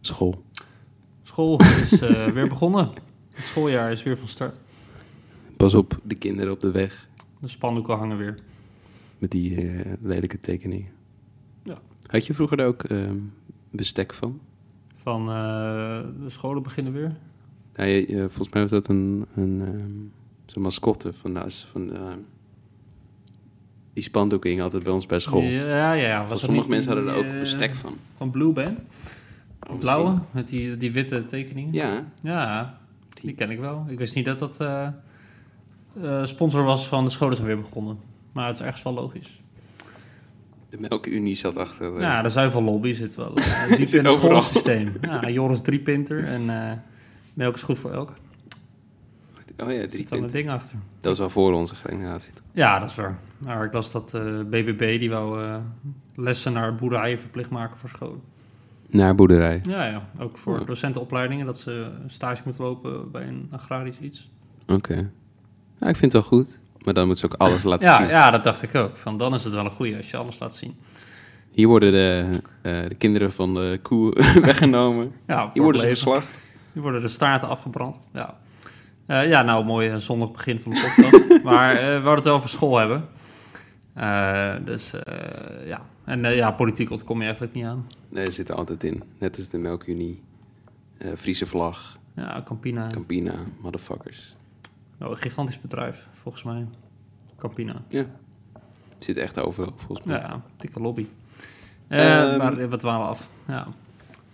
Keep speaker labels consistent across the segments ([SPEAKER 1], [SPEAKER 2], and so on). [SPEAKER 1] School.
[SPEAKER 2] School is eh, weer begonnen. Het schooljaar is weer van start.
[SPEAKER 1] Pas op de kinderen op de weg
[SPEAKER 2] De spandoeken hangen weer.
[SPEAKER 1] met die eh, lelijke tekeningen.
[SPEAKER 2] Ja.
[SPEAKER 1] Had je vroeger daar ook ehm, bestek van?
[SPEAKER 2] Van eh, de scholen beginnen weer.
[SPEAKER 1] Nou, je- je- volgens mij was dat een, een ehm, zo'n mascotte van, de- van de- die spandoeken hingen altijd bij ons bij school.
[SPEAKER 2] Ja, ja, ja. Was
[SPEAKER 1] Voor
[SPEAKER 2] dat
[SPEAKER 1] sommige
[SPEAKER 2] niet
[SPEAKER 1] mensen
[SPEAKER 2] die,
[SPEAKER 1] hadden er ook
[SPEAKER 2] eh,
[SPEAKER 1] bestek van. Oh,
[SPEAKER 2] Van Blue Band.
[SPEAKER 1] misschien.
[SPEAKER 2] Blauwe, met die, die witte tekeningen.
[SPEAKER 1] Ja,
[SPEAKER 2] Ja, die ken ik wel. Ik wist niet dat dat eh, eh, sponsor was van de scholen zijn weer begonnen. Maar het is ergens wel logisch.
[SPEAKER 1] de melkunie zat achter. eh,
[SPEAKER 2] Ja, de zuivellobby zit wel eh, diep
[SPEAKER 1] Zit
[SPEAKER 2] in het
[SPEAKER 1] overal.
[SPEAKER 2] schoolsysteem. Ja, Joris Driepinter en eh, melk is goed voor elk.
[SPEAKER 1] Oh ja,
[SPEAKER 2] Er
[SPEAKER 1] drie
[SPEAKER 2] zit dan een
[SPEAKER 1] punten.
[SPEAKER 2] ding achter.
[SPEAKER 1] Dat is wel voor onze generatie.
[SPEAKER 2] Ja, dat is waar. Maar ik las dat eh, BBB, die wou eh, lessen naar boerderijen verplicht maken voor scholen.
[SPEAKER 1] Naar boerderij.
[SPEAKER 2] Ja, ja. Ook voor
[SPEAKER 1] Ja.
[SPEAKER 2] docentenopleidingen, dat ze een stage moeten lopen bij een agrarisch iets.
[SPEAKER 1] Oké. Ja, ik vind het wel goed. Maar dan moeten ze ook alles laten
[SPEAKER 2] Ja,
[SPEAKER 1] zien.
[SPEAKER 2] ja, dat dacht ik ook. Van dan is het wel een goeie als je alles laat zien.
[SPEAKER 1] Hier worden de, eh, de kinderen van de koe weggenomen.
[SPEAKER 2] Ja, voor
[SPEAKER 1] Hier worden
[SPEAKER 2] het
[SPEAKER 1] ze
[SPEAKER 2] leven.
[SPEAKER 1] geslacht.
[SPEAKER 2] Hier worden de staarten afgebrand. Ja, Eh, ja nou, mooi eh, zonnig begin van de podcast. maar eh, we hadden het wel over school hebben. Eh, dus eh, ja. En eh, ja, politiek ontkom je eigenlijk niet aan.
[SPEAKER 1] Nee, ze zitten altijd in. Net als de melkunie. eh Friese vlag.
[SPEAKER 2] Ja, Campina.
[SPEAKER 1] Campina. Motherfuckers.
[SPEAKER 2] Nou, een gigantisch bedrijf, volgens mij. Campina.
[SPEAKER 1] Ja. Zit echt overal, volgens mij.
[SPEAKER 2] Ja,
[SPEAKER 1] Ja.
[SPEAKER 2] ja dikke lobby. Eh
[SPEAKER 1] Ehm.
[SPEAKER 2] maar eh, we dwalen af. Ja.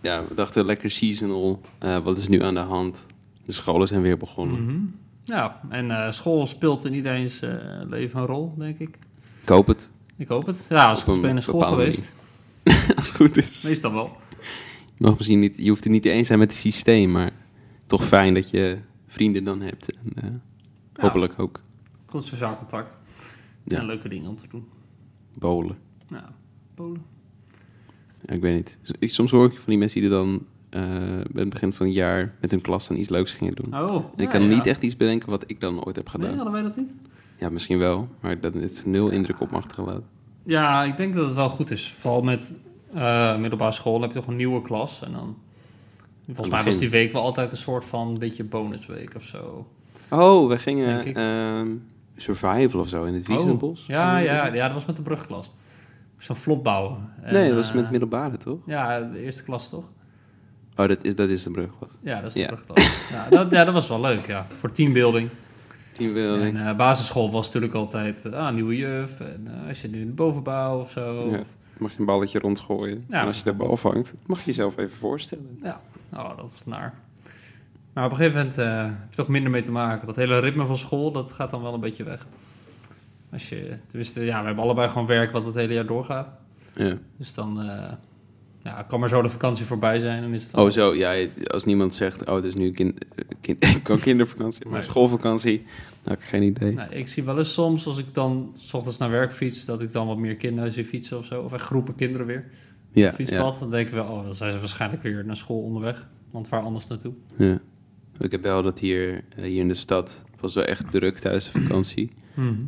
[SPEAKER 1] we dachten lekker seasonal. Eh, wat is nu aan de hand? De scholen zijn weer begonnen.
[SPEAKER 2] Mhm. ja, en eh, school speelt in iedereen's eh, leven een rol, denk ik.
[SPEAKER 1] Ik hoop het.
[SPEAKER 2] Ik hoop het. Ja, als
[SPEAKER 1] Op
[SPEAKER 2] ik dus
[SPEAKER 1] een
[SPEAKER 2] ben naar school
[SPEAKER 1] bepaalde
[SPEAKER 2] geweest.
[SPEAKER 1] Als het goed is.
[SPEAKER 2] Meestal wel.
[SPEAKER 1] Je, mag misschien niet, je hoeft het niet eens zijn met het systeem, maar toch fijn dat je vrienden dan hebt. En, eh, Hopelijk ook
[SPEAKER 2] Goed sociaal contact.
[SPEAKER 1] Ja.
[SPEAKER 2] En leuke dingen om te doen.
[SPEAKER 1] bowlen.
[SPEAKER 2] Ja, Polen.
[SPEAKER 1] Ja, ik weet niet. S- ik- Soms hoor ik van die mensen die er dan eh, bij het begin van het jaar met hun klas dan iets leuks gingen doen.
[SPEAKER 2] Oh,
[SPEAKER 1] En Hm. ik kan niet echt iets bedenken wat ik dan ooit heb gedaan.
[SPEAKER 2] Nee, hadden wij dat niet?
[SPEAKER 1] Ja, misschien wel, maar dat het nul indruk op me achtergelaten.
[SPEAKER 2] Ja, ik denk dat het wel goed is. Vooral met eh, middelbare school dan heb je toch een nieuwe klas. En dan, volgens mij was
[SPEAKER 1] begin.
[SPEAKER 2] die week wel altijd een soort van beetje bonusweek of zo.
[SPEAKER 1] Oh, we
[SPEAKER 2] Denk
[SPEAKER 1] gingen
[SPEAKER 2] ik.
[SPEAKER 1] ehm, survival of zo in het Wiesenbos.
[SPEAKER 2] Oh, Ja, ja, ja, dat was met de brugklas. Zo'n flop bouwen. En,
[SPEAKER 1] Nee, dat was
[SPEAKER 2] eh,
[SPEAKER 1] met middelbare, toch?
[SPEAKER 2] Ja, de eerste klas toch?
[SPEAKER 1] Oh, dat is, dat is de brug.
[SPEAKER 2] Ja, dat is de
[SPEAKER 1] Ja.
[SPEAKER 2] brugklas. ja, dat, ja, dat was wel leuk, ja. Voor teambuilding. En
[SPEAKER 1] Teambuilding.
[SPEAKER 2] eh, basisschool was natuurlijk altijd eh, ah, nieuwe juf. En eh, als je nu in de bovenbouw of zo.
[SPEAKER 1] Ja.
[SPEAKER 2] of-
[SPEAKER 1] Mag je een balletje rondgooien.
[SPEAKER 2] Ja.
[SPEAKER 1] en als je de bal vangt, mag je jezelf even voorstellen.
[SPEAKER 2] Ja, oh, dat was naar. Maar op een gegeven moment eh, heb je toch minder mee te maken. Dat hele ritme van school, dat gaat dan wel een beetje weg. Als je, tenminste, ja, we hebben allebei gewoon werk wat het hele jaar doorgaat.
[SPEAKER 1] Ja.
[SPEAKER 2] Dus dan eh, ja, kan maar zo de vakantie voorbij zijn. En is het dan-
[SPEAKER 1] Oh, zo. Ja, als niemand zegt, oh, het is nu kind, eh, kind, ik kan kindervakantie, maar
[SPEAKER 2] Nee.
[SPEAKER 1] schoolvakantie, dan heb ik geen idee.
[SPEAKER 2] Nou, ik zie wel eens soms, als ik dan s ochtends naar werk fiets, dat ik dan wat meer kinderen zie fietsen of zo. Of echt groepen kinderen weer.
[SPEAKER 1] ja, ja,
[SPEAKER 2] fietspad. Dan denken we, oh, dan zijn ze waarschijnlijk weer naar school onderweg. Want waar anders naartoe?
[SPEAKER 1] ja. Ik heb wel dat hier, eh, hier in de stad, het was wel echt druk tijdens de vakantie.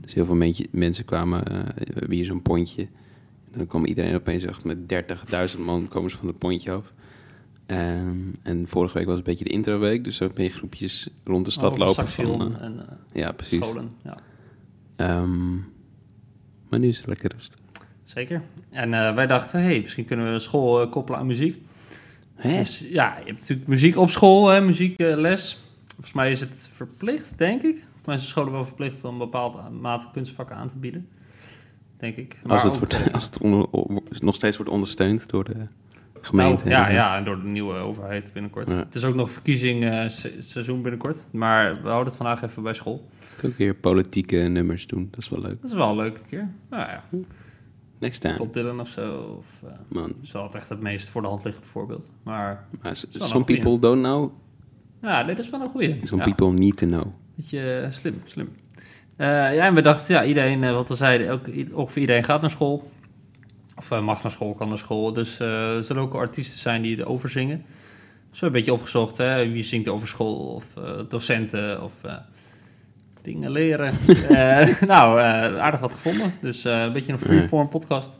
[SPEAKER 1] Dus heel veel mensen mensen kwamen, eh, we hebben hier zo'n pontje. En dan kwam iedereen opeens echt met 30.000 man komen ze van het pontje af. Ehm, en vorige week was een beetje de introweek, dus dan ben je groepjes rond de stad
[SPEAKER 2] Over
[SPEAKER 1] lopen.
[SPEAKER 2] Oh, Saxion
[SPEAKER 1] van, eh,
[SPEAKER 2] en eh,
[SPEAKER 1] ja, precies.
[SPEAKER 2] scholen. Ja.
[SPEAKER 1] Ehm, maar nu is het lekker rustig.
[SPEAKER 2] Zeker. En eh, wij dachten, hey, misschien kunnen we school eh, koppelen aan muziek.
[SPEAKER 1] Hè?
[SPEAKER 2] Dus ja, je hebt natuurlijk muziek op school, hè, muziekles. Volgens mij is het verplicht, denk ik. Volgens mij zijn scholen wel verplicht om bepaalde mate kunstvakken aan te bieden. Denk ik. Maar
[SPEAKER 1] Als het,
[SPEAKER 2] ook, eh,
[SPEAKER 1] wordt, als het onder- o- nog steeds wordt ondersteund door de
[SPEAKER 2] nou,
[SPEAKER 1] gemeente.
[SPEAKER 2] ja, ja, en door de nieuwe overheid binnenkort.
[SPEAKER 1] Ja.
[SPEAKER 2] Het is ook nog verkiezing eh, se- seizoen binnenkort. Maar we houden het vandaag even bij school.
[SPEAKER 1] Ik kan ook weer politieke nummers doen. Dat is wel leuk.
[SPEAKER 2] Dat is wel een leuke keer. Nou ja,
[SPEAKER 1] Next time.
[SPEAKER 2] Bob Dylan of zo. Of, eh,
[SPEAKER 1] Man,
[SPEAKER 2] dat is wel het echt het meest voor de hand liggende voorbeeld. Maar
[SPEAKER 1] maar s-
[SPEAKER 2] wel een
[SPEAKER 1] some
[SPEAKER 2] goeie.
[SPEAKER 1] people don't know,
[SPEAKER 2] ja, dit is wel een goeie.
[SPEAKER 1] some
[SPEAKER 2] Ja.
[SPEAKER 1] people need to know.
[SPEAKER 2] Beetje eh, slim, slim. Eh, ja, en we dachten, ja, iedereen, eh, wat we zeiden, ook, i- ongeveer iedereen gaat naar school. Of eh, mag naar school, kan naar school. Dus eh, er zullen ook artiesten zijn die erover zingen. Zo een beetje opgezocht, hè? wie zingt over school, of eh, docenten, of eh, dingen leren. Eh, nou, eh, aardig wat gevonden. Dus eh, een beetje een freeform podcast.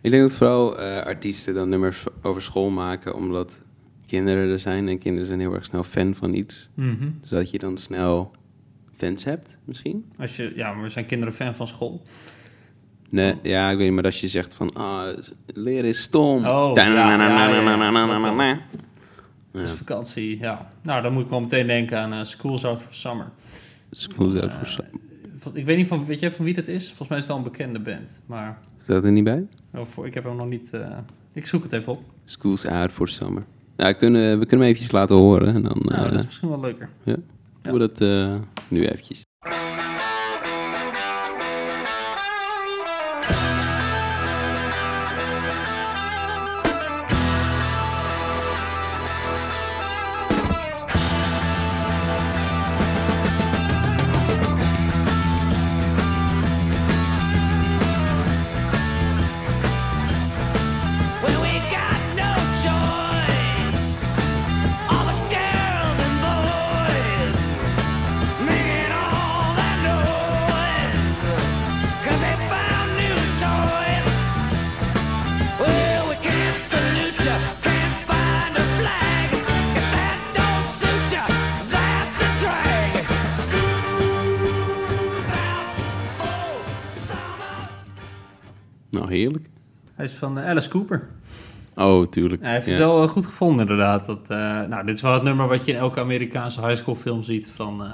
[SPEAKER 1] Ik denk dat vooral eh, artiesten dan nummers over school maken, omdat kinderen er zijn. En kinderen zijn heel erg snel fan van iets.
[SPEAKER 2] Mhm.
[SPEAKER 1] Dus dat je dan snel fans hebt, misschien.
[SPEAKER 2] Als je, ja, maar zijn kinderen fan van school?
[SPEAKER 1] Nee,
[SPEAKER 2] Oh.
[SPEAKER 1] ja, ik weet niet, maar als je zegt van... Ah, leren is stom.
[SPEAKER 2] Oh, ja, ja, ja, ja, dat wel.
[SPEAKER 1] Ja.
[SPEAKER 2] Het is Dus vakantie, ja. Nou, dan moet ik wel meteen denken aan eh School's Out for Summer.
[SPEAKER 1] School is out for summer.
[SPEAKER 2] Van- Ik weet niet van, weet jij van wie dat is? Volgens mij is het al een bekende band. Maar
[SPEAKER 1] Staat er niet bij?
[SPEAKER 2] wel voor- ik heb hem nog niet... eh, ik zoek het even op.
[SPEAKER 1] School's out for summer. Ja, kunnen, we kunnen hem eventjes laten horen. En dan
[SPEAKER 2] Nou,
[SPEAKER 1] eh,
[SPEAKER 2] dat is misschien wel leuker.
[SPEAKER 1] ja, doen we dat eh, nu eventjes.
[SPEAKER 3] When we got no choice, all the girls and boys making all that noise, 'cause they found new toys. Well, we can't salute ya, can't find a flag. If that don't suit ya, that's a drag. School's out for summer.
[SPEAKER 1] Nou, heerlijk.
[SPEAKER 2] Hij is van eh, Alice Cooper.
[SPEAKER 1] Oh, tuurlijk.
[SPEAKER 2] Hij heeft
[SPEAKER 1] Ja.
[SPEAKER 2] het wel eh, goed gevonden, inderdaad. Dat, eh, nou, dit is wel het nummer wat je in elke Amerikaanse high school film ziet. Van, eh,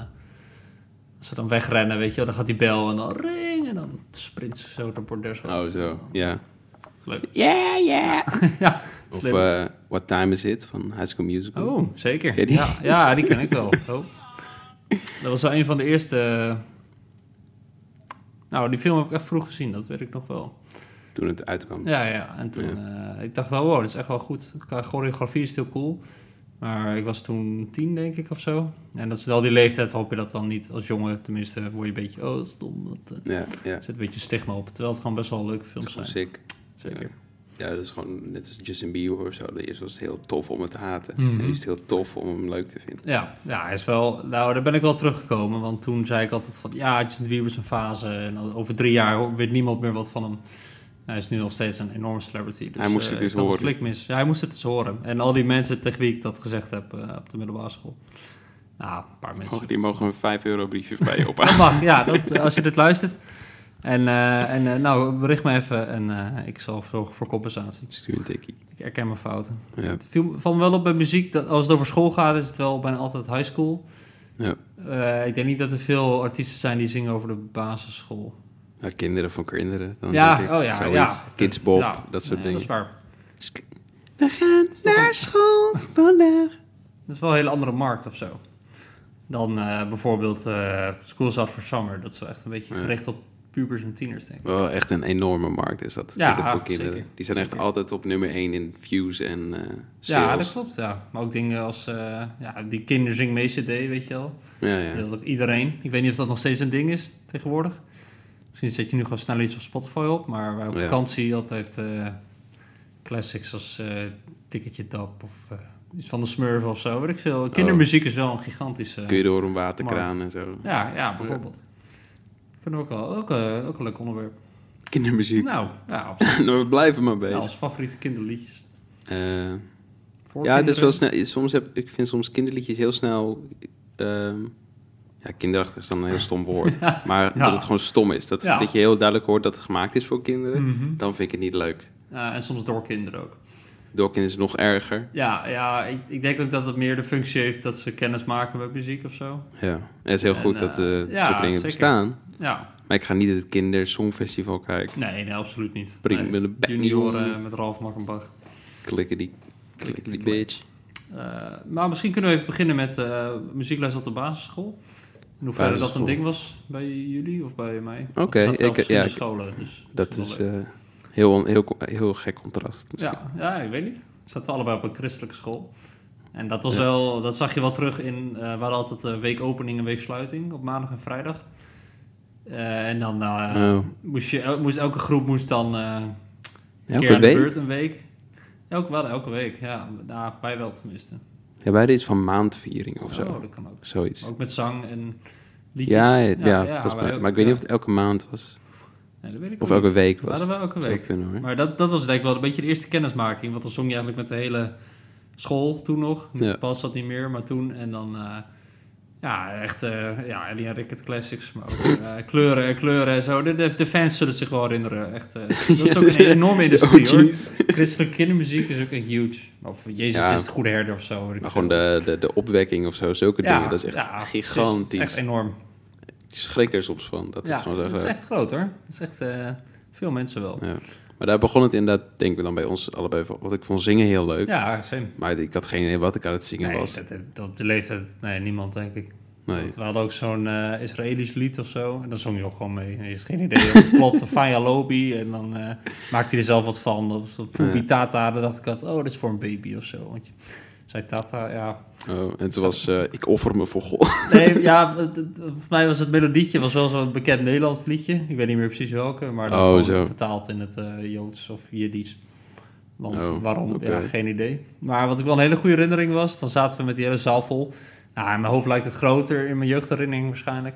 [SPEAKER 2] als ze dan wegrennen, weet je wel, dan gaat die bel en dan ring. En dan sprint ze zo de bordes. af.
[SPEAKER 1] Oh, zo. Ja.
[SPEAKER 2] Leuk.
[SPEAKER 1] Yeah, yeah.
[SPEAKER 2] ja,
[SPEAKER 1] Of
[SPEAKER 2] slim.
[SPEAKER 1] eh, What Time Is It van High School Musical.
[SPEAKER 2] oh, zeker.
[SPEAKER 1] Ken je die?
[SPEAKER 2] Ja, ja, die ken ik wel. Oh. Dat was wel een van de eerste... eh, Nou, die film heb ik echt vroeg gezien, dat weet ik nog wel.
[SPEAKER 1] Toen het uitkwam.
[SPEAKER 2] Ja, ja. En toen, eh, ik dacht wel, wow, dat is echt wel goed. Qua choreografie is het heel cool. Maar ik was toen tien, denk ik, of zo. En dat is wel die leeftijd waarop je dat dan niet als jongen... Tenminste, word je een beetje, oh, dat is dom. Dat, eh,
[SPEAKER 1] Ja, ja.
[SPEAKER 2] er zit een beetje stigma op. Terwijl het gewoon best wel leuke films zijn.
[SPEAKER 1] Sick.
[SPEAKER 2] Zeker.
[SPEAKER 1] Ja, dat is gewoon net als Justin Bieber of zo. Eerst was het heel tof om het te haten. En nu is het heel tof om hem leuk te vinden.
[SPEAKER 2] Ja, ja, hij is wel... Nou, daar ben ik wel teruggekomen. Want toen zei ik altijd van... Ja, Justin Bieber is een fase. En dan over drie jaar hoor- weet niemand meer wat van hem. Hij is nu nog steeds een enorme celebrity. Dus,
[SPEAKER 1] Hij moest
[SPEAKER 2] eh,
[SPEAKER 1] het eens
[SPEAKER 2] ik had
[SPEAKER 1] horen.
[SPEAKER 2] flik mis. Ja, hij moest het eens horen. En al die mensen tegen wie ik dat gezegd heb eh, op de middelbare school. Nou, een paar mensen.
[SPEAKER 1] Oh, die mogen een 5 euro briefje bij je
[SPEAKER 2] Dat
[SPEAKER 1] ophalen.
[SPEAKER 2] mag, ja. Dat, eh, als je dit luistert. En, eh, en eh, nou, bericht me even. En eh, ik zal zorgen voor compensatie.
[SPEAKER 1] Stuur een tikkie.
[SPEAKER 2] Ik erken mijn fouten.
[SPEAKER 1] Ja.
[SPEAKER 2] Het viel, valt me wel op bij muziek. Dat als het over school gaat, is het wel bijna altijd high school.
[SPEAKER 1] Ja.
[SPEAKER 2] Eh, ik denk niet dat er veel artiesten zijn die zingen over de basisschool.
[SPEAKER 1] Nou, kinderen van kinderen. Dan
[SPEAKER 2] ja,
[SPEAKER 1] denk ik.
[SPEAKER 2] oh ja,
[SPEAKER 1] Zoiets.
[SPEAKER 2] ja.
[SPEAKER 1] Kids Bob,
[SPEAKER 2] Ja,
[SPEAKER 1] dat soort
[SPEAKER 2] nee,
[SPEAKER 1] dingen.
[SPEAKER 2] Dat is waar.
[SPEAKER 1] We gaan naar school vandaag.
[SPEAKER 2] Dat is wel een hele andere markt of zo. Dan eh, bijvoorbeeld eh School's Out for Summer. Dat is wel echt een beetje gericht op pubers en tieners, denk ik.
[SPEAKER 1] Wel echt een enorme markt is dat.
[SPEAKER 2] Ja,
[SPEAKER 1] kinderen voor
[SPEAKER 2] ah,
[SPEAKER 1] kinderen.
[SPEAKER 2] zeker.
[SPEAKER 1] Die zijn echt
[SPEAKER 2] Zeker.
[SPEAKER 1] altijd op nummer 1 in views en eh
[SPEAKER 2] Ja,
[SPEAKER 1] sales.
[SPEAKER 2] dat klopt, ja. Maar ook dingen als eh, ja, die kinderzing mee CD, weet je wel.
[SPEAKER 1] Ja,
[SPEAKER 2] Dat
[SPEAKER 1] ja.
[SPEAKER 2] is ook iedereen. Ik weet niet of dat nog steeds een ding is tegenwoordig. Misschien zet je nu gewoon snel iets op Spotify op. Maar wij op
[SPEAKER 1] Ja.
[SPEAKER 2] vakantie altijd eh, classics als eh Ticketje Dap of eh, iets van de Smurf of zo. Weet ik veel. Kindermuziek is wel een gigantische...
[SPEAKER 1] Oh. Kun je door een waterkraan en zo.
[SPEAKER 2] eh, Ja, ja, bijvoorbeeld. Kunnen we ook, wel, ook, eh, ook een leuk onderwerp.
[SPEAKER 1] Kindermuziek.
[SPEAKER 2] Nou, ja, als,
[SPEAKER 1] We blijven maar
[SPEAKER 2] ja,
[SPEAKER 1] bezig.
[SPEAKER 2] als favoriete kinderliedjes.
[SPEAKER 1] Eh,
[SPEAKER 2] Voor
[SPEAKER 1] ja, het is
[SPEAKER 2] kinderen.
[SPEAKER 1] wel snel. Soms heb, ik vind soms kinderliedjes heel snel. ehm, ja, kinderachtig is dan een heel stom woord. Maar
[SPEAKER 2] Ja.
[SPEAKER 1] dat het gewoon stom is. Dat,
[SPEAKER 2] Ja. Mhm.
[SPEAKER 1] dat je heel duidelijk hoort dat het gemaakt is voor kinderen. Dan vind ik het niet leuk.
[SPEAKER 2] Ja, en soms door kinderen ook.
[SPEAKER 1] Door kinderen is het nog erger.
[SPEAKER 2] Ja, ja ik, ik denk ook dat het meer de functie heeft dat ze kennis maken met muziek of zo.
[SPEAKER 1] Ja. En het is heel goed dat
[SPEAKER 2] eh,
[SPEAKER 1] eh
[SPEAKER 2] ja,
[SPEAKER 1] soort dingen
[SPEAKER 2] zeker.
[SPEAKER 1] bestaan.
[SPEAKER 2] Ja,
[SPEAKER 1] Maar ik ga niet het Kinder Songfestival kijken.
[SPEAKER 2] nee, nee absoluut niet.
[SPEAKER 1] Prima,
[SPEAKER 2] Nee,
[SPEAKER 1] met een bek-
[SPEAKER 2] junioren met Ralf Makkenbach.
[SPEAKER 1] Klikken die, klikken die bitch.
[SPEAKER 2] Eh, maar misschien kunnen we even beginnen met eh muziekles op de basisschool. In hoeverre dat
[SPEAKER 1] Basisschool.
[SPEAKER 2] een ding was bij jullie of bij mij. Want
[SPEAKER 1] Oké,
[SPEAKER 2] er zaten wel
[SPEAKER 1] ik-
[SPEAKER 2] verschillende
[SPEAKER 1] ja, ik-
[SPEAKER 2] scholen. Dus
[SPEAKER 1] Dat
[SPEAKER 2] wel
[SPEAKER 1] is
[SPEAKER 2] leuk.
[SPEAKER 1] eh, heel, on- heel, heel gek contrast. misschien.
[SPEAKER 2] ja, ja, ik weet niet. Zaten we allebei op een christelijke school. En dat was wel, dat zag je wel terug in, eh we hadden altijd eh, weekopening en weeksluiting op maandag en vrijdag. Eh, en dan eh,
[SPEAKER 1] Oh.
[SPEAKER 2] moest, je, el- moest elke groep moest dan eh, een
[SPEAKER 1] Elke
[SPEAKER 2] keer aan de
[SPEAKER 1] week?
[SPEAKER 2] beurt een week. Elke, wel elke week, ja. Nou, wij wel tenminste.
[SPEAKER 1] Ja, wij hadden iets van maandviering of zo.
[SPEAKER 2] Oh, dat kan ook.
[SPEAKER 1] Zoiets.
[SPEAKER 2] Ook met zang en liedjes.
[SPEAKER 1] Ja, ja, ja, volgens
[SPEAKER 2] wij
[SPEAKER 1] mij.
[SPEAKER 2] ook,
[SPEAKER 1] Maar ik weet
[SPEAKER 2] ja.
[SPEAKER 1] niet of het elke maand was.
[SPEAKER 2] Nee, dat weet ik
[SPEAKER 1] Of
[SPEAKER 2] ook
[SPEAKER 1] elke
[SPEAKER 2] niet.
[SPEAKER 1] week
[SPEAKER 2] We
[SPEAKER 1] was.
[SPEAKER 2] hadden wel elke
[SPEAKER 1] Zou
[SPEAKER 2] week.
[SPEAKER 4] Hm?
[SPEAKER 1] kunnen, hoor.
[SPEAKER 2] Maar dat, dat was denk ik wel een beetje de eerste kennismaking. Want dan zong je eigenlijk met de hele school toen nog. Nu
[SPEAKER 4] Ja.
[SPEAKER 2] was dat niet meer, maar toen. En dan, eh, ja, echt, eh ja, Ellie en Rickett Classics, maar ook eh, kleuren en kleuren en zo. De, de, de fans zullen zich wel herinneren, echt. eh, dat is ook een enorme industrie,
[SPEAKER 4] Oh,
[SPEAKER 2] hoor.
[SPEAKER 4] jeez.
[SPEAKER 2] Christelijke kindermuziek is ook echt huge. Of Jezus
[SPEAKER 4] Ja.
[SPEAKER 2] is de goede herder of zo. weet ik
[SPEAKER 4] Maar
[SPEAKER 2] veel.
[SPEAKER 4] gewoon de, de, de opwekking of zo, zulke
[SPEAKER 2] Ja,
[SPEAKER 4] dingen. Dat is echt
[SPEAKER 2] ja, precies. Het is
[SPEAKER 4] gigantisch.
[SPEAKER 2] echt enorm.
[SPEAKER 4] Ik schrik er soms van. Dat is
[SPEAKER 2] ja,
[SPEAKER 4] gewoon zo
[SPEAKER 2] dat is
[SPEAKER 4] groot.
[SPEAKER 2] echt groot hoor. Dat is echt eh, veel mensen wel.
[SPEAKER 4] Ja. Maar daar begon het inderdaad, denk ik dan bij ons allebei van. Want ik vond zingen heel leuk.
[SPEAKER 2] Ja, same.
[SPEAKER 4] Maar ik had geen idee wat ik aan het zingen
[SPEAKER 2] Nee,
[SPEAKER 4] was.
[SPEAKER 2] dat, dat- op de leeftijd, nee, niemand denk ik.
[SPEAKER 4] Nee.
[SPEAKER 2] Want we hadden ook zo'n eh, Israëlisch lied of zo. En dan zong je ook gewoon mee. En je had geen idee of het klopt. Faya Lobby. En dan eh, maakte hij er zelf wat van. Of zo, Fubi Tata. Dan dacht ik altijd, oh, dat is voor een baby of zo. Want je zei Tata, ja.
[SPEAKER 4] Oh, en toen was eh, Ik offer me voor God.
[SPEAKER 2] Nee, ja, het- het- volgens mij was het melodietje was wel zo'n bekend Nederlands liedje. Ik weet niet meer precies welke, maar dat
[SPEAKER 4] Oh,
[SPEAKER 2] gewoon
[SPEAKER 4] zo.
[SPEAKER 2] vertaald in het eh, Joods of Jiddisch. Want
[SPEAKER 4] Oh,
[SPEAKER 2] waarom?
[SPEAKER 4] oké.
[SPEAKER 2] Ja, geen idee. Maar wat ik wel een hele goede herinnering was, dan zaten we met die hele zaal vol. Nou, in mijn hoofd lijkt het groter, in mijn jeugdherinnering waarschijnlijk.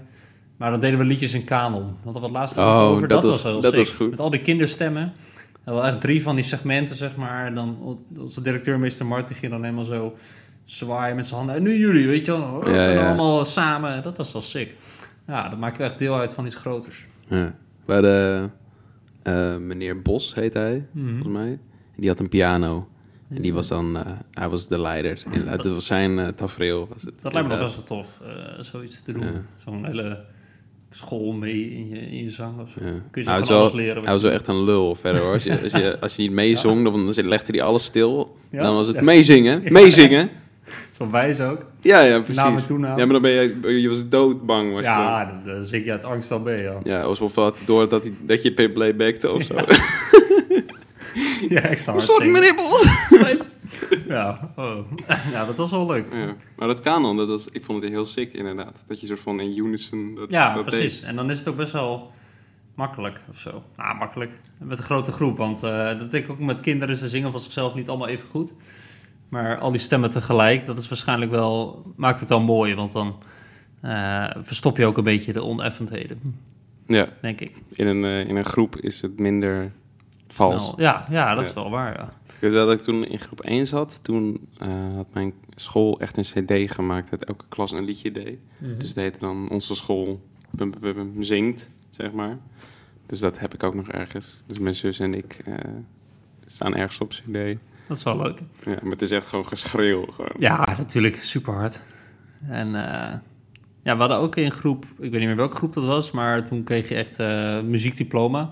[SPEAKER 2] Maar dan deden we liedjes in kanon. Want dat wat laatste
[SPEAKER 4] Oh,
[SPEAKER 2] nog over, dat,
[SPEAKER 4] dat was-
[SPEAKER 2] was wel
[SPEAKER 4] dat
[SPEAKER 2] sick.
[SPEAKER 4] was goed.
[SPEAKER 2] Met al die kinderstemmen. En wel echt drie van die segmenten, zeg maar. En dan onze directeur, Mr. Martin, ging dan helemaal zo zwaaien met zijn handen. En nu jullie, weet je wel.
[SPEAKER 4] Ja,
[SPEAKER 2] En
[SPEAKER 4] ja.
[SPEAKER 2] allemaal samen. Dat was wel sick. Ja, dan maak je echt deel uit van iets groters.
[SPEAKER 4] Ja. Waar de, eh, meneer Bos heet hij,
[SPEAKER 2] Mhm.
[SPEAKER 4] volgens mij. En die had een piano. En die was dan, eh, hij was de leider. En dat was zijn eh, tafereel. Was het,
[SPEAKER 2] Dat lijkt me nog
[SPEAKER 4] inderdaad.
[SPEAKER 2] best wel tof, eh, zoiets te doen.
[SPEAKER 4] Ja.
[SPEAKER 2] Zo'n hele school mee in je, in je zang of zo.
[SPEAKER 4] Ja.
[SPEAKER 2] Kun je
[SPEAKER 4] Hij
[SPEAKER 2] zo
[SPEAKER 4] was
[SPEAKER 2] van
[SPEAKER 4] wel-
[SPEAKER 2] alles leren. wat
[SPEAKER 4] Hij was
[SPEAKER 2] je-
[SPEAKER 4] wel echt een lul verder hoor. Als je, als je, als je niet meezong, dan dan legde hij alles stil.
[SPEAKER 2] Ja?
[SPEAKER 4] Dan was het
[SPEAKER 2] Ja.
[SPEAKER 4] meezingen, meezingen.
[SPEAKER 2] Zo wijs ook.
[SPEAKER 4] Ja, ja, precies.
[SPEAKER 2] Namen, toenamen.
[SPEAKER 4] Ja, maar dan ben je, je was doodbang. Was je dan.
[SPEAKER 2] Ja, dan, dan zing je uit angst al mee, ja.
[SPEAKER 4] Ja, alsof dat door dat, hij, dat je playbackte of zo.
[SPEAKER 2] Ja, ik sta hard
[SPEAKER 4] Sorry,
[SPEAKER 2] zingen.
[SPEAKER 4] meneer Bos.
[SPEAKER 2] Ja, oh. ja, dat was wel leuk.
[SPEAKER 1] Ja, maar dat kanon, dat was, ik vond het heel sick inderdaad. Dat je soort van in unison dat,
[SPEAKER 2] Ja,
[SPEAKER 1] dat
[SPEAKER 2] precies. En dan is het ook best wel makkelijk of zo. Nou, makkelijk. Met een grote groep. Want eh, dat denk ik ook met kinderen. Ze zingen van zichzelf niet allemaal even goed. Maar al die stemmen tegelijk, dat is waarschijnlijk wel... Maakt het wel mooi, want dan eh, verstop je ook een beetje de oneffenheden,
[SPEAKER 1] Ja,
[SPEAKER 2] denk ik.
[SPEAKER 1] in een, eh, in een groep is het minder vals.
[SPEAKER 2] Nou, ja, ja, dat is
[SPEAKER 1] Ja.
[SPEAKER 2] wel waar, ja.
[SPEAKER 1] Ik weet wel dat ik toen in groep 1 zat. Toen eh, had mijn school echt een cd gemaakt dat elke klas een liedje deed.
[SPEAKER 2] Mhm.
[SPEAKER 1] Dus het heette dan Onze School bum, bum, bum, bum, Zingt, zeg maar. Dus dat heb ik ook nog ergens. Dus mijn zus en ik eh, staan ergens op cd.
[SPEAKER 2] Dat is wel leuk.
[SPEAKER 1] Ja, maar het is echt gewoon geschreeuw. Gewoon.
[SPEAKER 2] Ja, natuurlijk. Super hard. En eh, ja, we hadden ook in groep, ik weet niet meer welke groep dat was, maar toen kreeg je echt eh, muziekdiploma.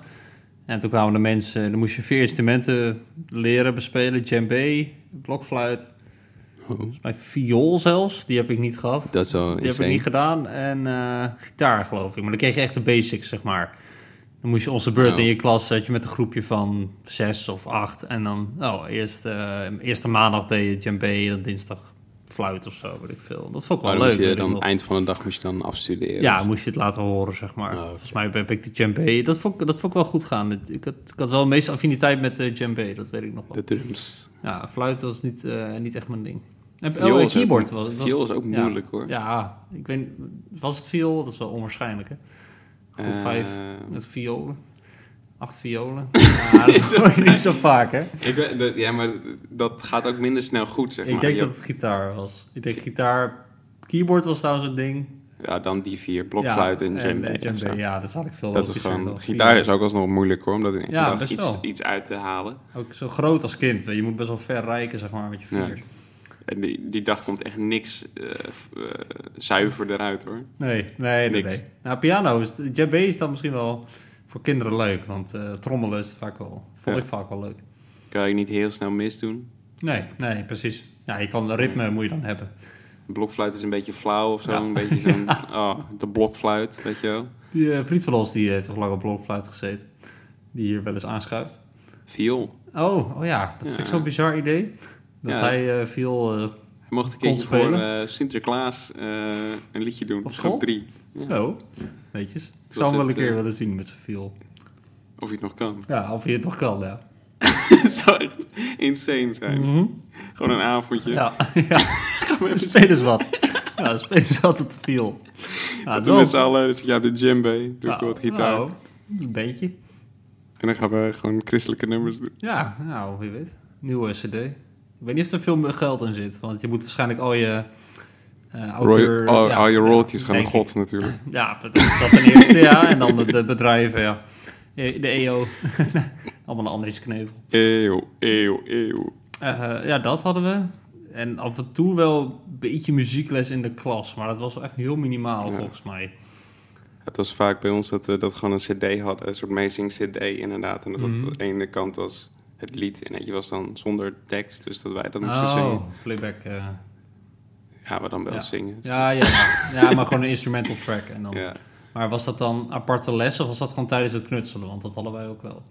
[SPEAKER 2] En toen kwamen de mensen, dan moest je vier instrumenten leren bespelen: djembe, blokfluit, volgens mij viool zelfs. Die heb ik niet gehad.
[SPEAKER 4] Dat is wel
[SPEAKER 2] Die heb ik
[SPEAKER 4] insane.
[SPEAKER 2] niet gedaan. En eh, gitaar, geloof ik. Maar dan kreeg je echt de basics, zeg maar. Dan moest je onze
[SPEAKER 4] Oh.
[SPEAKER 2] beurt in je klas, zat je met een groepje van zes of acht. En dan, oh, eerst, eh, eerste maandag deed je djembe, dan dinsdag fluit of zo, weet ik veel. Dat vond ik wel
[SPEAKER 4] Maar Oh, dan
[SPEAKER 2] leuk.
[SPEAKER 4] moest je
[SPEAKER 2] weet ik
[SPEAKER 4] dan
[SPEAKER 2] nog.
[SPEAKER 4] eind van de dag moest je dan afstuderen.
[SPEAKER 2] ja, moest je het laten horen, zeg maar.
[SPEAKER 4] Oh, oké.
[SPEAKER 2] Volgens mij heb ik de djembe, dat vond, ik- dat vond ik wel goed gaan. Ik had, ik had wel de meeste affiniteit met de djembe, dat weet ik nog wel.
[SPEAKER 4] De drums.
[SPEAKER 2] Ja, fluit was niet, eh, niet echt mijn ding. En
[SPEAKER 4] Viool
[SPEAKER 2] oh, en
[SPEAKER 4] is ook
[SPEAKER 2] keyboard
[SPEAKER 4] mo-
[SPEAKER 2] was, was
[SPEAKER 4] viool is ook
[SPEAKER 2] ja.
[SPEAKER 4] moeilijk, hoor.
[SPEAKER 2] Ja, ik weet was het viool? Dat is wel onwaarschijnlijk hè. Groep
[SPEAKER 1] Eh,
[SPEAKER 2] vijf met violen. Acht violen. Ja, dat hoor je niet zo vaak hè.
[SPEAKER 1] Ik weet- dat- ja, maar dat gaat ook minder snel goed, zeg
[SPEAKER 2] Ik
[SPEAKER 1] maar.
[SPEAKER 2] denk
[SPEAKER 1] Je
[SPEAKER 2] dat het gitaar was. Ik denk gitaar, keyboard was trouwens een ding.
[SPEAKER 1] Ja, dan die vier,
[SPEAKER 2] Ja,
[SPEAKER 1] blokfluit en
[SPEAKER 2] en,
[SPEAKER 1] djembe.
[SPEAKER 2] eh,
[SPEAKER 1] of zo.
[SPEAKER 2] Ja, dat zat ik veel
[SPEAKER 1] Dat is
[SPEAKER 2] logischer
[SPEAKER 1] gewoon,
[SPEAKER 2] dan
[SPEAKER 1] gitaar
[SPEAKER 2] viool.
[SPEAKER 1] is ook alsnog moeilijk hoor, om dat in één
[SPEAKER 2] Ja,
[SPEAKER 1] dag
[SPEAKER 2] best
[SPEAKER 1] iets,
[SPEAKER 2] wel.
[SPEAKER 1] iets uit te halen.
[SPEAKER 2] Ook zo groot als kind. weet Je Je moet best wel ver reiken zeg maar met je
[SPEAKER 1] Ja.
[SPEAKER 2] vingers.
[SPEAKER 1] En die, die dag komt echt niks eh, f- eh, zuiver eruit hoor.
[SPEAKER 2] Nee, nee, nee.
[SPEAKER 1] Niks.
[SPEAKER 2] nee. Nou, piano is, djembe is dan misschien wel voor kinderen leuk, want eh, trommelen is vaak wel, vond
[SPEAKER 1] Ja.
[SPEAKER 2] ik vaak wel leuk.
[SPEAKER 1] Kan je niet heel snel misdoen.
[SPEAKER 2] Nee, nee, precies. Ja, je kan de ritme moet je dan hebben.
[SPEAKER 1] Een blokfluit is een beetje flauw of zo.
[SPEAKER 2] Ja.
[SPEAKER 1] Een beetje zo'n, oh, de blokfluit, weet je wel.
[SPEAKER 2] Die eh, vriend van ons die heeft toch lang op blokfluit gezeten, die hier wel eens aanschuift.
[SPEAKER 1] Viool.
[SPEAKER 2] Oh, oh ja, dat vind ik zo'n bizar idee. Dat
[SPEAKER 1] Ja.
[SPEAKER 2] hij eh viel. eh,
[SPEAKER 1] Hij mocht een keertje
[SPEAKER 2] Kon spelen.
[SPEAKER 1] voor eh, Sinterklaas eh, een liedje doen.
[SPEAKER 2] Op school?
[SPEAKER 1] Groep drie. Ja.
[SPEAKER 2] Oh, netjes. Ik zou
[SPEAKER 1] het,
[SPEAKER 2] hem wel een keer
[SPEAKER 1] eh,
[SPEAKER 2] willen zien met zijn viel.
[SPEAKER 1] Of je het nog kan.
[SPEAKER 2] Ja, of je het nog kan, ja.
[SPEAKER 1] Het zou echt insane zijn. Gewoon een avondje.
[SPEAKER 2] Mhm. Ja, ja. spelen eens wat. Ja, spelen eens wat op de viel. Ja,
[SPEAKER 1] Toen
[SPEAKER 2] het wel-
[SPEAKER 1] met z'n allen, dus ja, de djembe, doe ik
[SPEAKER 2] Nou,
[SPEAKER 1] wat gitaar.
[SPEAKER 2] nou, een beetje.
[SPEAKER 1] En dan gaan we gewoon christelijke nummers doen.
[SPEAKER 2] Ja, nou, wie weet. Nieuwe CD. Ik weet niet of er veel meer geld in zit. Want je moet waarschijnlijk al je eh
[SPEAKER 1] Roy,
[SPEAKER 2] auteur...
[SPEAKER 1] al,
[SPEAKER 2] ja,
[SPEAKER 1] al je royalties
[SPEAKER 2] ja,
[SPEAKER 1] gaan naar
[SPEAKER 2] denk ik.
[SPEAKER 1] God natuurlijk.
[SPEAKER 2] Ja, dat, dat ten eerste, ja. En dan de, de bedrijven, ja. De EO. Allemaal een ander iets knevel.
[SPEAKER 1] Eeuw, eeuw, eeuw.
[SPEAKER 2] Eh, ja, dat hadden we. En af en toe wel een beetje muziekles in de klas. Maar dat was wel echt heel minimaal,
[SPEAKER 1] Ja.
[SPEAKER 2] volgens mij.
[SPEAKER 1] Het was vaak bij ons dat we dat gewoon een cd hadden, een soort amazing cd inderdaad. En dat aan
[SPEAKER 2] Mhm.
[SPEAKER 1] de ene kant was het lied en eentje was dan zonder tekst, dus dat wij dat moesten
[SPEAKER 2] Oh,
[SPEAKER 1] zingen.
[SPEAKER 2] playback. eh,
[SPEAKER 1] Ja, we dan wel
[SPEAKER 2] ja.
[SPEAKER 1] zingen.
[SPEAKER 2] Ja, ja, ja. ja, maar gewoon een instrumental track. En dan.
[SPEAKER 1] Ja.
[SPEAKER 2] Maar was dat dan aparte les of was dat gewoon tijdens het knutselen? Want dat hadden wij ook wel.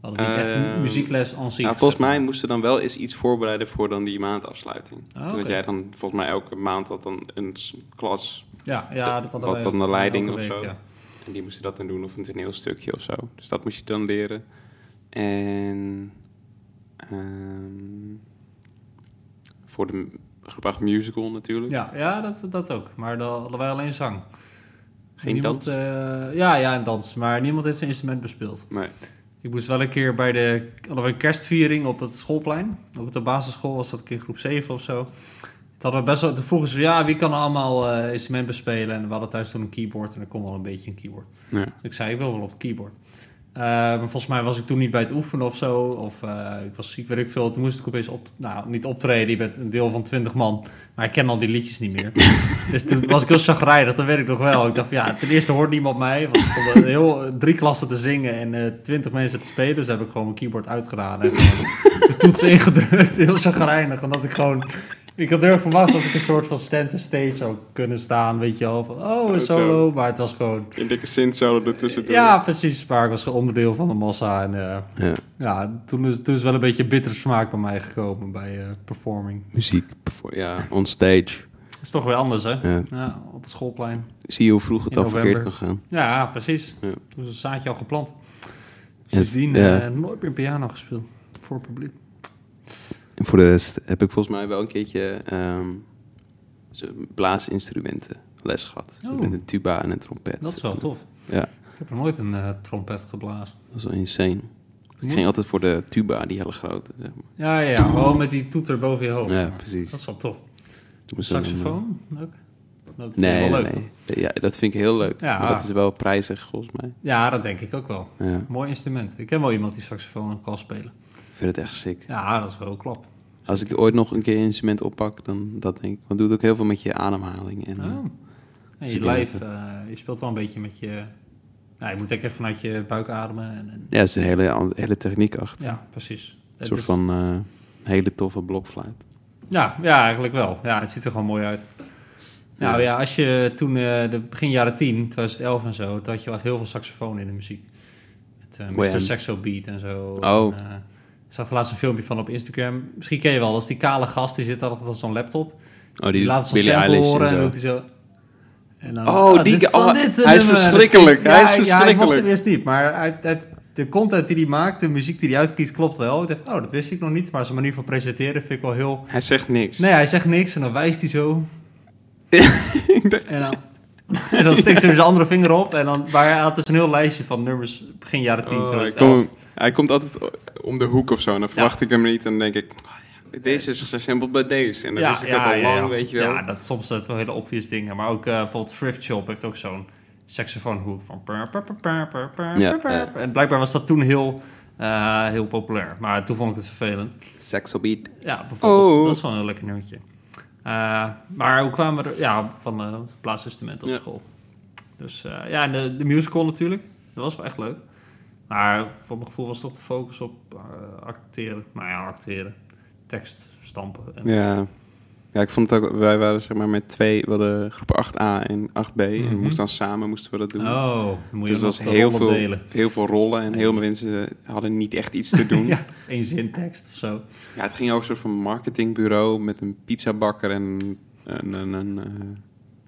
[SPEAKER 2] We hadden niet echt
[SPEAKER 1] Ehm,
[SPEAKER 2] muziekles aan zich.
[SPEAKER 1] Ja, volgens mij moesten we dan wel eens iets voorbereiden voor dan die maandafsluiting.
[SPEAKER 2] Ah,
[SPEAKER 1] Dus
[SPEAKER 2] oké.
[SPEAKER 1] dat jij dan volgens mij elke maand had dan een s- klas
[SPEAKER 2] Ja, ja dat hadden
[SPEAKER 1] wat
[SPEAKER 2] wij
[SPEAKER 1] dan
[SPEAKER 2] ook.
[SPEAKER 1] de leiding
[SPEAKER 2] Elke
[SPEAKER 1] of
[SPEAKER 2] week,
[SPEAKER 1] zo.
[SPEAKER 2] ja.
[SPEAKER 1] en die moesten dat dan doen of een toneelstukje of zo. Dus dat moest je dan leren. En ehm, voor de m- groep 8 musical natuurlijk.
[SPEAKER 2] Ja, ja dat, dat ook. Maar dan hadden wij alleen zang.
[SPEAKER 1] Geen dans?
[SPEAKER 2] eh, ja, ja, een dans. Maar niemand heeft een instrument bespeeld.
[SPEAKER 1] Nee.
[SPEAKER 2] Ik moest wel een keer bij de... Hadden we een kerstviering op het schoolplein. Ook op de basisschool was dat een keer groep 7 of zo. Toen, hadden we best wel, toen vroegen ze, ja, wie kan er allemaal eh, instrument bespelen? En we hadden thuis toen een keyboard en er kon wel een beetje een keyboard.
[SPEAKER 1] Ja.
[SPEAKER 2] Dus ik zei, ik wil wel op het keyboard. Eh, maar volgens mij was ik toen niet bij het oefenen of zo. Of eh, ik was ziek, weet ik veel. Toen moest ik opeens op, nou, niet optreden. Je bent een deel van 20 man. Maar ik ken al die liedjes niet meer. dus toen was ik heel chagrijnig, dat weet ik nog wel. Ik dacht, van, ja, ten eerste hoort niemand mij. Want er stonden heel, eh, drie klassen te zingen en eh, 20 mensen te spelen. Dus heb ik gewoon mijn keyboard uitgedaan. En gewoon de toets ingedrukt. Heel chagrijnig. Omdat ik gewoon... Ik had heel erg verwacht dat ik een soort van stand-to-stage zou kunnen staan. Weet je wel, van oh, een
[SPEAKER 1] zo.
[SPEAKER 2] solo. Maar het was gewoon...
[SPEAKER 1] Een dikke synth zouden ertussen doen.
[SPEAKER 2] Ja, precies. Maar ik was gewoon onderdeel van de massa. En eh,
[SPEAKER 4] Ja,
[SPEAKER 2] ja, toen is, toen is wel een beetje bittere smaak bij mij gekomen bij eh, performing.
[SPEAKER 4] muziek, perfor- ja, on stage.
[SPEAKER 2] Dat is toch weer anders, hè?
[SPEAKER 4] Ja.
[SPEAKER 2] Ja, op het schoolplein.
[SPEAKER 4] Zie je hoe vroeg het
[SPEAKER 2] In
[SPEAKER 4] al
[SPEAKER 2] november.
[SPEAKER 4] verkeerd kan gaan.
[SPEAKER 2] Ja, precies.
[SPEAKER 4] Ja.
[SPEAKER 2] Toen is het zaadje al geplant.
[SPEAKER 4] het-
[SPEAKER 2] Sindsdien
[SPEAKER 4] ja.
[SPEAKER 2] eh, nooit meer piano gespeeld. Voor het publiek.
[SPEAKER 4] En voor de rest heb ik volgens mij wel een keertje ehm, zo blaasinstrumenten les gehad.
[SPEAKER 2] Oh.
[SPEAKER 4] Met een tuba en een trompet.
[SPEAKER 2] Dat is wel tof.
[SPEAKER 4] Ja,
[SPEAKER 2] Ik heb er nooit een eh, trompet geblazen.
[SPEAKER 4] dat is wel insane. Ik
[SPEAKER 2] Ja.
[SPEAKER 4] ging altijd voor de tuba, die hele grote. Zeg maar.
[SPEAKER 2] Ja, ja, ja. Gewoon met die toeter boven je hoofd.
[SPEAKER 4] Ja,
[SPEAKER 2] zeg maar.
[SPEAKER 4] precies.
[SPEAKER 2] Dat is wel tof.
[SPEAKER 4] Toen moest dan, eh,
[SPEAKER 2] Saxofoon ook? Dat vind ik
[SPEAKER 4] Nee,
[SPEAKER 2] wel
[SPEAKER 4] nee,
[SPEAKER 2] leuk, toch?
[SPEAKER 4] eh, nee. Ja, dat vind ik heel leuk.
[SPEAKER 2] Ja.
[SPEAKER 4] Maar dat is wel prijzig volgens mij.
[SPEAKER 2] Ja, dat denk ik ook wel.
[SPEAKER 4] Ja,
[SPEAKER 2] Mooi instrument. Ik ken wel iemand die saxofoon kan spelen.
[SPEAKER 4] ik vind het echt sick.
[SPEAKER 2] Ja, dat is wel klap.
[SPEAKER 4] Als ik ooit nog een keer een instrument oppak, dan dat denk ik. Want het doet ook heel veel met je ademhaling. En, eh,
[SPEAKER 2] Oh. En
[SPEAKER 4] Zie
[SPEAKER 2] je
[SPEAKER 4] ik
[SPEAKER 2] lijf, eh, je speelt wel een beetje met je... Nou, je moet denk ik echt vanuit je buik ademen. En, en-
[SPEAKER 4] ja, er is een hele, an- hele techniek achter.
[SPEAKER 2] ja, precies.
[SPEAKER 4] Een
[SPEAKER 2] Het
[SPEAKER 4] soort
[SPEAKER 2] is-
[SPEAKER 4] van eh, hele toffe blokfluit.
[SPEAKER 2] Ja, ja, eigenlijk wel. Ja, het ziet er gewoon mooi uit. Nou ja, als je toen, eh, de begin jaren 10, 2011 en zo, toen had je wel echt heel veel saxofoon in de muziek. Met eh
[SPEAKER 4] Oh ja.
[SPEAKER 2] Mr. Saxo Beat en zo.
[SPEAKER 4] Oh.
[SPEAKER 2] En, eh, ik zag er laatst een filmpje van op Instagram. Misschien ken je wel, dat is die kale gast, die zit altijd op zo'n laptop.
[SPEAKER 4] Oh,
[SPEAKER 2] Die laat zo'n
[SPEAKER 4] Billie
[SPEAKER 2] sample
[SPEAKER 4] Eilish
[SPEAKER 2] horen en
[SPEAKER 4] zo.
[SPEAKER 2] doet hij zo... En dan, Ah,
[SPEAKER 4] Oh, die
[SPEAKER 2] dit is
[SPEAKER 4] ke-
[SPEAKER 2] van
[SPEAKER 4] oh,
[SPEAKER 2] dit
[SPEAKER 4] hij is
[SPEAKER 2] nummer.
[SPEAKER 4] verschrikkelijk,
[SPEAKER 2] Dus dit-
[SPEAKER 4] hij is
[SPEAKER 2] Ja, ik mocht
[SPEAKER 4] verschrikkelijk.
[SPEAKER 2] hem eerst niet, maar hij, hij- de content die hij maakt, de muziek die hij uitkiest, klopt wel. Ik dacht, oh, dat wist ik nog niet, maar zijn manier van presenteren vind ik wel heel...
[SPEAKER 1] Hij zegt niks.
[SPEAKER 2] Nee, hij zegt niks en dan wijst hij zo. en dan, en dan stikt ze dus zijn andere vinger op. En dan, maar hij had dus een heel lijstje van nummers begin jaren 10,
[SPEAKER 1] Oh, hij,
[SPEAKER 2] 2011.
[SPEAKER 1] komt, hij komt altijd o- om de hoek of zo. En dan verwacht ik hem niet. En dan denk ik, oh ja, deze is gesampled bij deze. En dan wist ik dat al lang, weet je wel.
[SPEAKER 2] Ja, dat, soms zijn het wel hele obvious dingen. Maar ook eh, bijvoorbeeld Thrift Shop heeft ook zo'n saxofoonhoek van... purr, purr, purr, purr, purr, purr,
[SPEAKER 4] Ja,
[SPEAKER 2] purr.
[SPEAKER 4] ja.
[SPEAKER 2] En blijkbaar was dat toen heel, eh, heel populair. Maar toen vond ik het vervelend.
[SPEAKER 4] Saxobeat.
[SPEAKER 2] Ja, bijvoorbeeld.
[SPEAKER 1] Oh.
[SPEAKER 2] Dat is wel een heel lekker nummertje. Eh, maar hoe kwamen we er... Ja, van eh blaasinstrumenten op
[SPEAKER 1] Ja.
[SPEAKER 2] school. Dus eh, ja, en de, de musical natuurlijk. Dat was wel echt leuk. Maar voor mijn gevoel was toch de focus op eh, acteren. Nou ja, acteren. Tekst stampen. En,
[SPEAKER 1] Ja. Ja, ik vond het ook... Wij waren zeg maar met twee... We hadden groep 8a en 8b. En we moesten dan samen moesten we dat doen.
[SPEAKER 2] Mhm. Oh, dan moet je
[SPEAKER 1] dus er was
[SPEAKER 2] nog de
[SPEAKER 1] heel
[SPEAKER 2] rollen
[SPEAKER 1] veel,
[SPEAKER 2] delen. Mhm.
[SPEAKER 1] heel veel rollen. En heel veel mensen hadden niet echt iets te doen. ja.
[SPEAKER 2] Ja, of één zin tekst of zo.
[SPEAKER 1] het ging over een soort van marketingbureau... met een pizzabakker en een, een, een, eh,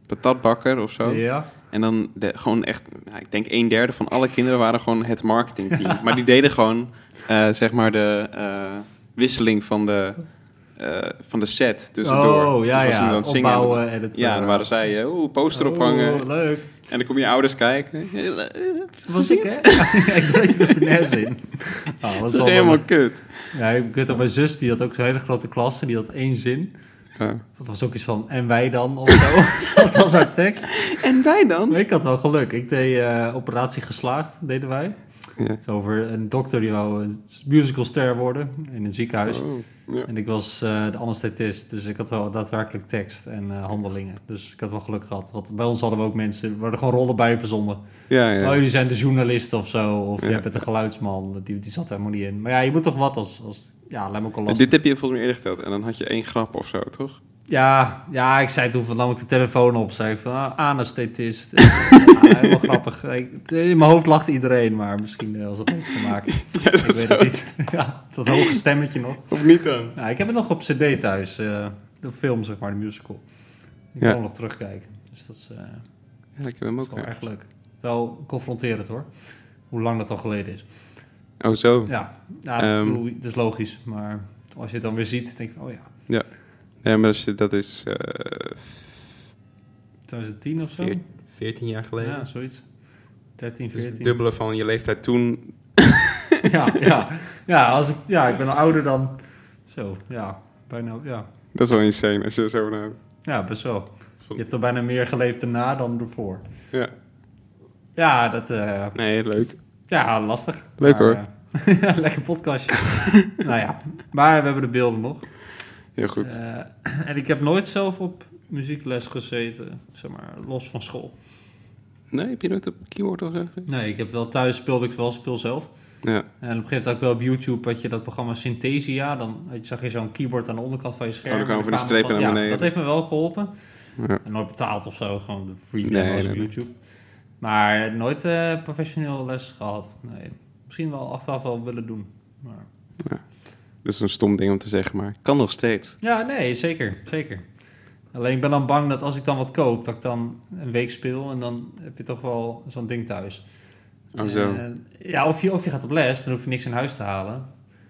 [SPEAKER 1] patatbakker of zo.
[SPEAKER 2] Ja. Oh,
[SPEAKER 1] En dan de, gewoon echt, nou, ik denk een derde van alle kinderen waren gewoon het marketingteam. maar die deden gewoon, eh, zeg maar, de eh, wisseling van de eh, van de set tussendoor.
[SPEAKER 2] Oh, ja,
[SPEAKER 1] Dus was hij
[SPEAKER 2] ja.
[SPEAKER 1] dan aan het zingen.
[SPEAKER 2] Opbouwen, editen.
[SPEAKER 1] Ja, en dan waren zij, eh, oeh, poster ophangen.
[SPEAKER 2] Oh, leuk.
[SPEAKER 1] En dan kom je ouders kijken.
[SPEAKER 2] Dat was ik, hè? ik deed er finesse in. Oh, dat
[SPEAKER 1] Dat is
[SPEAKER 2] is wel
[SPEAKER 1] helemaal kut.
[SPEAKER 2] Ja, ik weet dat mijn zus, die had ook zo'n hele grote klas en die had één zin.
[SPEAKER 1] Ja.
[SPEAKER 2] Dat was ook iets van, en wij dan, of zo. dat was haar tekst.
[SPEAKER 1] En wij dan?
[SPEAKER 2] Maar ik had wel geluk. Ik deed eh, operatie geslaagd, deden wij.
[SPEAKER 1] Ja.
[SPEAKER 2] Over een dokter die wou een musicalster worden in een ziekenhuis.
[SPEAKER 1] Oh, ja.
[SPEAKER 2] En ik was eh, de anesthesist, dus ik had wel daadwerkelijk tekst en eh, handelingen. Dus ik had wel geluk gehad. Want bij ons hadden we ook mensen, er waren gewoon rollen bij verzonnen.
[SPEAKER 1] Ja, ja.
[SPEAKER 2] Oh, jullie zijn de journalist of zo, of
[SPEAKER 1] Ja.
[SPEAKER 2] je bent een geluidsman. Die, die zat er helemaal niet in. Maar ja, je moet toch wat als... als ja, lijkt me ook al lastig.
[SPEAKER 1] Dit heb je volgens mij eerder geteld. En dan had je één grap of zo, toch?
[SPEAKER 2] Ja, ja, ik zei toen van, nam ik de telefoon op. Zei ik van, ah, anesthesist. ja, helemaal grappig. Ik- in mijn hoofd lacht iedereen, maar misschien eh, was dat niet gemaakt. ik weet het niet. ja, dat hoge stemmetje nog.
[SPEAKER 1] Of niet dan?
[SPEAKER 2] Ja, ik heb het nog op cd thuis. eh, de film, zeg maar, de musical.
[SPEAKER 1] Ja.
[SPEAKER 2] Ik kan hem nog terugkijken. Dus dat is, eh,
[SPEAKER 1] Ja, ik heb hem
[SPEAKER 2] dat is
[SPEAKER 1] ook.
[SPEAKER 2] wel
[SPEAKER 1] weer.
[SPEAKER 2] erg leuk. Wel confronterend hoor. Hoe lang dat al geleden is.
[SPEAKER 1] Oh, zo.
[SPEAKER 2] Ja, ja dat,
[SPEAKER 1] Ehm.
[SPEAKER 2] bedoel- dat is logisch. Maar als je het dan weer ziet, denk ik, oh ja,
[SPEAKER 1] Nee, maar dat is, dat is eh,
[SPEAKER 2] 2010 of zo.
[SPEAKER 4] 14 jaar geleden.
[SPEAKER 2] Ja, zoiets. 13,
[SPEAKER 4] dus het
[SPEAKER 2] 14.
[SPEAKER 4] dubbele van je leeftijd toen.
[SPEAKER 2] ja, ja. Ja, als ik, ja, ik ben al ouder dan. Zo, ja. Bijna, ja.
[SPEAKER 1] Dat is wel insane als je zo naar...
[SPEAKER 2] Ja, best wel. Je hebt er bijna meer geleefd daarna dan ervoor.
[SPEAKER 1] Ja.
[SPEAKER 2] Ja, dat. eh,
[SPEAKER 1] Nee, leuk.
[SPEAKER 2] ja, lastig.
[SPEAKER 1] Leuk, hoor.
[SPEAKER 2] eh, ja, lekker podcastje. nou ja, maar we hebben de beelden nog.
[SPEAKER 1] Heel goed.
[SPEAKER 2] Eh, en ik heb nooit zelf op muziekles gezeten, zeg maar, los van school.
[SPEAKER 1] Nee, heb je nooit op keyboard of zo?
[SPEAKER 2] Nee, ik heb wel thuis speelde ik wel veel zelf.
[SPEAKER 1] Ja.
[SPEAKER 2] En op een gegeven moment had ik wel op YouTube had je dat programma Synthesia. Dan had je- zag je zo'n keyboard aan de onderkant van je
[SPEAKER 1] Oh,
[SPEAKER 2] scherm.
[SPEAKER 1] dan
[SPEAKER 2] En
[SPEAKER 1] kwamen van die
[SPEAKER 2] kwamen
[SPEAKER 1] strepen naar
[SPEAKER 2] ja,
[SPEAKER 1] beneden.
[SPEAKER 2] dat heeft me wel geholpen.
[SPEAKER 1] Ja.
[SPEAKER 2] En nooit betaald of zo, gewoon de free
[SPEAKER 1] Nee,
[SPEAKER 2] demos
[SPEAKER 1] nee,
[SPEAKER 2] op
[SPEAKER 1] nee.
[SPEAKER 2] YouTube. Maar nooit eh, professioneel les gehad. Nee. Misschien wel achteraf wel willen doen. Maar...
[SPEAKER 1] Dat is een stom ding om te zeggen, maar kan nog steeds.
[SPEAKER 2] Ja, nee, zeker, zeker. Alleen ik ben dan bang dat als ik dan wat koop, dat ik dan een week speel en dan heb je toch wel zo'n ding thuis.
[SPEAKER 1] Oh, zo.
[SPEAKER 2] Eh, ja, of je, of je gaat op les, dan hoef je niks in huis te halen.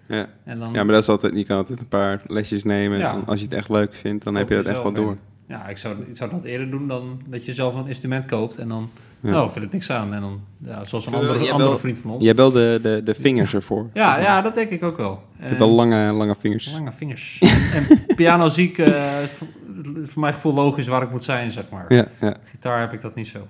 [SPEAKER 1] Ja.
[SPEAKER 2] En dan,
[SPEAKER 1] ja, maar dat is altijd... Je kan altijd een paar lesjes nemen.
[SPEAKER 2] Ja.
[SPEAKER 1] En als je het echt leuk vindt, dan
[SPEAKER 2] Koop
[SPEAKER 1] heb je dat echt wel
[SPEAKER 2] jezelf
[SPEAKER 1] door.
[SPEAKER 2] in. Ja, ik zou, ik zou dat eerder doen dan dat je zelf een instrument koopt en dan,
[SPEAKER 1] Ja.
[SPEAKER 2] nou, vind het niks aan. En dan, ja, zoals een
[SPEAKER 1] Terwijl
[SPEAKER 2] andere,
[SPEAKER 1] jij
[SPEAKER 2] andere
[SPEAKER 1] wel-
[SPEAKER 2] vriend van ons.
[SPEAKER 1] Je hebt wel de, de, de vingers ervoor.
[SPEAKER 2] Ja, ja, dat denk ik ook wel. Eh,
[SPEAKER 1] Je hebt wel lange, lange vingers.
[SPEAKER 2] lange vingers. en pianoziek eh, is voor, voor mijn gevoel logisch waar ik moet zijn, zeg maar.
[SPEAKER 1] Ja, ja.
[SPEAKER 2] Gitaar heb ik dat niet zo.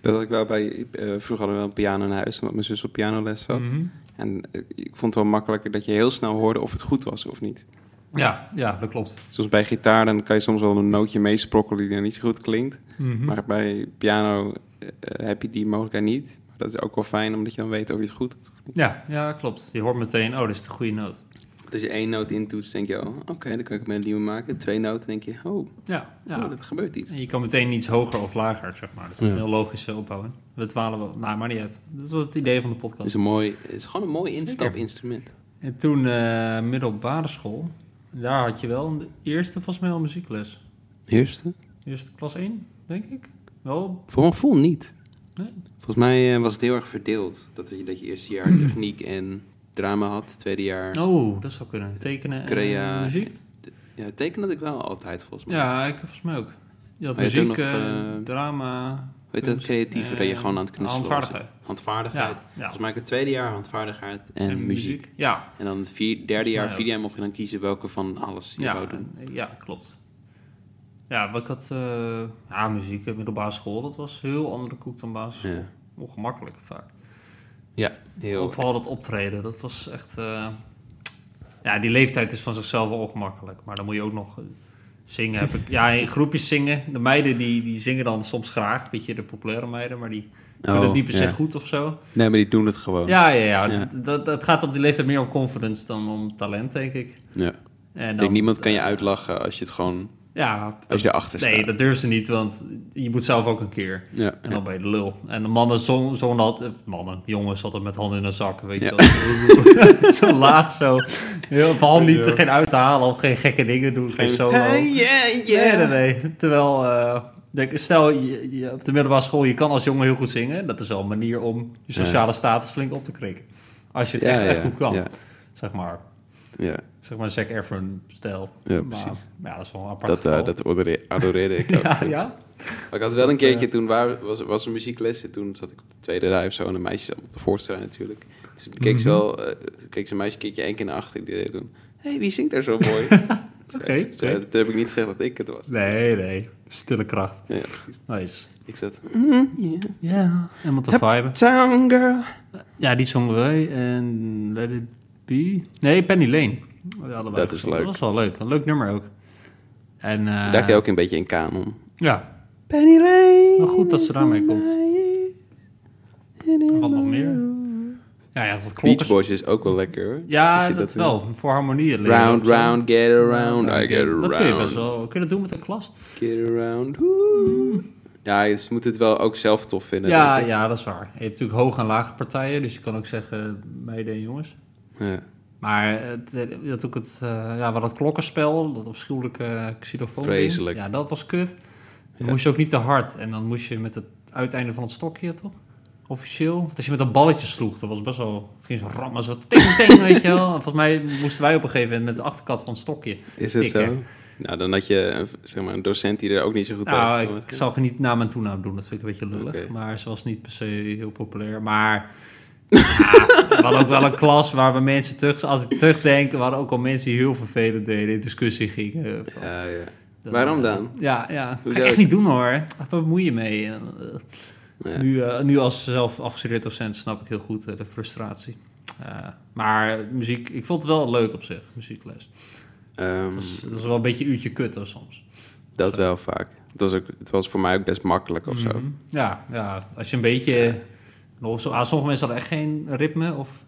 [SPEAKER 1] Dat had ik wel bij... eh, vroeger hadden we wel een piano in huis, omdat mijn zus op pianoles zat.
[SPEAKER 2] Mhm.
[SPEAKER 1] En eh, ik vond het wel makkelijker dat je heel snel hoorde of het goed was of niet.
[SPEAKER 2] Ja, ja, dat klopt.
[SPEAKER 1] Zoals bij gitaar, dan kan je soms wel een nootje meesprokkelen die dan niet zo goed klinkt.
[SPEAKER 2] Mhm.
[SPEAKER 1] Maar bij piano eh, eh, heb je die mogelijkheid niet. Maar dat is ook wel fijn, omdat je dan weet of je het goed doet.
[SPEAKER 2] Ja, ja, klopt. Je hoort meteen, oh, dit is de goede noot.
[SPEAKER 1] Als je één noot intoetst, denk je, oh, oké, dan kan ik een melodie maken. Twee noten, denk je, oh,
[SPEAKER 2] Ja, ja.
[SPEAKER 1] dat gebeurt iets.
[SPEAKER 2] En je kan meteen iets hoger of lager, zeg maar. Dat is een heel logische opbouw. We dwalen wel. Nou, maar niet uit. Dat was het idee van de podcast.
[SPEAKER 1] Het is, een mooi, het is gewoon een mooi instapinstrument.
[SPEAKER 2] En toen eh, middelbare school, daar had je wel een- de eerste volgens mij al muziekles.
[SPEAKER 1] Eerste?
[SPEAKER 2] Eerste klas 1, denk ik. Wel,
[SPEAKER 1] Voor mijn gevoel niet.
[SPEAKER 2] nee.
[SPEAKER 1] Volgens mij eh, was het heel erg verdeeld. Dat je, dat je eerste jaar techniek en drama had. Tweede jaar...
[SPEAKER 2] Oh, dat zou kunnen. Tekenen en eh,
[SPEAKER 1] Crea-
[SPEAKER 2] muziek?
[SPEAKER 1] Ja, teken dat ik wel altijd, volgens mij.
[SPEAKER 2] Ja, ik volgens mij ook. Je had
[SPEAKER 1] Maar je hebt
[SPEAKER 2] muziek,
[SPEAKER 1] ook nog,
[SPEAKER 2] eh,
[SPEAKER 1] eh,
[SPEAKER 2] drama...
[SPEAKER 1] Weet je dat
[SPEAKER 2] kunst,
[SPEAKER 1] creatieve dat je
[SPEAKER 2] eh,
[SPEAKER 1] gewoon aan het knutselen was?
[SPEAKER 2] Handvaardigheid.
[SPEAKER 1] Handvaardigheid.
[SPEAKER 2] Ja, ja.
[SPEAKER 1] Volgens mij het tweede jaar handvaardigheid en, muziek.
[SPEAKER 2] Ja,
[SPEAKER 1] En dan het vier, derde jaar,
[SPEAKER 2] mij
[SPEAKER 1] vierde jaar mocht je dan kiezen welke van alles je
[SPEAKER 2] ja,
[SPEAKER 1] wou doen.
[SPEAKER 2] en- ja, klopt. Ja, wat ik had... eh ja, muziek eh, middelbare school, dat was een heel andere koek dan basisschool.
[SPEAKER 1] Ja.
[SPEAKER 2] Ongemakkelijk vaak.
[SPEAKER 4] Ja, heel.
[SPEAKER 2] Ook vooral dat optreden, dat was echt... eh, ja, die leeftijd is van zichzelf wel ongemakkelijk. Maar dan moet je ook nog eh, zingen. Heb ik, ja, in groepjes zingen. De meiden die, die zingen dan soms graag. Een beetje de populaire meiden, maar die doen
[SPEAKER 1] Oh,
[SPEAKER 2] het niet per se
[SPEAKER 1] ja.
[SPEAKER 2] goed of zo.
[SPEAKER 1] Nee, maar die doen het gewoon.
[SPEAKER 2] Ja, ja, ja.
[SPEAKER 1] Ja.
[SPEAKER 2] Dat, dat, dat gaat op die leeftijd meer om confidence dan om talent, denk ik. En
[SPEAKER 1] Ik
[SPEAKER 2] dan-
[SPEAKER 1] denk, niemand kan je uitlachen als je het gewoon...
[SPEAKER 2] Ja,
[SPEAKER 1] Als je erachter staat.
[SPEAKER 2] Nee, dat durft ze niet, want je moet zelf ook een keer.
[SPEAKER 1] Ja,
[SPEAKER 2] En dan ben je de lul. En de mannen zongen zong dat... eh, Mannen, jongens, hadden met handen in hun zak, weet je
[SPEAKER 1] Ja.
[SPEAKER 2] wel. zo laag, zo. Heel, vooral niet, eh, geen uit te halen of geen gekke dingen doen, geen solo. Nee, nee, nee. Terwijl, eh, denk, stel, je, je- op de middelbare school, je kan als jongen heel goed zingen. Dat is wel een manier om je sociale status flink op te krikken. Als je het
[SPEAKER 1] Ja,
[SPEAKER 2] echt, echt
[SPEAKER 1] ja,
[SPEAKER 2] goed kan,
[SPEAKER 1] ja.
[SPEAKER 2] zeg maar.
[SPEAKER 4] Ja,
[SPEAKER 2] Zeg maar Zac Efron-stijl.
[SPEAKER 4] Ja,
[SPEAKER 2] Maar,
[SPEAKER 4] precies.
[SPEAKER 2] ja, dat is wel een apart
[SPEAKER 4] dat, eh,
[SPEAKER 2] geval.
[SPEAKER 4] dat adoreer- adoreerde ik ook.
[SPEAKER 2] ja,
[SPEAKER 4] toen.
[SPEAKER 2] ja?
[SPEAKER 4] Maar ik had wel een keertje, toen waar, was, was een muziekles en toen zat ik op de tweede rij of zo en de meisjes op de voorste rij natuurlijk. Dus toen keek ze
[SPEAKER 2] Mhm.
[SPEAKER 4] wel, eh, toen keek ze een meisje een keertje één keer naar achter die deed toen, hé, hey, wie zingt daar zo mooi? Dus
[SPEAKER 2] Oké,
[SPEAKER 4] Ze- ze-
[SPEAKER 2] oké.
[SPEAKER 4] Dat eh, heb ik niet gezegd dat ik het was.
[SPEAKER 2] Nee, nee. Stille kracht.
[SPEAKER 4] Ja, precies.
[SPEAKER 2] Nice.
[SPEAKER 4] ik zat,
[SPEAKER 2] Ja, helemaal te viben.
[SPEAKER 4] Town Girl.
[SPEAKER 2] Ja, die zongen wij. En Let It Be. Nee, Penny Lane. We allebei
[SPEAKER 4] Dat is
[SPEAKER 2] gezongen.
[SPEAKER 4] leuk.
[SPEAKER 2] Dat was wel leuk. Een leuk nummer ook. En, eh,
[SPEAKER 4] Daar kun je ook een beetje in kanon.
[SPEAKER 2] Ja,
[SPEAKER 4] Penny Lane.
[SPEAKER 2] maar goed dat ze daarmee komt.
[SPEAKER 4] En
[SPEAKER 2] Wat nog meer? Ja, ja dat klopt.
[SPEAKER 4] Beach Boys is ook wel lekker hoor. Als
[SPEAKER 2] Ja,
[SPEAKER 4] je
[SPEAKER 2] dat, wel. Voor harmonieën leren.
[SPEAKER 4] Round,
[SPEAKER 2] of zo.
[SPEAKER 4] round, get around, I get around.
[SPEAKER 2] Dat kun je best wel. Kun je dat doen met een klas?
[SPEAKER 4] Get around. Oeh. Ja, ze moeten het wel ook zelf tof vinden.
[SPEAKER 2] Ja,
[SPEAKER 4] denk ik.
[SPEAKER 2] ja, dat is waar. Je hebt natuurlijk hoge en lage partijen, dus je kan ook zeggen meiden en jongens.
[SPEAKER 4] Ja.
[SPEAKER 2] Maar eh, het, je had ook het, eh, ja, wel dat klokkenspel, dat afschuwelijke eh, xylofoon. ding.
[SPEAKER 4] Vreselijk.
[SPEAKER 2] Ja, dat was kut. Dan moest je ook niet te hard. En dan moest je met het uiteinde van het stokje, toch? Officieel. Want als je met dat balletje sloeg, dat was best wel... Ging zo rammen, zo ting, ting, weet je wel. En Volgens mij moesten wij op een gegeven moment met de achterkant van het stokje
[SPEAKER 4] Is het
[SPEAKER 2] tikken.
[SPEAKER 4] zo? Nou, dan had je een- zeg maar, een docent die er ook niet zo goed
[SPEAKER 2] Nou,
[SPEAKER 4] tegen
[SPEAKER 2] ik,
[SPEAKER 4] was.
[SPEAKER 2] zal niet naam en toenaam doen. Dat vind ik een beetje lullig.
[SPEAKER 4] Oké.
[SPEAKER 2] Maar ze was niet per se heel populair. Maar ja, we hadden ook wel een klas waar we mensen terug... Als ik terugdenk, we hadden ook al mensen die heel vervelend deden. In discussie gingen.
[SPEAKER 4] Ja, ja.
[SPEAKER 2] Dat-
[SPEAKER 4] Waarom dan?
[SPEAKER 2] Ja, ja. Ga ik
[SPEAKER 4] Hoezo?
[SPEAKER 2] echt niet doen hoor. Wat bemoei je mee? En, eh,
[SPEAKER 4] Ja.
[SPEAKER 2] Nu, eh, nu als zelf afgestudeerd docent snap ik heel goed eh, de frustratie. Eh, maar muziek, ik vond het wel leuk op zich, muziekles.
[SPEAKER 4] Ehm,
[SPEAKER 2] Dat is, dat is wel een beetje uurtje kut hoor, soms.
[SPEAKER 4] dat wel vaak. Het was, ook, het was voor mij ook best makkelijk of
[SPEAKER 2] Mhm.
[SPEAKER 4] zo.
[SPEAKER 2] Ja, ja, als je een beetje... nog zo- ah, sommige mensen hadden echt geen ritme of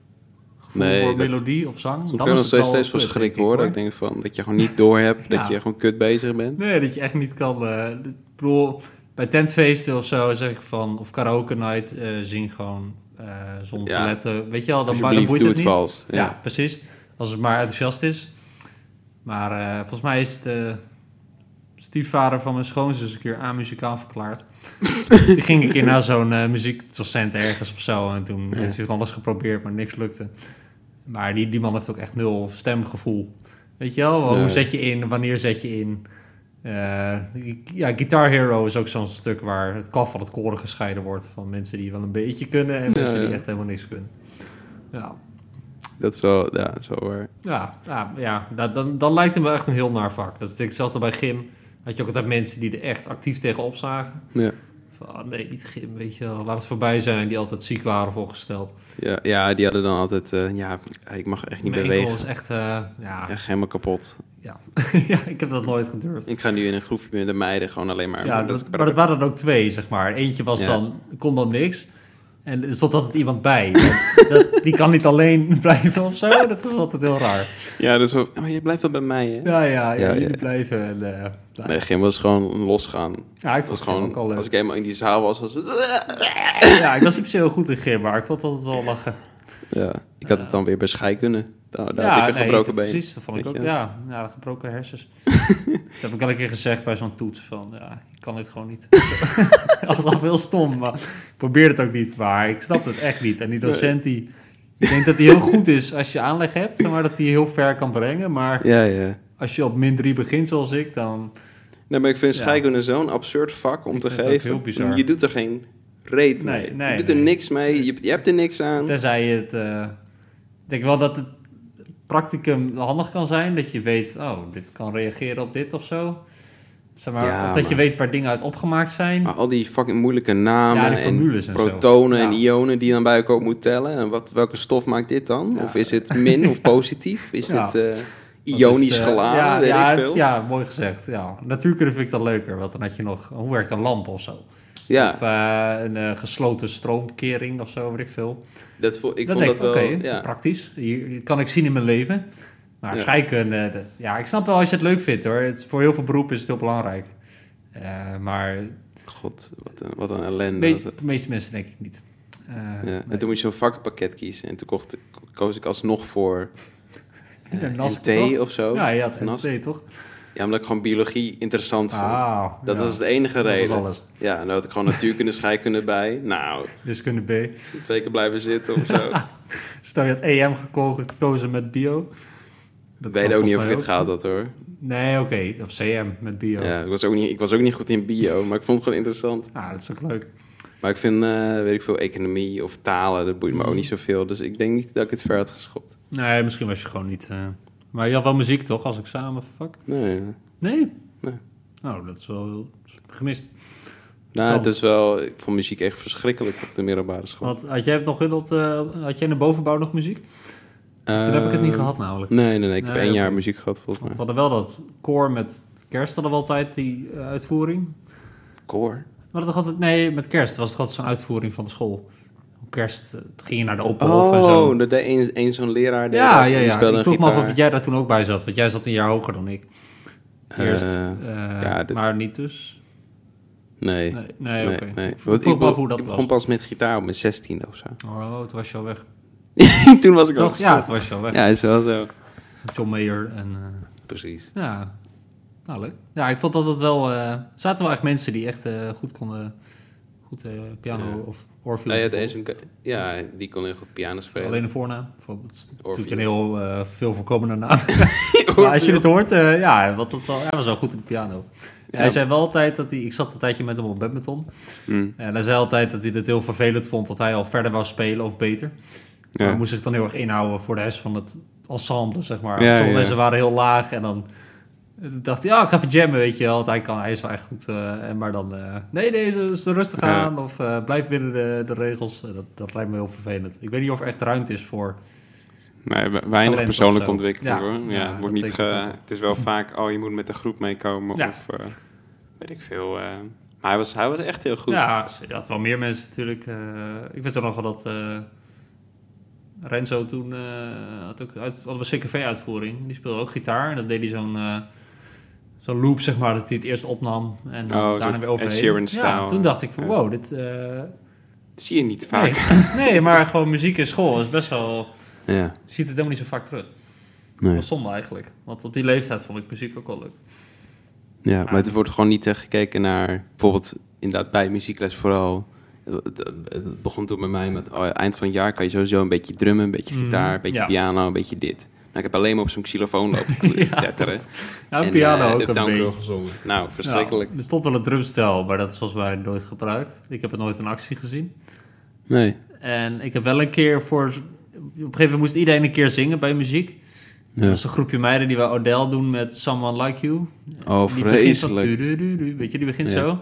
[SPEAKER 2] gevoel
[SPEAKER 4] Nee,
[SPEAKER 2] voor
[SPEAKER 4] dat-
[SPEAKER 2] melodie of zang.
[SPEAKER 4] Soms
[SPEAKER 2] Dan
[SPEAKER 4] kan je
[SPEAKER 2] is
[SPEAKER 4] nog
[SPEAKER 2] het wel
[SPEAKER 4] steeds, steeds van
[SPEAKER 2] kut,
[SPEAKER 4] schrik
[SPEAKER 2] denk ik,
[SPEAKER 4] worden.
[SPEAKER 2] hoor.
[SPEAKER 4] Ik denk van dat je gewoon niet door hebt,
[SPEAKER 2] Ja.
[SPEAKER 4] dat je gewoon kut bezig bent.
[SPEAKER 2] Nee, dat je echt niet kan... eh, ik bedoel, bij tentfeesten of zo zeg ik van... Of karaoke night, eh, zing gewoon eh, zonder te
[SPEAKER 4] Ja.
[SPEAKER 2] letten. Weet je wel, dan, maar dan
[SPEAKER 4] Alsjeblieft,
[SPEAKER 2] boeit
[SPEAKER 4] doe
[SPEAKER 2] het
[SPEAKER 4] het
[SPEAKER 2] niet.
[SPEAKER 4] vals.
[SPEAKER 2] Ja,
[SPEAKER 4] Ja.
[SPEAKER 2] precies. Als het maar enthousiast is. Maar eh, volgens mij is de stiefvader van mijn schoonzus een keer amuzikaal verklaard. Die ging een keer naar zo'n eh, muziekdocent ergens of zo. En toen heeft hij van alles geprobeerd, maar niks lukte. Maar die, die man heeft ook echt nul stemgevoel. Weet je wel? Hoe
[SPEAKER 4] Nee.
[SPEAKER 2] zet je in? Wanneer zet je in? Eh, ja, Guitar Hero is ook zo'n stuk waar het kaf van het koren gescheiden wordt. Van mensen die wel een beetje kunnen en mensen die
[SPEAKER 4] ja.
[SPEAKER 2] echt helemaal niks kunnen. Ja,
[SPEAKER 4] Dat is wel, ja, dat is wel waar.
[SPEAKER 2] ja, ja, ja dat, dan, dan lijkt het me echt een heel naar vak. Dat is denk ik zelfs al bij gym. Had je ook altijd mensen die er echt actief tegenop zagen.
[SPEAKER 4] Ja.
[SPEAKER 2] Van, ah, nee, niet gym, weet je wel. Laat het voorbij zijn. Die altijd ziek waren voorgesteld.
[SPEAKER 4] Ja, ja, die hadden dan altijd, eh, ja, ik mag echt niet
[SPEAKER 2] Mijn enkel
[SPEAKER 4] bewegen.
[SPEAKER 2] is echt, eh, ja,
[SPEAKER 4] Echt helemaal kapot.
[SPEAKER 2] ja. ja, ik heb dat nooit gedurfd.
[SPEAKER 4] Ik ga nu in een groepje met de meiden gewoon alleen maar...
[SPEAKER 2] Ja, dat, maar het waren er ook twee, zeg maar. Eentje was
[SPEAKER 4] Ja.
[SPEAKER 2] dan, kon dan niks. En er stond altijd iemand bij. Dat, dat- die kan niet alleen blijven of zo. Dat is altijd heel raar.
[SPEAKER 4] Ja, dus wel- maar je blijft wel bij mij, hè?
[SPEAKER 2] Ja, ja, ja,
[SPEAKER 4] Ja,
[SPEAKER 2] jullie
[SPEAKER 4] ja.
[SPEAKER 2] blijven. En, eh, nou,
[SPEAKER 4] Nee, Gim was gewoon losgaan.
[SPEAKER 2] ja, ik
[SPEAKER 4] Het
[SPEAKER 2] vond
[SPEAKER 4] was
[SPEAKER 2] het gewoon, ook al
[SPEAKER 4] gewoon,
[SPEAKER 2] leuk.
[SPEAKER 4] als ik eenmaal in die zaal was, was het...
[SPEAKER 2] Ja, ik was op zich heel goed in gym, maar ik vond het altijd wel lachen.
[SPEAKER 4] Ja, ik had het dan weer bij scheikunde. Daar, daar
[SPEAKER 2] ja,
[SPEAKER 4] had ik een
[SPEAKER 2] nee,
[SPEAKER 4] gebroken
[SPEAKER 2] dat-
[SPEAKER 4] been.
[SPEAKER 2] Precies, dat vond ik
[SPEAKER 4] Weet
[SPEAKER 2] ook.
[SPEAKER 4] je wel.
[SPEAKER 2] Ja, ja, gebroken hersens. dat heb ik al een keer gezegd bij zo'n toets van, ja, ik kan dit gewoon niet. Dat was al heel stom, maar ik probeerde het ook niet. Maar ik snap het echt niet. En die docent die, ik denk dat hij heel goed is als je aanleg hebt, zeg maar dat hij je heel ver kan brengen. Maar
[SPEAKER 4] Ja, ja.
[SPEAKER 2] als je op min 3 begint zoals ik, dan...
[SPEAKER 4] Nee, maar ik vind
[SPEAKER 2] Ja.
[SPEAKER 4] scheikunde zo'n absurd vak om te
[SPEAKER 2] vind het
[SPEAKER 4] geven.
[SPEAKER 2] ook heel bizar.
[SPEAKER 4] Je doet er geen reet
[SPEAKER 2] Nee,
[SPEAKER 4] mee.
[SPEAKER 2] nee,
[SPEAKER 4] je doet er
[SPEAKER 2] nee.
[SPEAKER 4] niks mee. Je, je hebt er niks aan.
[SPEAKER 2] Tenzij je het... eh, ik denk wel dat het practicum handig kan zijn. Dat je weet, oh, dit kan reageren op dit of zo. Zeg maar,
[SPEAKER 4] Ja,
[SPEAKER 2] of dat je
[SPEAKER 4] maar- Ah.
[SPEAKER 2] weet waar dingen uit opgemaakt zijn.
[SPEAKER 4] Maar al die fucking moeilijke namen
[SPEAKER 2] Ja, die formules en zo.
[SPEAKER 4] protonen en
[SPEAKER 2] Ja.
[SPEAKER 4] ionen die je dan bij elkaar op moet tellen. En wat, welke stof maakt dit dan? Of is het min of positief? Is
[SPEAKER 2] Ja.
[SPEAKER 4] het eh,
[SPEAKER 2] Dat
[SPEAKER 4] ionisch
[SPEAKER 2] is de-
[SPEAKER 4] geladen?
[SPEAKER 2] Ja,
[SPEAKER 4] weet
[SPEAKER 2] ja,
[SPEAKER 4] ik veel. Ja,
[SPEAKER 2] ja, mooi gezegd. Ja. Natuurkunde vind ik dan leuker, want dan had je nog... Hoe werkt een lamp of zo? Of eh, een eh, gesloten stroomkering of zo, weet ik veel.
[SPEAKER 4] dat vo- ik
[SPEAKER 2] dat
[SPEAKER 4] vond
[SPEAKER 2] denk
[SPEAKER 4] dat
[SPEAKER 2] ik,
[SPEAKER 4] wel...
[SPEAKER 2] oké,
[SPEAKER 4] ja.
[SPEAKER 2] praktisch. Hier, dit kan ik zien in mijn leven. Maar
[SPEAKER 4] Ja.
[SPEAKER 2] scheikunde... de- ja, ik snap wel als je het leuk vindt, hoor. Het, voor heel veel beroepen is het heel belangrijk. Eh, maar
[SPEAKER 4] Nou, God, wat een, wat een ellende
[SPEAKER 2] me-
[SPEAKER 4] was het.
[SPEAKER 2] de meeste mensen denk ik niet. Eh,
[SPEAKER 4] Ja. En toen moest je zo'n vakkenpakket kiezen. En toen kocht, koos ik alsnog voor
[SPEAKER 2] en
[SPEAKER 4] eh,
[SPEAKER 2] Nask,
[SPEAKER 4] NT
[SPEAKER 2] toch?
[SPEAKER 4] of zo.
[SPEAKER 2] Ja, je had
[SPEAKER 4] Nask.
[SPEAKER 2] NT, toch?
[SPEAKER 4] Ja, omdat ik gewoon biologie interessant vond.
[SPEAKER 2] Ah,
[SPEAKER 4] dat
[SPEAKER 2] ja.
[SPEAKER 4] was de enige
[SPEAKER 2] was
[SPEAKER 4] reden.
[SPEAKER 2] alles.
[SPEAKER 4] Ja, en dan had ik gewoon natuurkunde, scheikunde bij. Nou,
[SPEAKER 2] Wiskunde B.
[SPEAKER 4] twee keer blijven zitten of zo.
[SPEAKER 2] E Stel je had EM gekozen gekozen met bio. Dat
[SPEAKER 4] weet
[SPEAKER 2] kan
[SPEAKER 4] ook niet of
[SPEAKER 2] volgens
[SPEAKER 4] ik
[SPEAKER 2] mij
[SPEAKER 4] het gehaald had hoor.
[SPEAKER 2] Nee, oké. Of CM met bio.
[SPEAKER 4] Ja, ik, was ook niet, ik was ook niet goed in bio, maar ik vond het gewoon interessant.
[SPEAKER 2] Ah, dat is ook leuk.
[SPEAKER 4] Maar ik vind, eh, weet ik veel, economie of talen, dat boeit me
[SPEAKER 2] Mm.
[SPEAKER 4] ook niet zoveel. Dus ik denk niet dat ik het ver had geschopt.
[SPEAKER 2] Nee, misschien was je gewoon niet... eh, Maar je had wel muziek, toch? Als examen, fuck.
[SPEAKER 4] Nee.
[SPEAKER 2] Nee?
[SPEAKER 4] Nee.
[SPEAKER 2] Nou, dat is wel gemist.
[SPEAKER 4] Nou,
[SPEAKER 2] Frans.
[SPEAKER 4] het is wel, ik vond muziek echt verschrikkelijk op de middelbare school.
[SPEAKER 2] Want had jij het nog in dat... eh, had jij in de bovenbouw nog muziek? Oh, Toen heb ik het niet
[SPEAKER 4] Eh,
[SPEAKER 2] gehad namelijk.
[SPEAKER 4] Nee, nee, nee. Ik
[SPEAKER 2] Nee,
[SPEAKER 4] heb één jaar
[SPEAKER 2] oké.
[SPEAKER 4] muziek gehad
[SPEAKER 2] Want
[SPEAKER 4] volgens
[SPEAKER 2] we
[SPEAKER 4] mij.
[SPEAKER 2] hadden wel dat koor met kerst hadden we altijd die eh, uitvoering.
[SPEAKER 4] Koor?
[SPEAKER 2] Maar dat toch altijd... Nee, met kerst was het altijd zo'n uitvoering van de school. Op kerst eh, ging je naar de opbouw en zo.
[SPEAKER 4] Oh, dat deed één één zo'n leraar. deed
[SPEAKER 2] Ja,
[SPEAKER 4] dat.
[SPEAKER 2] ja,
[SPEAKER 4] Die
[SPEAKER 2] ja.
[SPEAKER 4] speelde
[SPEAKER 2] Ik
[SPEAKER 4] een
[SPEAKER 2] vroeg me af
[SPEAKER 4] gitaar.
[SPEAKER 2] of jij daar toen ook bij zat. Want jij zat een jaar hoger dan ik. Eerst.
[SPEAKER 4] Eh,
[SPEAKER 2] eh,
[SPEAKER 4] ja, dit-
[SPEAKER 2] Maar niet dus.
[SPEAKER 4] Nee.
[SPEAKER 2] Nee, nee, oké. Ik
[SPEAKER 4] Want
[SPEAKER 2] vroeg me
[SPEAKER 4] be-
[SPEAKER 2] af hoe dat
[SPEAKER 4] ik
[SPEAKER 2] was.
[SPEAKER 4] begon pas met gitaar op mijn 16 of zo.
[SPEAKER 2] Oh, toen was je al weg.
[SPEAKER 4] Toen was ik al
[SPEAKER 2] Toch? Ja,
[SPEAKER 4] gestopt.
[SPEAKER 2] toen was je al weg.
[SPEAKER 4] Ja, is wel zo.
[SPEAKER 2] John Mayer en... eh,
[SPEAKER 4] Precies.
[SPEAKER 2] ja, nou leuk. Ja, ik vond dat het wel... eh, Er zaten wel echt mensen die echt eh, goed konden... Goed eh, piano
[SPEAKER 4] Ja.
[SPEAKER 2] of oorveel.
[SPEAKER 4] Nou, je had eens een ka- ja, die kon heel goed piano spelen.
[SPEAKER 2] Alleen de voornaam. Bijvoorbeeld, Dat is natuurlijk
[SPEAKER 4] Orville.
[SPEAKER 2] een heel eh, veel voorkomende naam. maar als je het hoort, eh, ja, want dat wel, hij was wel goed op de piano. Hij zei wel altijd dat hij... Ik zat een tijdje met hem op badminton.
[SPEAKER 4] Mm.
[SPEAKER 2] En hij zei altijd dat hij het heel vervelend vond dat hij al verder wou spelen of beter. Maar hij
[SPEAKER 4] Ja.
[SPEAKER 2] moest zich dan heel erg inhouden voor de rest van het ensemble, zeg maar.
[SPEAKER 4] Ja,
[SPEAKER 2] Sommige
[SPEAKER 4] ja.
[SPEAKER 2] mensen waren heel laag en dan eh, dacht hij, ja, ik ga even jammen, weet je wel. Want hij, kan, hij is wel echt goed. eh, en maar dan, eh, nee, nee, ze- ze rustig
[SPEAKER 4] Ja.
[SPEAKER 2] aan of eh, blijf binnen de, de regels. Eh, Dat, dat lijkt me heel vervelend. Ik weet niet of er echt ruimte is voor...
[SPEAKER 1] Nee, we-
[SPEAKER 2] Talent
[SPEAKER 1] weinig
[SPEAKER 2] of
[SPEAKER 1] persoonlijke
[SPEAKER 2] zo.
[SPEAKER 1] ontwikkeling
[SPEAKER 2] Ja,
[SPEAKER 1] hoor. Ja,
[SPEAKER 2] ja,
[SPEAKER 1] het,
[SPEAKER 2] dat
[SPEAKER 1] wordt niet
[SPEAKER 2] denk
[SPEAKER 1] ge-
[SPEAKER 2] ik ook.
[SPEAKER 1] het is wel vaak, oh je moet met de groep meekomen
[SPEAKER 2] Ja.
[SPEAKER 1] of eh, weet ik veel. eh. maar hij was, hij was echt heel goed.
[SPEAKER 2] Ja, ze- je had wel meer mensen natuurlijk. eh, ik weet er nog wel dat eh, Renzo toen eh, had ook uit, hadden we CKV uitvoering. Die speelde ook gitaar en dat deed hij zo'n eh, zo'n loop zeg maar dat hij het eerst opnam en dan
[SPEAKER 1] Oh, een
[SPEAKER 2] daarna
[SPEAKER 1] soort
[SPEAKER 2] weer
[SPEAKER 1] Ed Sheeran
[SPEAKER 2] overheen. Ja,
[SPEAKER 1] style.
[SPEAKER 2] toen dacht ik van
[SPEAKER 1] Ja.
[SPEAKER 2] wow, dit eh,
[SPEAKER 1] Dat zie je niet vaak.
[SPEAKER 2] nee. nee, maar gewoon muziek in school is best wel
[SPEAKER 4] Ja,
[SPEAKER 2] je ziet het helemaal niet zo vaak terug.
[SPEAKER 4] nee.
[SPEAKER 2] Dat is zonde eigenlijk, want op die leeftijd vond ik muziek ook wel leuk.
[SPEAKER 4] ja maar het wordt gewoon niet eh, gekeken naar... Bijvoorbeeld inderdaad bij muziekles vooral... Het, het begon toen bij mij met... oh, eind van het jaar kan je sowieso een beetje drummen, een beetje gitaar... een beetje
[SPEAKER 2] Mhm. ja.
[SPEAKER 4] piano, een beetje dit. Nou, ik heb alleen maar op zo'n xylofoon lopen
[SPEAKER 2] Ja,
[SPEAKER 4] tetteren.
[SPEAKER 2] Nou,
[SPEAKER 4] En,
[SPEAKER 2] piano
[SPEAKER 4] eh,
[SPEAKER 2] ook een
[SPEAKER 4] Uptown Girl
[SPEAKER 2] beetje.
[SPEAKER 4] gezongen. Nou, verschrikkelijk.
[SPEAKER 2] Ja, er stond wel een drumstel, maar dat is volgens mij nooit gebruikt. Ik heb het nooit in actie gezien.
[SPEAKER 4] Nee.
[SPEAKER 2] En ik heb wel een keer voor... Op een gegeven moment moest iedereen een keer zingen bij muziek.
[SPEAKER 4] Ja.
[SPEAKER 2] Er was een groepje meiden die we Odell doen met Someone Like You. Die
[SPEAKER 4] Oh,
[SPEAKER 2] begint zo...
[SPEAKER 4] vreselijk.
[SPEAKER 2] tu-du-du-du, Weet je, die begint
[SPEAKER 4] Ja.
[SPEAKER 2] zo.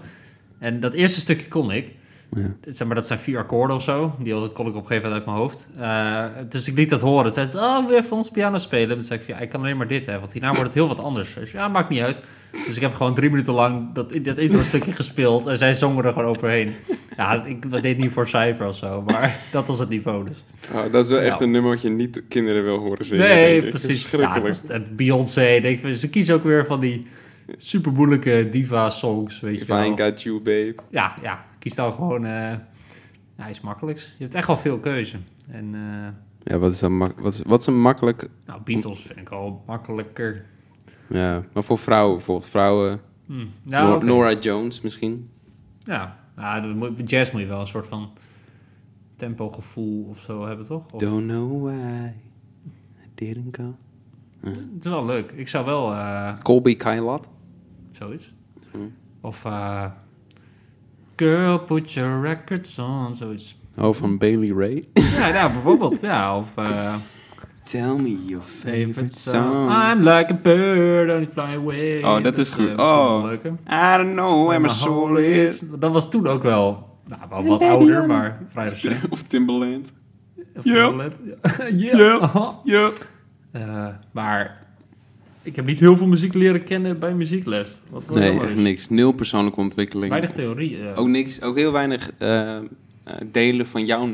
[SPEAKER 2] En dat eerste stukje kon ik.
[SPEAKER 4] Ja.
[SPEAKER 2] Zeg maar, dat zijn vier akkoorden of zo. Die kon ik op een gegeven moment uit mijn hoofd. Eh, dus ik liet dat horen. Toen zei ze, oh, wil je even ons piano spelen? Toen zei ik, van, ja, ik kan alleen maar dit, hè. Want hierna wordt het heel wat anders. Dus ja, maakt niet uit. Dus ik heb gewoon drie minuten lang dat, dat intro stukje gespeeld. En zij zongen er gewoon overheen. Ja, ik dat deed niet voor cijfer of zo. Maar dat was het niveau dus.
[SPEAKER 1] Oh, dat is wel echt
[SPEAKER 2] Ja.
[SPEAKER 1] een nummer wat je niet kinderen wil horen zingen.
[SPEAKER 2] Nee,
[SPEAKER 1] denk ik.
[SPEAKER 2] precies. Ja,
[SPEAKER 1] Verschrikkelijk.
[SPEAKER 2] dat is het Beyoncé. Denk, ik, ze kiezen ook weer van die super moeilijke diva-songs, weet je
[SPEAKER 1] If I
[SPEAKER 2] wel.
[SPEAKER 1] ain't got you, babe.
[SPEAKER 2] Ja, ja. Kies dan gewoon eh ja, iets makkelijks. Je hebt echt wel veel keuze. En eh,
[SPEAKER 4] Ja, wat is, dan mak- wat, is, wat is een makkelijk...
[SPEAKER 2] nou, Beatles vind ik al makkelijker.
[SPEAKER 4] Ja, maar voor vrouwen bijvoorbeeld. Vrouwen,
[SPEAKER 2] Hm.
[SPEAKER 4] Nor-
[SPEAKER 2] Ja, oké.
[SPEAKER 4] Nora Jones misschien.
[SPEAKER 2] ja. Nou, dat moet- met jazz moet je wel een soort van tempogevoel of zo hebben, toch? Of,
[SPEAKER 4] Don't know why I didn't go.
[SPEAKER 2] het is wel leuk. Ik zou wel eh,
[SPEAKER 4] Colby Kailat.
[SPEAKER 2] zoiets.
[SPEAKER 1] Hmm.
[SPEAKER 2] Of eh, Girl, put your records on, zoiets.
[SPEAKER 4] Oh, van Bailey Ray.
[SPEAKER 2] Ja, nou, bijvoorbeeld. Ja, of eh,
[SPEAKER 4] Tell me your favorite
[SPEAKER 2] Favorite song.
[SPEAKER 4] song.
[SPEAKER 2] I'm like a bird, only fly away.
[SPEAKER 1] Oh, dat is goed.
[SPEAKER 2] eh, misschien wel
[SPEAKER 1] Oh.
[SPEAKER 2] een leuke.
[SPEAKER 1] I don't know where my
[SPEAKER 2] Mijn
[SPEAKER 1] soul
[SPEAKER 2] hole
[SPEAKER 1] is.
[SPEAKER 2] Dat was toen ook wel, nou, wel wat ouder, maar vrij recent.
[SPEAKER 1] Of Timbaland.
[SPEAKER 2] Of
[SPEAKER 1] Ja.
[SPEAKER 2] Timbaland. Ja.
[SPEAKER 1] Ja.
[SPEAKER 2] Aha.
[SPEAKER 1] Ja.
[SPEAKER 2] Eh, maar ik heb niet heel veel muziek leren kennen bij muziekles. Wat wel
[SPEAKER 4] Nee,
[SPEAKER 2] jammer
[SPEAKER 4] echt
[SPEAKER 2] is.
[SPEAKER 4] niks. Nul persoonlijke ontwikkeling.
[SPEAKER 2] Weinig theorie. eh.
[SPEAKER 4] Ook niks. Ook heel weinig eh, eh, delen van jouw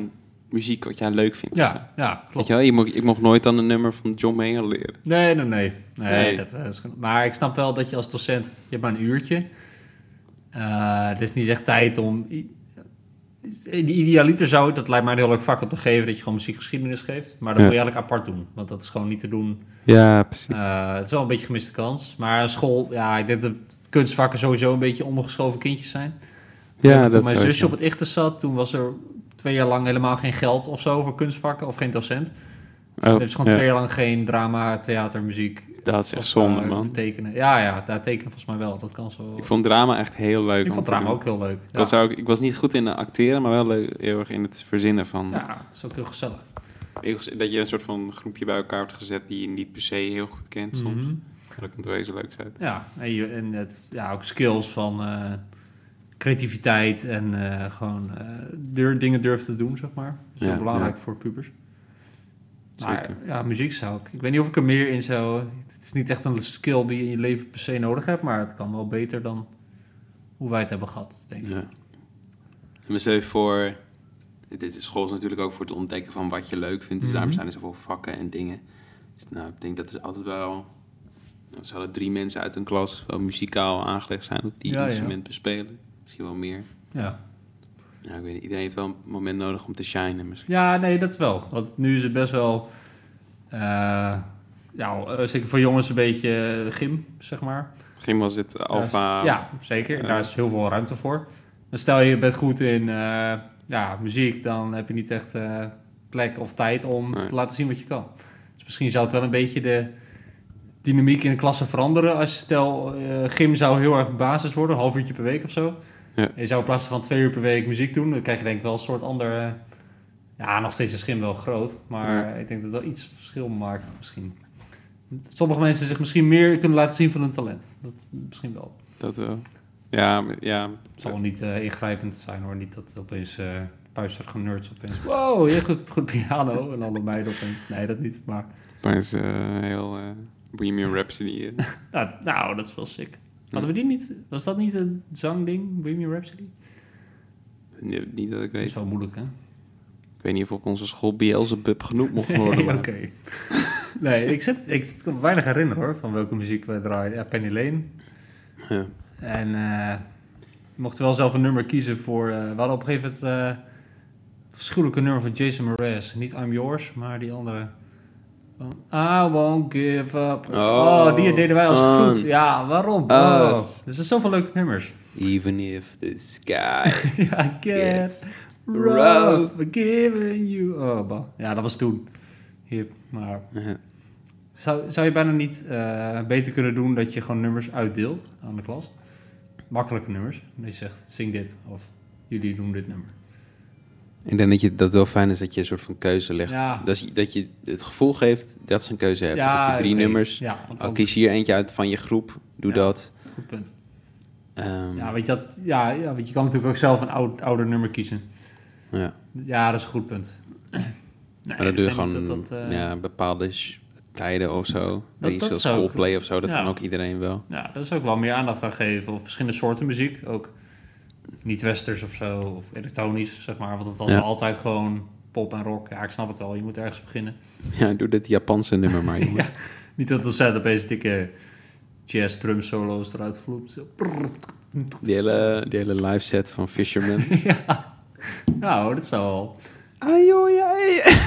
[SPEAKER 4] muziek wat jij leuk vindt.
[SPEAKER 2] Ja, ja,
[SPEAKER 4] Weet
[SPEAKER 2] klopt.
[SPEAKER 4] je wel, je mocht, ik mocht nooit dan een nummer van John Mayer leren.
[SPEAKER 2] Nee, nee, nee. nee,
[SPEAKER 4] Nee.
[SPEAKER 2] Dat, eh, is geno- maar ik snap wel dat je als docent, je hebt maar een uurtje. Eh, er is niet echt tijd om... i- is- i- Idealiter zou ik, dat lijkt mij een heel leuk vak om te geven, dat je gewoon muziekgeschiedenis geeft. Maar dat
[SPEAKER 4] Ja.
[SPEAKER 2] moet je eigenlijk apart doen, want dat is gewoon niet te doen.
[SPEAKER 4] Ja, precies.
[SPEAKER 2] Eh, het is wel een beetje gemiste kans. Maar school, ja, ik denk dat kunstvakken sowieso een beetje ondergeschoven kindjes zijn.
[SPEAKER 4] ja,
[SPEAKER 2] toen mijn zusje op het ichter zat, toen was er twee jaar lang helemaal geen geld of zo voor kunstvakken of geen docent. Dus
[SPEAKER 1] Oh,
[SPEAKER 2] er is gewoon
[SPEAKER 1] ja.
[SPEAKER 2] twee jaar lang geen drama, theater, muziek.
[SPEAKER 1] Dat is echt
[SPEAKER 2] of,
[SPEAKER 1] zonde,
[SPEAKER 2] eh,
[SPEAKER 1] man.
[SPEAKER 2] Tekenen. Ja, ja, daar tekenen volgens mij wel. Dat kan zo.
[SPEAKER 1] Ik vond drama echt heel leuk.
[SPEAKER 2] Ik
[SPEAKER 1] om
[SPEAKER 2] vond
[SPEAKER 1] te
[SPEAKER 2] drama
[SPEAKER 1] doen.
[SPEAKER 2] ook heel leuk.
[SPEAKER 1] Dat
[SPEAKER 2] Ja.
[SPEAKER 1] zou ik, ik was niet goed in eh, acteren, maar wel leuk, heel erg in het verzinnen van...
[SPEAKER 2] ja, het is ook heel gezellig.
[SPEAKER 1] Dat je een soort van groepje bij elkaar wordt gezet die je niet per se heel goed kent soms.
[SPEAKER 2] Mhm.
[SPEAKER 1] Dat komt er wezen leuks uit.
[SPEAKER 2] Ja, en, je, en het, ja, ook skills van eh, creativiteit en eh, gewoon eh, durf, dingen durven te doen, zeg maar. Dat is
[SPEAKER 4] Ja,
[SPEAKER 2] heel belangrijk voor pubers. Maar
[SPEAKER 1] Zeker.
[SPEAKER 2] ja, muziek zou ik... Ik weet niet of ik er meer in zou... Het is niet echt een skill die je in je leven per se nodig hebt, maar het kan wel beter dan hoe wij het hebben gehad, denk ik.
[SPEAKER 4] Ja. En maar stel je voor... Dit is school is natuurlijk ook voor het ontdekken van wat je leuk vindt. Dus daarom
[SPEAKER 2] Mhm.
[SPEAKER 4] zijn er zoveel vakken en dingen. Dus nou, ik denk dat is altijd wel... Dan zouden drie mensen uit een klas wel muzikaal aangelegd zijn... op die
[SPEAKER 2] Ja, ja.
[SPEAKER 4] instrument bespelen. Misschien wel meer.
[SPEAKER 2] Ja.
[SPEAKER 4] Nou, ik weet niet. Iedereen heeft wel een moment nodig om te shinen misschien.
[SPEAKER 2] Ja, nee, dat wel. Want nu is het best wel. eh, ja, eh, zeker voor jongens een beetje eh, gym, zeg maar.
[SPEAKER 1] Gym was het
[SPEAKER 2] Daar is-
[SPEAKER 1] alfa...
[SPEAKER 2] ja, zeker.
[SPEAKER 1] eh.
[SPEAKER 2] Daar is heel veel ruimte voor. Maar stel je bent goed in eh, ja, muziek, dan heb je niet echt eh, plek of tijd om
[SPEAKER 1] Nee.
[SPEAKER 2] te laten zien wat je kan. Dus misschien zou het wel een beetje de dynamiek in de klasse veranderen. Als je stel, eh, gym zou heel erg basis worden, een half uurtje per week of zo.
[SPEAKER 1] Ja.
[SPEAKER 2] En je zou in plaats van twee uur per week muziek doen, dan krijg je denk ik wel een soort ander... eh, ja, nog steeds is gym wel groot, maar ik denk dat dat iets verschil maakt misschien. Sommige mensen zich misschien meer kunnen laten zien van hun talent. Dat misschien wel.
[SPEAKER 1] Dat wel. Ja, maar- ja.
[SPEAKER 2] Het zal wel niet eh, ingrijpend zijn hoor. Niet dat opeens eh puisterige nerds opeens... Wow, je hebt goed, goed piano. En alle meiden opeens... Nee, dat niet. Maar
[SPEAKER 1] Opeens eh, heel eh Bohemian Rhapsody. eh.
[SPEAKER 2] nou, nou, dat is wel sick. Hadden we die niet... Was dat niet een zangding? Bohemian Rhapsody?
[SPEAKER 1] Nee, niet dat ik
[SPEAKER 2] Dat
[SPEAKER 1] weet.
[SPEAKER 2] is wel moeilijk hè?
[SPEAKER 1] Ik weet niet of op onze school Beelzebub genoeg mocht worden.
[SPEAKER 2] Nee,
[SPEAKER 1] maar-
[SPEAKER 2] oké. Nee, ik, zit, ik zit- kan me weinig herinneren hoor. Van welke muziek we draaiden. Ja, Penny Lane.
[SPEAKER 4] Ja.
[SPEAKER 2] En eh, je mocht wel zelf een nummer kiezen voor... eh, we hadden op een gegeven moment... eh, het afschuwelijke nummer van Jason Mraz. Niet I'm Yours, maar die andere. Van, I won't give up. Oh, die deden wij als
[SPEAKER 4] on.
[SPEAKER 2] groep. Ja, waarom?
[SPEAKER 4] Oh.
[SPEAKER 2] Oh. Dus er zijn zoveel leuke nummers.
[SPEAKER 4] Even if the sky...
[SPEAKER 2] ja, I
[SPEAKER 4] Yes.
[SPEAKER 2] get rough for giving you oh, bah. Ja, dat was toen. Hip, maar...
[SPEAKER 4] Ja.
[SPEAKER 2] Zou, zou je bijna niet eh, beter kunnen doen dat je gewoon nummers uitdeelt aan de klas? Makkelijke nummers. Dat je zegt, zing dit of jullie doen dit nummer.
[SPEAKER 4] Ik denk dat je dat wel fijn is dat je een soort van keuze legt.
[SPEAKER 2] Ja.
[SPEAKER 4] Dat, je, dat je het gevoel geeft dat ze een keuze hebben. dat je drie
[SPEAKER 2] oké.
[SPEAKER 4] nummers.
[SPEAKER 2] Ja, want
[SPEAKER 4] al
[SPEAKER 2] dat
[SPEAKER 4] kies hier eentje uit van je groep. Doe
[SPEAKER 2] Ja.
[SPEAKER 4] dat.
[SPEAKER 2] is een goed punt.
[SPEAKER 4] Ehm,
[SPEAKER 2] Ja, weet je, dat, ja, ja, want je kan natuurlijk ook zelf een oud, ouder nummer kiezen.
[SPEAKER 4] ja.
[SPEAKER 2] Ja, dat is een goed punt. Nee,
[SPEAKER 4] Maar dat doe je
[SPEAKER 2] ik denk
[SPEAKER 4] gewoon
[SPEAKER 2] niet dat dat, eh,
[SPEAKER 4] ja, bepaalde sh- tijden of zo. Dat,
[SPEAKER 2] dat
[SPEAKER 4] zoals
[SPEAKER 2] zou ook-
[SPEAKER 4] Coldplay of zo. Dat
[SPEAKER 2] ja.
[SPEAKER 4] kan ook iedereen wel.
[SPEAKER 2] Ja, daar is ook wel meer aandacht aan geven. Of verschillende soorten muziek. Ook niet-westers of zo. Of elektronisch, zeg maar. Want het was
[SPEAKER 4] Ja.
[SPEAKER 2] altijd gewoon pop en rock. Ja, ik snap het wel. Je moet ergens beginnen.
[SPEAKER 4] Ja, doe dit Japanse nummer maar, jongen.
[SPEAKER 2] Ja. Niet dat er zet opeens dikke jazz drum solo's eruit vloept. Zo, prrr.
[SPEAKER 4] Die, hele, die hele live set van Fisherman.
[SPEAKER 2] Ja. Nou, dat zou wel.
[SPEAKER 4] ah, joh, ja, ja.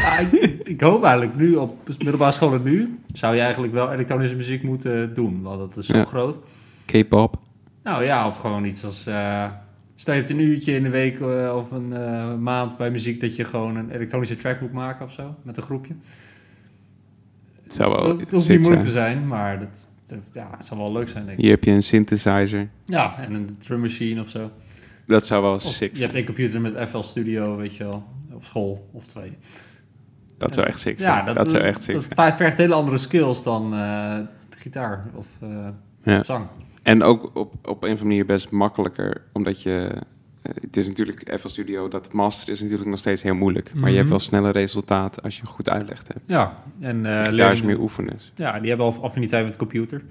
[SPEAKER 2] Ja, ik, ik hoop eigenlijk nu op middelbare scholen nu zou je eigenlijk wel elektronische muziek moeten doen, want dat is zo
[SPEAKER 1] Ja.
[SPEAKER 2] groot.
[SPEAKER 4] K-pop.
[SPEAKER 2] Nou ja, of gewoon iets als. eh, stel je hebt een uurtje in de week eh, of een eh, maand bij muziek dat je gewoon een elektronische track moet maken of zo met een groepje.
[SPEAKER 1] Het zou wel
[SPEAKER 2] dat, dat hoeft
[SPEAKER 1] sick
[SPEAKER 2] niet moeilijk
[SPEAKER 1] zijn.
[SPEAKER 2] te zijn, maar dat, dat- ja, het zou wel leuk zijn denk ik.
[SPEAKER 1] Hier heb je een synthesizer.
[SPEAKER 2] Ja, en een drum machine of zo.
[SPEAKER 1] Dat zou wel
[SPEAKER 2] Of
[SPEAKER 1] sick
[SPEAKER 2] je
[SPEAKER 1] zijn.
[SPEAKER 2] hebt een computer met FL Studio, weet je wel, op school of twee.
[SPEAKER 1] Dat zou echt sick zijn. dat, zou echt sick
[SPEAKER 2] dat
[SPEAKER 1] zijn.
[SPEAKER 2] vaak vergt hele andere skills dan eh, gitaar of eh,
[SPEAKER 1] Ja.
[SPEAKER 2] zang.
[SPEAKER 1] En ook op, op een of andere manier best makkelijker, omdat je... eh, Het is natuurlijk FL Studio, dat master is natuurlijk nog steeds heel moeilijk. Maar je hebt wel sneller resultaat als je een goed uitleg hebt.
[SPEAKER 2] Ja, en Mhm. eh,
[SPEAKER 1] Daar is
[SPEAKER 2] leerlingen-
[SPEAKER 1] meer oefenen.
[SPEAKER 2] ja, die hebben al affiniteit met computer.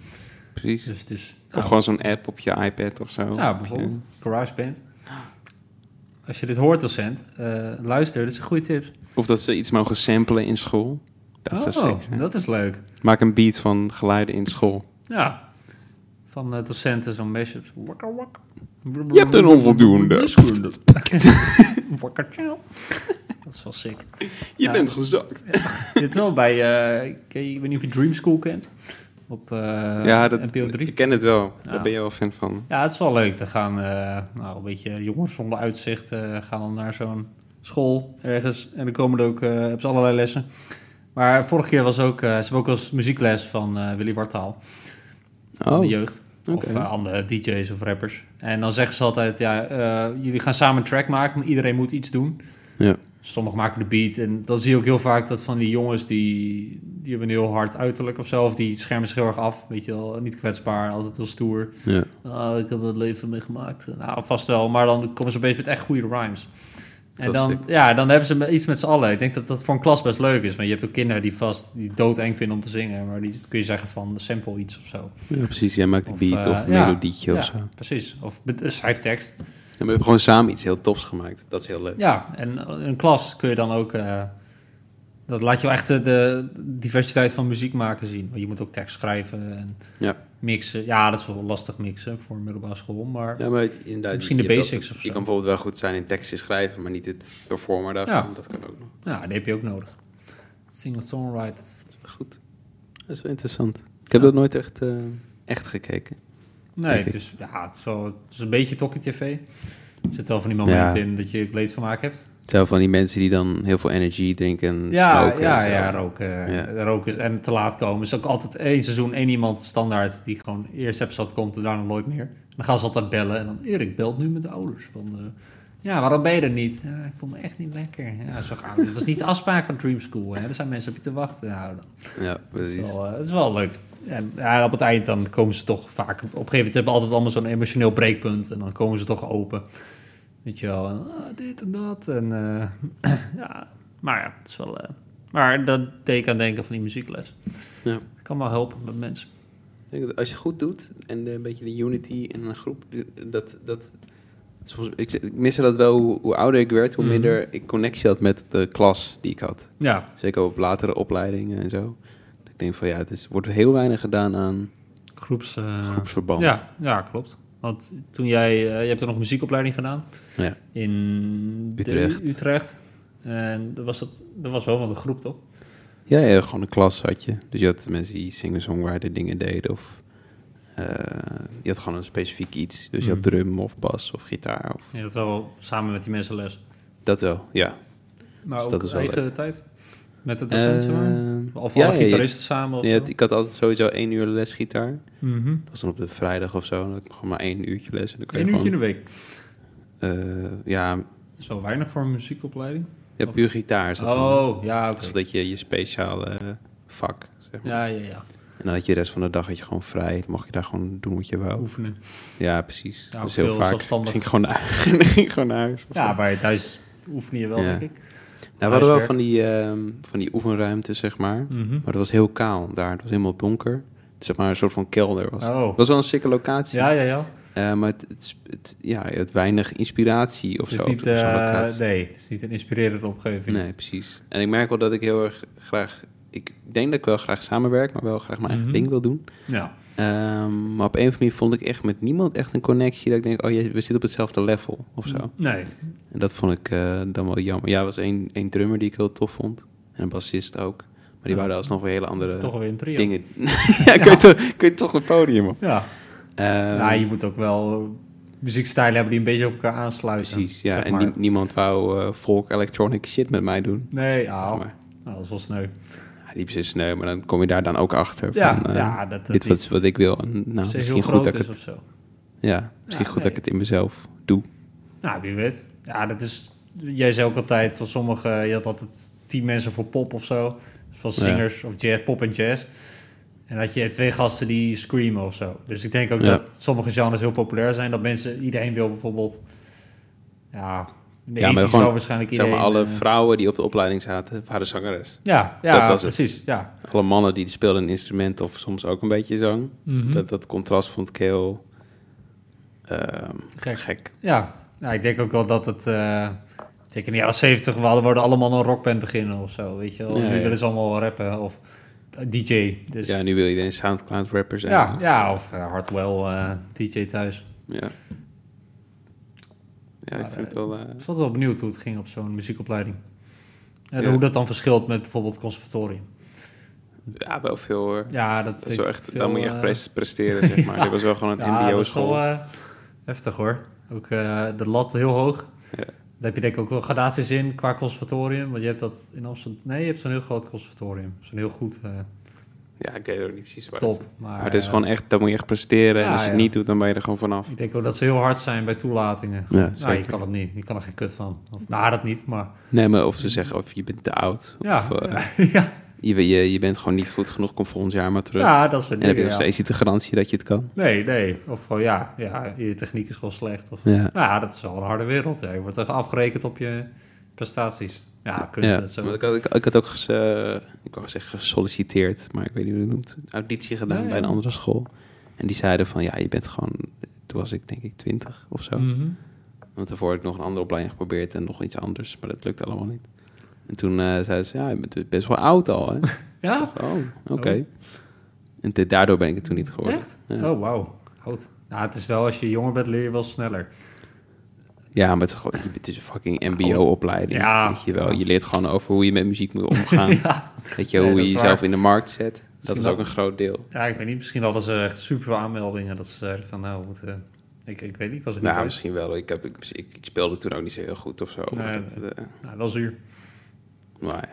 [SPEAKER 1] Precies.
[SPEAKER 2] Dus het is...
[SPEAKER 1] Of gewoon zo'n app op je iPad of zo.
[SPEAKER 2] ja, bijvoorbeeld GarageBand. Als je dit hoort docent, eh, luister, dat is een goede tip.
[SPEAKER 1] Of dat ze iets mogen samplen in school. Dat zou sick zijn.
[SPEAKER 2] Oh, dat is leuk.
[SPEAKER 1] Maak een beat van geluiden in school.
[SPEAKER 2] Ja. Van eh, docenten zo'n mashups. Wakka wak.
[SPEAKER 1] Je hebt een onvoldoende.
[SPEAKER 2] Wakka tjauw. Dat is wel sick.
[SPEAKER 1] Je bent gezakt.
[SPEAKER 2] Dit wel bij, eh, ken je- ik weet niet of je Dream School kent. Op eh
[SPEAKER 1] ja, dat,
[SPEAKER 2] NPO 3.
[SPEAKER 1] ik ken het wel.
[SPEAKER 2] Ja.
[SPEAKER 1] Daar ben je wel fan van.
[SPEAKER 2] Ja, het is wel leuk. Dan gaan eh, nou, een beetje jongens zonder uitzicht eh, gaan dan naar zo'n school ergens. En dan komen er ook, eh, hebben ze allerlei lessen. Maar vorige keer was ook, eh, ze hebben ook wel eens muziekles van eh, Willy Wartaal. Van de
[SPEAKER 4] Oh,
[SPEAKER 2] jeugd. Of eh, andere DJ's of rappers. En dan zeggen ze altijd, ja, eh, jullie gaan samen een track maken, maar iedereen moet iets doen.
[SPEAKER 4] Ja.
[SPEAKER 2] Sommigen maken de beat. En dan zie je ook heel vaak dat van die jongens, die, die hebben een heel hard uiterlijk of zo. Of die schermen zich heel erg af, weet je wel. Niet kwetsbaar, altijd heel stoer.
[SPEAKER 4] ja.
[SPEAKER 2] Ah, ik heb het leven meegemaakt. Nou, vast wel. Maar dan komen ze opeens met echt goede rhymes. En
[SPEAKER 4] Dat is
[SPEAKER 2] dan,
[SPEAKER 4] sick.
[SPEAKER 2] ja, dan hebben ze iets met z'n allen. Ik denk dat dat voor een klas best leuk is. Want je hebt ook kinderen die vast die doodeng vinden om te zingen. Maar die kun je zeggen van sample iets of zo.
[SPEAKER 4] ja, precies. Jij maakt een
[SPEAKER 2] Of,
[SPEAKER 4] beat
[SPEAKER 2] eh,
[SPEAKER 4] of een
[SPEAKER 2] ja,
[SPEAKER 4] melodietje
[SPEAKER 2] ja,
[SPEAKER 4] of zo. Ja,
[SPEAKER 2] Precies. Of be- eh, schrijftekst.
[SPEAKER 4] maar we hebben gewoon samen iets heel tops gemaakt. Dat is heel leuk.
[SPEAKER 2] Ja, en in een klas kun je dan ook... eh, dat laat je wel echt de, de diversiteit van muziek maken zien. Want je moet ook tekst schrijven en
[SPEAKER 4] Ja.
[SPEAKER 2] mixen. Ja, dat is wel lastig mixen voor een middelbare school. Maar
[SPEAKER 4] Ja, maar het- inderdaad,
[SPEAKER 2] Misschien
[SPEAKER 4] je
[SPEAKER 2] de
[SPEAKER 4] hebt wel-
[SPEAKER 2] basics of
[SPEAKER 4] Je
[SPEAKER 2] zo.
[SPEAKER 4] kan bijvoorbeeld wel goed zijn in teksten schrijven, maar niet het performen daarvan.
[SPEAKER 2] Ja.
[SPEAKER 4] Dat kan ook nog.
[SPEAKER 2] ja, die heb je ook nodig. Singer-songwriters.
[SPEAKER 4] Goed. Dat is wel interessant. Ik heb dat nooit echt, eh, echt gekeken.
[SPEAKER 2] Nee,
[SPEAKER 4] Denk
[SPEAKER 2] het
[SPEAKER 4] ik.
[SPEAKER 2] is, ja, het, is wel, het is een beetje Tokkie TV. Er zit wel van die momenten
[SPEAKER 4] Ja.
[SPEAKER 2] in dat je het leedvermaak hebt.
[SPEAKER 4] Terwijl van die mensen die dan heel veel energy drinken en
[SPEAKER 2] Ja,
[SPEAKER 4] smoken
[SPEAKER 2] ja,
[SPEAKER 4] en zo.
[SPEAKER 2] ja, roken,
[SPEAKER 4] Ja.
[SPEAKER 2] roken en te laat komen. Er is ook altijd één seizoen, één iemand standaard die gewoon eerst heb zat komt en daarna nooit meer. Dan gaan ze altijd bellen en dan Erik belt nu met de ouders. Van, eh, ja, waarom ben je er niet? Ja, ik voel me echt niet lekker. Ja, zo gaan we. Dat was niet de afspraak van Dream School. Hè. Er zijn mensen op je te wachten. Nou, dan
[SPEAKER 4] Ja, precies.
[SPEAKER 2] Het is wel, eh, het is wel leuk. En ja, op het eind dan komen ze toch vaak... Op een gegeven moment hebben we altijd allemaal zo'n emotioneel breekpunt. En dan komen ze toch open. Weet je wel. En, ah, dit en dat. En, eh, ja, maar ja, het is wel... eh, maar dat deed ik aan denken van die muziekles.
[SPEAKER 4] Ja.
[SPEAKER 2] Het kan wel helpen met mensen.
[SPEAKER 4] Ik denk dat als je het goed doet en eh, een beetje de unity in een groep, eh, dat. dat soms, ik, ik miste dat wel hoe, hoe ouder ik werd, hoe
[SPEAKER 2] Mhm.
[SPEAKER 4] minder ik connectie had met de klas die ik had.
[SPEAKER 2] Ja,
[SPEAKER 4] Zeker op latere opleidingen en zo. Dat ik denk van ja, het is, wordt heel weinig gedaan aan
[SPEAKER 2] groeps... eh,
[SPEAKER 4] groepsverband.
[SPEAKER 2] ja, ja, klopt. Want toen jij... eh, je hebt er nog een muziekopleiding gedaan.
[SPEAKER 4] Ja.
[SPEAKER 2] In de-
[SPEAKER 4] Utrecht.
[SPEAKER 2] Utrecht. En dat was, dat, dat was wel wat een groep, toch?
[SPEAKER 4] Ja, ja, gewoon een klas had je. Dus je had mensen die singer-songwriter dingen deden. Of eh, je had gewoon een specifiek iets. Dus je had
[SPEAKER 2] Mhm.
[SPEAKER 4] drum of bas of gitaar. Of,
[SPEAKER 2] Je had wel samen met die mensen les.
[SPEAKER 4] dat wel, ja.
[SPEAKER 2] Maar
[SPEAKER 4] Dus
[SPEAKER 2] ook
[SPEAKER 4] dat is wel
[SPEAKER 2] eigen tijd? Met de docent, zeg maar?
[SPEAKER 4] Eh,
[SPEAKER 2] Of
[SPEAKER 4] ja,
[SPEAKER 2] alle
[SPEAKER 4] ja, je-
[SPEAKER 2] gitaristen samen? Of
[SPEAKER 4] je
[SPEAKER 2] zo?
[SPEAKER 4] had- ik had altijd sowieso één uur les gitaar.
[SPEAKER 2] Mhm.
[SPEAKER 4] Dat was dan op de vrijdag of zo. Dan had ik gewoon maar één uurtje les. En dan kon je
[SPEAKER 2] Eén uurtje in de
[SPEAKER 4] gewoon,
[SPEAKER 2] week.
[SPEAKER 4] eh, ja,
[SPEAKER 2] Dat is wel weinig voor een muziekopleiding.
[SPEAKER 4] ja, puur gitaar. Zat dan.
[SPEAKER 2] Oh, ja, oké.
[SPEAKER 4] Zodat je je speciale eh, vak, zeg maar.
[SPEAKER 2] Ja, ja, ja.
[SPEAKER 4] En dan had je de rest van de dag had je gewoon vrij. Dan mocht je daar gewoon doen wat je wou.
[SPEAKER 2] Oefenen.
[SPEAKER 4] Ja, precies.
[SPEAKER 2] Nou,
[SPEAKER 4] dus heel
[SPEAKER 2] veel
[SPEAKER 4] vaak
[SPEAKER 2] zelfstandig.
[SPEAKER 4] ging ik gewoon naar, ging ik gewoon naar huis.
[SPEAKER 2] Ja, maar thuis oefen je wel,
[SPEAKER 4] Ja.
[SPEAKER 2] denk ik.
[SPEAKER 4] Nou, we hadden wel
[SPEAKER 2] Huiswerk.
[SPEAKER 4] van die, ehm, van die oefenruimtes, zeg maar.
[SPEAKER 2] Mhm.
[SPEAKER 4] Maar dat was heel kaal daar. Het was helemaal donker. Dus zeg maar een soort van kelder was. het.
[SPEAKER 2] Oh.
[SPEAKER 4] Het was wel een sikke locatie.
[SPEAKER 2] Ja, ja, ja.
[SPEAKER 4] Eh, maar het, het, het- ja, het weinig inspiratie of
[SPEAKER 2] Het is
[SPEAKER 4] zo. op
[SPEAKER 2] niet,
[SPEAKER 4] zo'n
[SPEAKER 2] eh,
[SPEAKER 4] locatie.
[SPEAKER 2] nee, het is niet een inspirerende omgeving.
[SPEAKER 4] Nee, precies. En ik merk wel dat ik heel erg graag... Ik denk dat ik wel graag samenwerk, maar wel graag mijn eigen
[SPEAKER 2] Mhm.
[SPEAKER 4] ding wil doen.
[SPEAKER 2] Ja.
[SPEAKER 4] Ehm, maar op een of andere manier vond ik echt met niemand echt een connectie. Dat ik denk, oh jee, we zitten op hetzelfde level of zo.
[SPEAKER 2] Nee.
[SPEAKER 4] En dat vond ik eh, dan wel jammer. Ja, er was één, één drummer die ik heel tof vond. En een bassist ook. Maar die
[SPEAKER 2] Ja.
[SPEAKER 4] waren alsnog weer hele andere
[SPEAKER 2] Toch weer een trio.
[SPEAKER 4] dingen. ja, kun je, toch, kun je toch een podium op.
[SPEAKER 2] Ja.
[SPEAKER 4] Ehm,
[SPEAKER 2] nou, je moet ook wel eh, muziekstijlen hebben die een beetje op elkaar aansluiten.
[SPEAKER 4] precies, ja.
[SPEAKER 2] zeg
[SPEAKER 4] en
[SPEAKER 2] maar.
[SPEAKER 4] nie- niemand wou eh folk electronic shit met mij doen.
[SPEAKER 2] Nee, ja.
[SPEAKER 4] Zeg maar. Ah,
[SPEAKER 2] Nou, dat is wel sneu.
[SPEAKER 4] Ja, die precies sneu, maar dan kom je daar dan ook achter.
[SPEAKER 2] Ja,
[SPEAKER 4] van, eh,
[SPEAKER 2] ja, dat- dat
[SPEAKER 4] dit
[SPEAKER 2] niet
[SPEAKER 4] is wat ik wil. En, nou,
[SPEAKER 2] Ze heel
[SPEAKER 4] misschien goed,
[SPEAKER 2] groot
[SPEAKER 4] dat
[SPEAKER 2] is
[SPEAKER 4] ik, het,
[SPEAKER 2] of zo.
[SPEAKER 4] ja, misschien
[SPEAKER 2] Ja,
[SPEAKER 4] goed dat ik het in mezelf doe.
[SPEAKER 2] Nou, wie weet. Ja, dat is... Jij zei ook altijd van sommige... Je had altijd tien mensen voor pop of zo. Dus Van zingers of jazz, pop en jazz. En had je twee gasten die screamen of zo. Dus ik denk ook
[SPEAKER 4] Ja.
[SPEAKER 2] dat sommige genres heel populair zijn. Dat mensen... Iedereen wil bijvoorbeeld... Ja, de
[SPEAKER 4] Ja,
[SPEAKER 2] ja,
[SPEAKER 4] maar
[SPEAKER 2] maar
[SPEAKER 4] gewoon,
[SPEAKER 2] E waarschijnlijk
[SPEAKER 4] Zeg
[SPEAKER 2] iedereen...
[SPEAKER 4] maar, alle
[SPEAKER 2] eh,
[SPEAKER 4] vrouwen die op de opleiding zaten, waren zangeres.
[SPEAKER 2] ja, ja
[SPEAKER 4] dat was het.
[SPEAKER 2] precies. Ja.
[SPEAKER 4] Alle mannen die speelden een instrument of soms ook een beetje zang.
[SPEAKER 2] Mhm.
[SPEAKER 4] Dat, dat contrast vond ik heel ehm,
[SPEAKER 2] Gek.
[SPEAKER 4] gek.
[SPEAKER 2] Ja. Nou, ik denk ook wel dat het... eh ik denk in de jaren 70 we hadden- worden allemaal een rockband beginnen of zo, weet je wel.
[SPEAKER 4] Ja,
[SPEAKER 2] nu
[SPEAKER 4] ja.
[SPEAKER 2] willen ze allemaal rappen of DJ. Dus
[SPEAKER 4] Ja, nu wil iedereen Soundcloud rapper zijn.
[SPEAKER 2] Ja, ja of eh, Hardwell, eh, DJ thuis.
[SPEAKER 4] ja. Ja, ik
[SPEAKER 2] Maar,
[SPEAKER 4] vind het wel... eh,
[SPEAKER 2] Ik was altijd wel benieuwd hoe het ging op zo'n muziekopleiding. En
[SPEAKER 4] Ja.
[SPEAKER 2] hoe dat dan verschilt met bijvoorbeeld het conservatorium.
[SPEAKER 4] ja, wel veel hoor.
[SPEAKER 2] Ja, dat,
[SPEAKER 4] Dat is wel echt,
[SPEAKER 2] veel,
[SPEAKER 4] daar moet je
[SPEAKER 2] eh,
[SPEAKER 4] echt pres- presteren, zeg maar. Dit was wel gewoon een
[SPEAKER 2] ja, dat is
[SPEAKER 4] mbo-school.
[SPEAKER 2] wel, eh, heftig hoor. Ook eh, de lat heel hoog.
[SPEAKER 4] Ja.
[SPEAKER 2] Daar heb je denk ik ook wel gradaties in qua conservatorium. Want je hebt dat in Amsterdam... Nee, je hebt zo'n heel groot conservatorium. Zo'n heel goed eh,
[SPEAKER 1] Ja, ik weet ook niet precies waar.
[SPEAKER 2] top. Maar,
[SPEAKER 1] Maar het is
[SPEAKER 2] eh,
[SPEAKER 1] gewoon echt, dat moet je echt presteren. en
[SPEAKER 2] ja,
[SPEAKER 1] als je het
[SPEAKER 2] ja.
[SPEAKER 1] niet doet, dan ben je er gewoon vanaf.
[SPEAKER 2] Ik denk ook dat ze heel hard zijn bij toelatingen.
[SPEAKER 4] Ja,
[SPEAKER 2] nou, je
[SPEAKER 4] zeker.
[SPEAKER 2] kan het niet. Je kan er geen kut van. Of, nou, dat niet, maar...
[SPEAKER 4] Nee, maar of ze zeggen of je bent te oud.
[SPEAKER 2] Ja,
[SPEAKER 4] Of eh,
[SPEAKER 2] ja,
[SPEAKER 4] je, ben- je, je bent gewoon niet goed genoeg, kom volgend jaar maar terug.
[SPEAKER 2] ja, dat soort
[SPEAKER 4] en dan heb je
[SPEAKER 2] dingen,
[SPEAKER 4] nog
[SPEAKER 2] ja.
[SPEAKER 4] steeds niet de garantie dat je het kan.
[SPEAKER 2] Nee, nee. Of gewoon, ja, ja, je techniek is gewoon slecht. Of,
[SPEAKER 4] Ja.
[SPEAKER 2] Nou ja, dat is wel een harde wereld. Ja. Je wordt echt afgerekend op je prestaties. Ja, kunst
[SPEAKER 4] Ja,
[SPEAKER 2] dat zo.
[SPEAKER 4] want ik, had, ik, ik had ook ges, eh, ik wou zeggen gesolliciteerd, maar ik weet niet hoe je het noemt. Auditie gedaan
[SPEAKER 2] Ja, ja.
[SPEAKER 4] bij een andere school. En die zeiden van, ja, je bent gewoon... Toen was ik denk ik twintig of zo.
[SPEAKER 2] Mhm.
[SPEAKER 4] Want daarvoor had ik nog een andere opleiding geprobeerd en nog iets anders. Maar dat lukte allemaal niet. En toen eh, zeiden ze, ja, je bent best wel oud al, hè?
[SPEAKER 2] Ja,
[SPEAKER 4] Oh, oké. En te- daardoor ben ik het toen niet geworden.
[SPEAKER 2] echt?
[SPEAKER 4] Ja.
[SPEAKER 2] Oh, wauw. Oud. Nou, het is wel, als je jonger bent, leer je wel sneller.
[SPEAKER 4] Ja, maar het is, gewoon, het is een fucking mbo-opleiding.
[SPEAKER 2] Ja.
[SPEAKER 4] Weet je wel. Je leert gewoon over hoe je met muziek moet omgaan.
[SPEAKER 2] Ja.
[SPEAKER 4] Weet je,
[SPEAKER 2] Nee,
[SPEAKER 4] hoe
[SPEAKER 2] dat
[SPEAKER 4] je
[SPEAKER 2] is waar.
[SPEAKER 4] jezelf in de markt zet. Dat
[SPEAKER 2] Misschien
[SPEAKER 4] is
[SPEAKER 2] wel.
[SPEAKER 4] ook een groot deel.
[SPEAKER 2] ja, ik weet niet. Misschien hadden ze echt super veel aanmeldingen. Dat ze zeiden van, nou, we moeten... Ik, ik weet niet, ik was het
[SPEAKER 4] Nou,
[SPEAKER 2] niet
[SPEAKER 4] misschien wel. Ik, heb, ik, ik- ik speelde toen ook niet zo heel goed of zo. maar
[SPEAKER 2] Nee,
[SPEAKER 4] dat,
[SPEAKER 2] nee.
[SPEAKER 4] eh,
[SPEAKER 2] bij. Nou, wel zuur.
[SPEAKER 4] nou ja.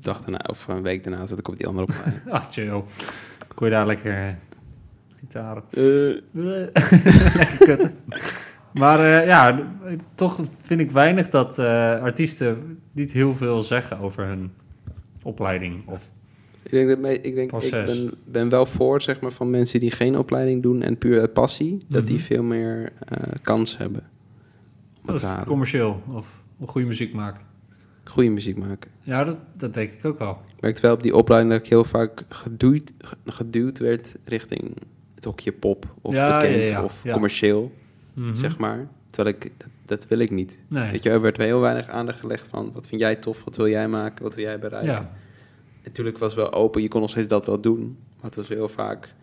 [SPEAKER 4] Dag daarna, of een week daarna zat ik op die andere opleiding.
[SPEAKER 2] Ah, chill. Kon je daar lekker eh, gitaren. Kutten. Maar eh, ja, toch vind ik weinig dat eh, artiesten niet heel veel zeggen over hun opleiding. Of,
[SPEAKER 4] ik denk, dat mij- ik, denk ik
[SPEAKER 2] Proces.
[SPEAKER 4] ben, ben wel voor zeg maar, van mensen die geen opleiding doen en puur uit passie, dat
[SPEAKER 2] Mhm.
[SPEAKER 4] die veel meer eh, kans hebben. Om het te
[SPEAKER 2] of
[SPEAKER 4] halen.
[SPEAKER 2] commercieel, of goede muziek maken.
[SPEAKER 4] Goede muziek maken.
[SPEAKER 2] Ja, dat, dat denk ik ook wel.
[SPEAKER 4] Ik merkte wel op die opleiding dat ik heel vaak geduwd, ge- geduwd werd richting het hokje pop of
[SPEAKER 2] Ja, ja,
[SPEAKER 4] bekend
[SPEAKER 2] ja, ja.
[SPEAKER 4] of
[SPEAKER 2] Ja.
[SPEAKER 4] commercieel,
[SPEAKER 2] Mhm.
[SPEAKER 4] zeg maar. Terwijl ik, dat, dat wil ik niet.
[SPEAKER 2] Nee.
[SPEAKER 4] Weet je, er werd heel weinig aandacht gelegd van wat vind jij tof, wat wil jij maken, wat wil jij bereiken.
[SPEAKER 2] Ja,
[SPEAKER 4] Natuurlijk was het wel open, je kon nog steeds dat wel doen, maar het was heel vaak,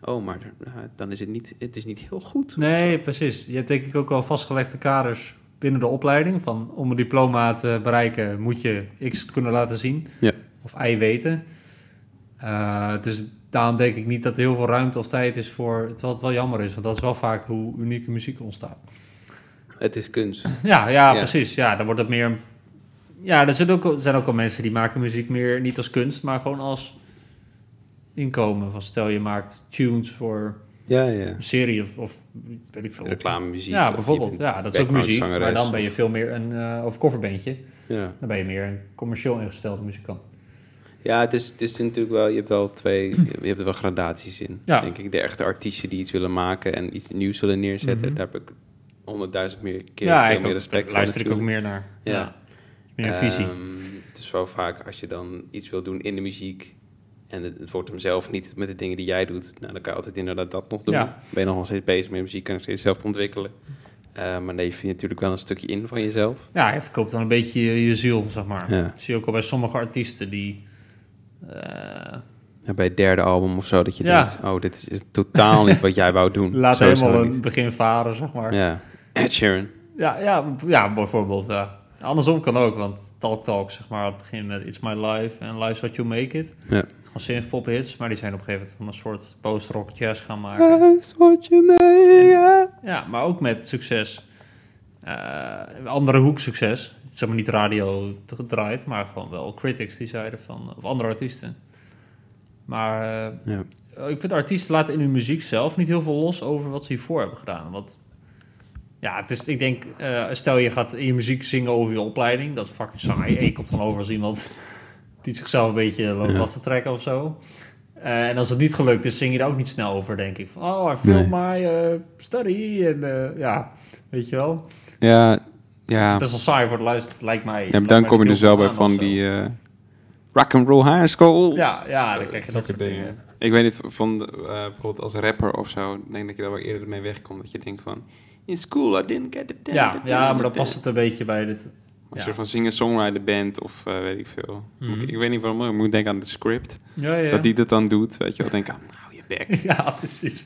[SPEAKER 4] oh, maar er- nou, dan is het niet, het is niet heel goed.
[SPEAKER 2] nee, precies. Je hebt denk ik ook wel vastgelegde kaders binnen de opleiding. Van om een diploma te bereiken moet je X kunnen laten zien.
[SPEAKER 4] Ja.
[SPEAKER 2] Of Y weten. Eh, dus daarom denk ik niet dat er heel veel ruimte of tijd is voor... Terwijl het wel jammer is, want dat is wel vaak hoe unieke muziek ontstaat.
[SPEAKER 4] Het is kunst.
[SPEAKER 2] Ja, ja,
[SPEAKER 4] Ja.
[SPEAKER 2] precies. Ja, dan wordt het meer. Ja, er zijn ook, er zijn ook al mensen die maken muziek meer niet als kunst, maar gewoon als inkomen. Van stel je maakt tunes voor
[SPEAKER 4] Ja, ja.
[SPEAKER 2] een serie of, of weet ik veel.
[SPEAKER 4] Reclame muziek.
[SPEAKER 2] Ja, bijvoorbeeld. Ja, dat is ook muziek. Maar dan ben je veel meer een eh of coverbandje.
[SPEAKER 4] Ja.
[SPEAKER 2] Dan ben je meer een commercieel ingestelde muzikant.
[SPEAKER 4] Ja, het is, het is natuurlijk wel, je hebt wel twee, je hebt er wel gradaties in.
[SPEAKER 2] Ja.
[SPEAKER 4] Denk ik, de echte artiesten die iets willen maken en iets nieuws willen neerzetten, daar heb ik honderdduizend meer keer
[SPEAKER 2] Mhm. ja,
[SPEAKER 4] veel
[SPEAKER 2] ik
[SPEAKER 4] meer
[SPEAKER 2] ook-
[SPEAKER 4] respect voor.
[SPEAKER 2] luister ik ook
[SPEAKER 4] natuurlijk.
[SPEAKER 2] meer naar.
[SPEAKER 4] Ja.
[SPEAKER 2] Meer een visie.
[SPEAKER 4] Ehm, het is wel vaak als je dan iets wil doen in de muziek en het, het wordt hem zelf niet met de dingen die jij doet, nou, dan kan je altijd inderdaad dat nog doen.
[SPEAKER 2] Ja.
[SPEAKER 4] Ben je nog wel steeds bezig met muziek, kan je nog steeds zelf ontwikkelen. Eh, maar nee, je vindt natuurlijk wel een stukje in van jezelf.
[SPEAKER 2] Ja, je verkoopt dan een beetje je, je ziel, zeg maar.
[SPEAKER 4] Ja.
[SPEAKER 2] Dat zie je ook al bij sommige artiesten die... eh,
[SPEAKER 4] Ja, Bij het derde album of zo, dat je
[SPEAKER 2] Ja.
[SPEAKER 4] denkt, oh, dit is, is totaal niet wat jij wou doen.
[SPEAKER 2] laat
[SPEAKER 4] Sowieso
[SPEAKER 2] helemaal een
[SPEAKER 4] niet.
[SPEAKER 2] begin varen, zeg maar.
[SPEAKER 4] Ja. Ed Sheeran.
[SPEAKER 2] Ja, ja, b- ja bijvoorbeeld. ja. Andersom kan ook, want Talk Talk, zeg maar, het begint met It's My Life en Life's What You Make It.
[SPEAKER 4] Ja.
[SPEAKER 2] Gewoon synthpop hits, maar die zijn op een gegeven moment een soort post-rock jazz gaan maken. Ja, maar ook met succes. Eh, andere hoek succes. Het is helemaal niet radio te- gedraaid, maar gewoon wel critics die zeiden van, of andere artiesten. Maar eh,
[SPEAKER 4] Ja.
[SPEAKER 2] ik vind artiesten laten in hun muziek zelf niet heel veel los over wat ze hiervoor hebben gedaan. Want ja, het is, ik denk, eh, stel je gaat in je muziek zingen over je opleiding, dat is fucking saai. Je komt dan over als iemand die zichzelf een beetje loopt
[SPEAKER 4] Ja.
[SPEAKER 2] af te trekken of zo. Eh, en als het niet gelukt is, zing je daar ook niet snel over, denk ik. Van, oh, I feel my eh, study. En eh, ja, weet je wel.
[SPEAKER 1] Ja,
[SPEAKER 2] Het is
[SPEAKER 1] ja.
[SPEAKER 2] best wel saai voor het luisteren, lijkt mij.
[SPEAKER 1] En
[SPEAKER 2] Lijkt mij
[SPEAKER 1] dan kom je
[SPEAKER 2] niet
[SPEAKER 1] dus
[SPEAKER 2] heel
[SPEAKER 1] wel
[SPEAKER 2] veel
[SPEAKER 1] bij
[SPEAKER 2] aan
[SPEAKER 1] van
[SPEAKER 2] of zo.
[SPEAKER 1] die eh rock and roll high school.
[SPEAKER 2] Ja, ja,
[SPEAKER 1] eh,
[SPEAKER 2] dan krijg je dat soort
[SPEAKER 1] Zulke
[SPEAKER 2] dingen.
[SPEAKER 1] Ik weet niet, van de, eh, bijvoorbeeld als rapper of zo, ik denk dat je daar wel eerder mee wegkomt. Dat je denkt van, in school I didn't get the
[SPEAKER 2] Ja, ja, maar dan past het een beetje bij dit.
[SPEAKER 1] Als
[SPEAKER 2] ja. Mhm.
[SPEAKER 1] je van singer-songwriter bent of eh, weet ik veel. ik, ik weet niet waarom, maar ik moet denken aan de script.
[SPEAKER 2] Ja, ja.
[SPEAKER 1] Dat die dat dan doet, weet je wel. denk ik, ah, nou je bek.
[SPEAKER 2] ja, precies.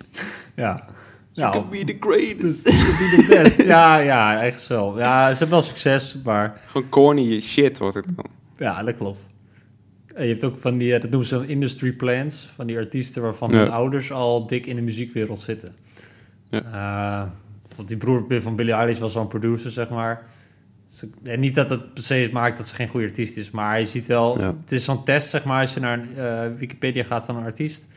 [SPEAKER 2] Ja.
[SPEAKER 1] You
[SPEAKER 2] Nou,
[SPEAKER 1] can be the greatest.
[SPEAKER 2] de best. Ja, ja, echt wel. Ja, ze hebben wel succes, maar
[SPEAKER 1] Gewoon corny shit wordt het dan.
[SPEAKER 2] ja, dat klopt. En je hebt ook van die, eh, dat noemen ze dan industry plans, van die artiesten waarvan
[SPEAKER 1] Ja.
[SPEAKER 2] hun ouders al dik in de muziekwereld zitten.
[SPEAKER 1] Ja.
[SPEAKER 2] Eh, want die broer van Billie Eilish was al een producer, zeg maar. Ze- en niet dat het per se het maakt dat ze geen goede artiest is, maar je ziet wel,
[SPEAKER 4] Ja.
[SPEAKER 2] het is zo'n test, zeg maar, als je naar eh, Wikipedia gaat van een artiest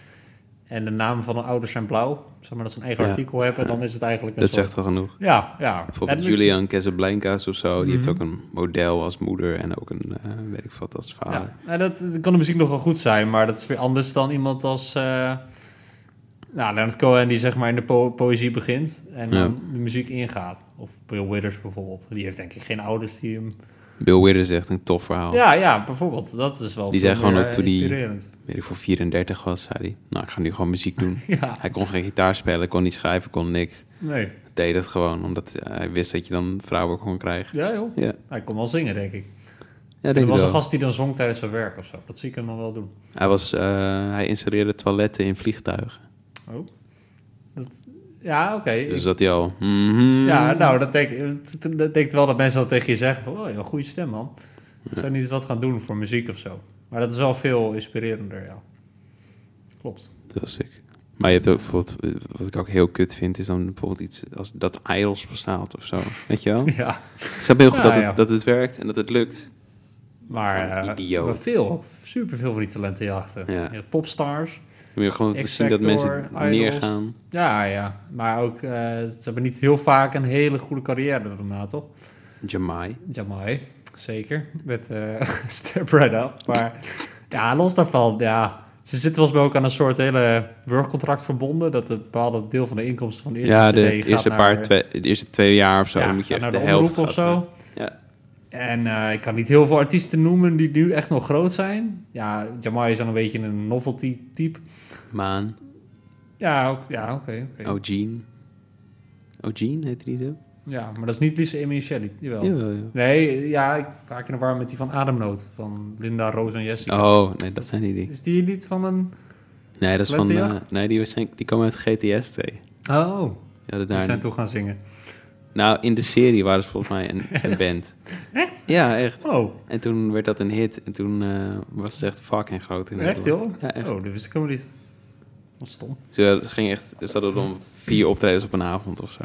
[SPEAKER 2] en de namen van de ouders zijn blauw, zeg maar dat ze een eigen
[SPEAKER 4] Ja.
[SPEAKER 2] artikel hebben, dan is het eigenlijk een
[SPEAKER 4] Dat
[SPEAKER 2] soort...
[SPEAKER 4] zegt wel genoeg.
[SPEAKER 2] Ja, ja.
[SPEAKER 4] Bijvoorbeeld
[SPEAKER 2] En- Mhm.
[SPEAKER 4] Julian Casablancas of zo, die heeft ook een model als moeder en ook een, eh, weet ik wat, als vader.
[SPEAKER 2] Ja, nou, dat, dat kan de muziek nog wel goed zijn, maar dat is weer anders dan iemand als eh nou, Leonard Cohen die zeg maar in de po- poëzie begint en dan de muziek ingaat. Of Bill Withers bijvoorbeeld. Die heeft denk ik geen ouders die hem...
[SPEAKER 4] Bill Withers is echt een tof verhaal.
[SPEAKER 2] Ja, ja, bijvoorbeeld. Dat is wel
[SPEAKER 4] Oh. Die zei
[SPEAKER 2] veel
[SPEAKER 4] gewoon
[SPEAKER 2] meer,
[SPEAKER 4] ook
[SPEAKER 2] eh,
[SPEAKER 4] toen die-
[SPEAKER 2] inspirerend.
[SPEAKER 4] Weet ik voor 34 was, zei hij. Nou, ik ga nu gewoon muziek doen.
[SPEAKER 2] Ja,
[SPEAKER 4] Hij kon geen gitaar spelen, kon niet schrijven, kon niks.
[SPEAKER 2] nee.
[SPEAKER 4] Hij deed het gewoon, omdat hij wist dat je dan vrouwen kon krijgen.
[SPEAKER 2] Ja, joh.
[SPEAKER 4] Ja,
[SPEAKER 2] Hij kon wel zingen, denk ik.
[SPEAKER 4] ja denk
[SPEAKER 2] Er
[SPEAKER 4] ik
[SPEAKER 2] was
[SPEAKER 4] wel.
[SPEAKER 2] een gast die dan zong tijdens zijn werk of zo. Dat zie ik hem dan wel doen.
[SPEAKER 4] Hij, was, eh, hij installeerde toiletten in vliegtuigen.
[SPEAKER 2] Oh. Dat, ja, oké.
[SPEAKER 4] Dus dat hij al... mhm.
[SPEAKER 2] Ja, nou, dat denkt dat denkt wel dat mensen dat tegen je zeggen. Van, oh, je hebt een goede stem, man. Zou je niet wat gaan doen voor muziek of zo? Maar dat is wel veel inspirerender, ja. Klopt.
[SPEAKER 4] Dat was sick. Maar je hebt ook bijvoorbeeld, eh, wat ik ook heel kut vind, is dan bijvoorbeeld iets als dat IELTS bestaat of zo. Weet je wel? Ik
[SPEAKER 2] Ja,
[SPEAKER 4] snap heel goed
[SPEAKER 2] Ja,
[SPEAKER 4] dat, het,
[SPEAKER 2] ja.
[SPEAKER 4] dat het werkt en dat het lukt.
[SPEAKER 2] maar
[SPEAKER 4] Gewoon
[SPEAKER 2] eh,
[SPEAKER 4] idioot.
[SPEAKER 2] maar veel, superveel van die talentenjachten.
[SPEAKER 4] Ja.
[SPEAKER 2] Ja, Popstars.
[SPEAKER 4] Je moet gewoon
[SPEAKER 2] X
[SPEAKER 4] zien dat
[SPEAKER 2] Factor,
[SPEAKER 4] mensen
[SPEAKER 2] Idols.
[SPEAKER 4] neergaan.
[SPEAKER 2] Ja, ja. Maar ook, eh, ze hebben niet heel vaak een hele goede carrière daarna, toch?
[SPEAKER 4] Jamai.
[SPEAKER 2] Jamai, zeker. Met eh, Step Right Up. Maar ja, los daarvan, ja. Ze zitten volgens mij ook aan een soort hele workcontract verbonden. Dat een bepaald deel van de inkomsten van de eerste
[SPEAKER 4] Ja,
[SPEAKER 2] CD
[SPEAKER 4] de
[SPEAKER 2] gaat
[SPEAKER 4] eerste,
[SPEAKER 2] naar-
[SPEAKER 4] paar twee, de eerste twee jaar of zo
[SPEAKER 2] ja,
[SPEAKER 4] moet
[SPEAKER 2] gaat
[SPEAKER 4] je echt
[SPEAKER 2] naar
[SPEAKER 4] de,
[SPEAKER 2] de,
[SPEAKER 4] helft
[SPEAKER 2] omroep of
[SPEAKER 4] gaat-
[SPEAKER 2] zo.
[SPEAKER 4] Ja.
[SPEAKER 2] En eh, ik kan niet heel veel artiesten noemen die nu echt nog groot zijn. Ja, Jamai is dan een beetje een novelty type.
[SPEAKER 4] Maan.
[SPEAKER 2] Ja, ook- ja oké. oké.
[SPEAKER 4] Eugene. Eugene heet die zo?
[SPEAKER 2] Ja, maar dat is niet Lisa Amy en Shelley. Jawel.
[SPEAKER 4] Jawel, ja.
[SPEAKER 2] Nee, ja, ik raak in de war met die van Ademnood. Van Linda, Roos en Jessica.
[SPEAKER 4] Oh, nee, dat zijn niet die.
[SPEAKER 2] Is die niet van een...
[SPEAKER 4] Nee, dat is van... eh,
[SPEAKER 2] Talentenjacht?
[SPEAKER 4] nee, die, waarschijnlijk- die komen uit GTS 2.
[SPEAKER 2] Oh,
[SPEAKER 4] Ja, dat
[SPEAKER 2] die
[SPEAKER 4] daar
[SPEAKER 2] zijn toen gaan zingen.
[SPEAKER 4] Nou, in de serie waren ze volgens mij een, een band. Ja, echt.
[SPEAKER 2] Oh,
[SPEAKER 4] En toen werd dat een hit. En toen eh, was het echt fucking groot in
[SPEAKER 2] echt
[SPEAKER 4] Nederland.
[SPEAKER 2] joh?
[SPEAKER 4] Ja, echt.
[SPEAKER 2] Oh, dat wist ik helemaal niet. Wat stom.
[SPEAKER 4] Ze, hadden- ging echt, ze hadden dan vier optredens op een avond of zo.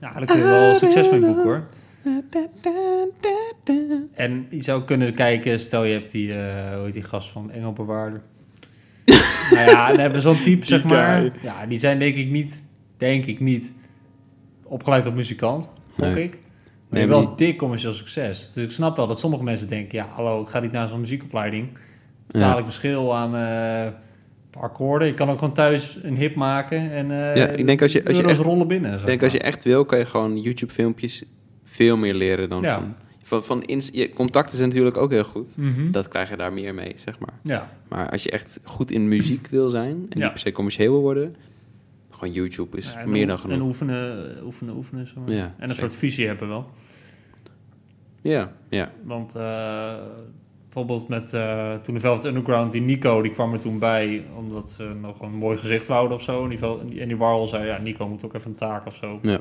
[SPEAKER 2] Ja, daar kun je wel succes mee boeken hoor. En je zou kunnen kijken, stel je hebt die, eh, hoe heet die gast van Engelbewaarder. nou ja, dan hebben we zo'n type, zeg maar. Ja, die zijn denk ik niet, denk ik niet, opgeleid tot muzikant, gok
[SPEAKER 4] Nee.
[SPEAKER 2] ik. Maar
[SPEAKER 4] Nee,
[SPEAKER 2] je
[SPEAKER 4] maar
[SPEAKER 2] hebt wel dik commercieel succes. Dus ik snap wel dat sommige mensen denken, ja, hallo, ik ga niet naar zo'n muziekopleiding. Betaal
[SPEAKER 4] Ja.
[SPEAKER 2] ik verschil aan eh, akkoorden. Ik kan ook gewoon thuis een hip maken en eh
[SPEAKER 4] Ja, ik denk als je- als je
[SPEAKER 2] euro's
[SPEAKER 4] echt-
[SPEAKER 2] rollen binnen. zeg
[SPEAKER 4] Ik denk als je
[SPEAKER 2] maar.
[SPEAKER 4] echt wil, kan je gewoon YouTube-filmpjes veel meer leren dan
[SPEAKER 2] Ja.
[SPEAKER 4] van... Van, van ins- je contacten zijn natuurlijk ook heel goed.
[SPEAKER 2] Mhm.
[SPEAKER 4] Dat krijg je daar meer mee, zeg maar.
[SPEAKER 2] Ja,
[SPEAKER 4] Maar als je echt goed in muziek wil zijn en
[SPEAKER 2] Ja.
[SPEAKER 4] niet per se commercieel wil worden, gewoon YouTube is
[SPEAKER 2] Ja, en
[SPEAKER 4] meer
[SPEAKER 2] oe-
[SPEAKER 4] dan genoeg.
[SPEAKER 2] En oefenen, oefenen, oefenen. zeg maar.
[SPEAKER 4] Ja,
[SPEAKER 2] en een
[SPEAKER 4] zeker.
[SPEAKER 2] soort visie hebben wel.
[SPEAKER 4] Ja, ja.
[SPEAKER 2] Want eh, bijvoorbeeld met eh, toen de Velvet Underground, die Nico, die kwam er toen bij omdat ze nog een mooi gezicht wouden of zo. En die, Vel- en die- en die Warhol zei, ja, Nico moet ook even een taak of zo.
[SPEAKER 4] Ja.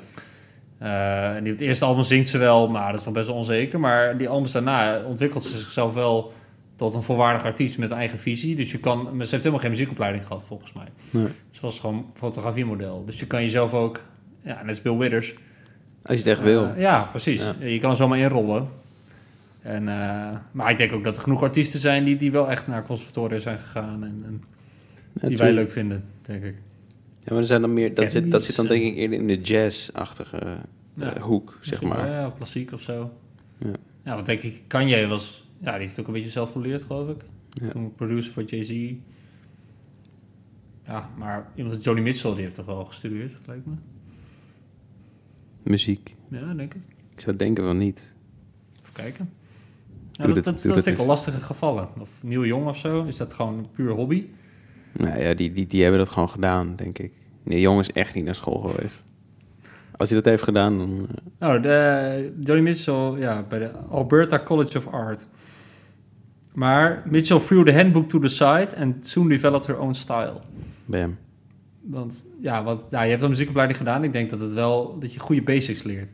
[SPEAKER 2] Eh, en die, het eerste album zingt ze wel, maar dat is nog best wel onzeker. Maar die albums daarna ontwikkelt ze zichzelf wel tot een volwaardig artiest met eigen visie. Dus je kan, maar ze heeft helemaal geen muziekopleiding gehad volgens mij.
[SPEAKER 4] Nee.
[SPEAKER 2] Ze was gewoon fotografiemodel. Dus je kan jezelf ook, ja, net als Bill Withers,
[SPEAKER 4] Als je het echt wil.
[SPEAKER 2] eh, ja, precies.
[SPEAKER 4] Ja.
[SPEAKER 2] Je kan er zomaar inrollen. En, eh, maar ik denk ook dat er genoeg artiesten zijn die, die wel echt naar conservatoria zijn gegaan. En, en
[SPEAKER 4] Ja,
[SPEAKER 2] die wij
[SPEAKER 4] tuurlijk.
[SPEAKER 2] leuk vinden, denk ik.
[SPEAKER 4] Ja, maar er zijn dan meer, dat,
[SPEAKER 2] Ja,
[SPEAKER 4] zit,
[SPEAKER 2] die
[SPEAKER 4] dat
[SPEAKER 2] is,
[SPEAKER 4] zit dan
[SPEAKER 2] eh,
[SPEAKER 4] denk ik eerder in de jazz-achtige eh,
[SPEAKER 2] Ja.
[SPEAKER 4] hoek, zeg
[SPEAKER 2] Misschien wel,
[SPEAKER 4] maar.
[SPEAKER 2] Ja, of klassiek of zo.
[SPEAKER 4] Ja.
[SPEAKER 2] ja, want denk ik, Kanye was... Ja, die heeft ook een beetje zelf geleerd, geloof ik.
[SPEAKER 4] Ja.
[SPEAKER 2] Toen producer voor Jay-Z. Ja, maar iemand als Johnny Mitchell, die heeft toch wel gestudeerd, lijkt me.
[SPEAKER 4] Muziek.
[SPEAKER 2] Ja, ik denk het.
[SPEAKER 4] Ik zou denken van niet.
[SPEAKER 2] Even kijken. Ja,
[SPEAKER 4] Doe
[SPEAKER 2] dat, dat,
[SPEAKER 4] dit, doe
[SPEAKER 2] dat
[SPEAKER 4] dit
[SPEAKER 2] vind ik wel
[SPEAKER 4] eens.
[SPEAKER 2] lastige gevallen. Of Neil Jong of zo, is dat gewoon puur hobby?
[SPEAKER 4] Nou ja, die, die, die hebben dat gewoon gedaan, denk ik. Nee, jongen is echt niet naar school geweest. Als hij dat heeft gedaan, dan... eh,
[SPEAKER 2] Nou, de, Johnny Mitchell, ja, bij de Alberta College of Art. Maar Mitchell threw the handbook to the side and soon developed her own style.
[SPEAKER 4] bam.
[SPEAKER 2] Want ja, wat, ja je hebt een muziekopleiding gedaan. Ik denk dat het wel dat je goede basics leert.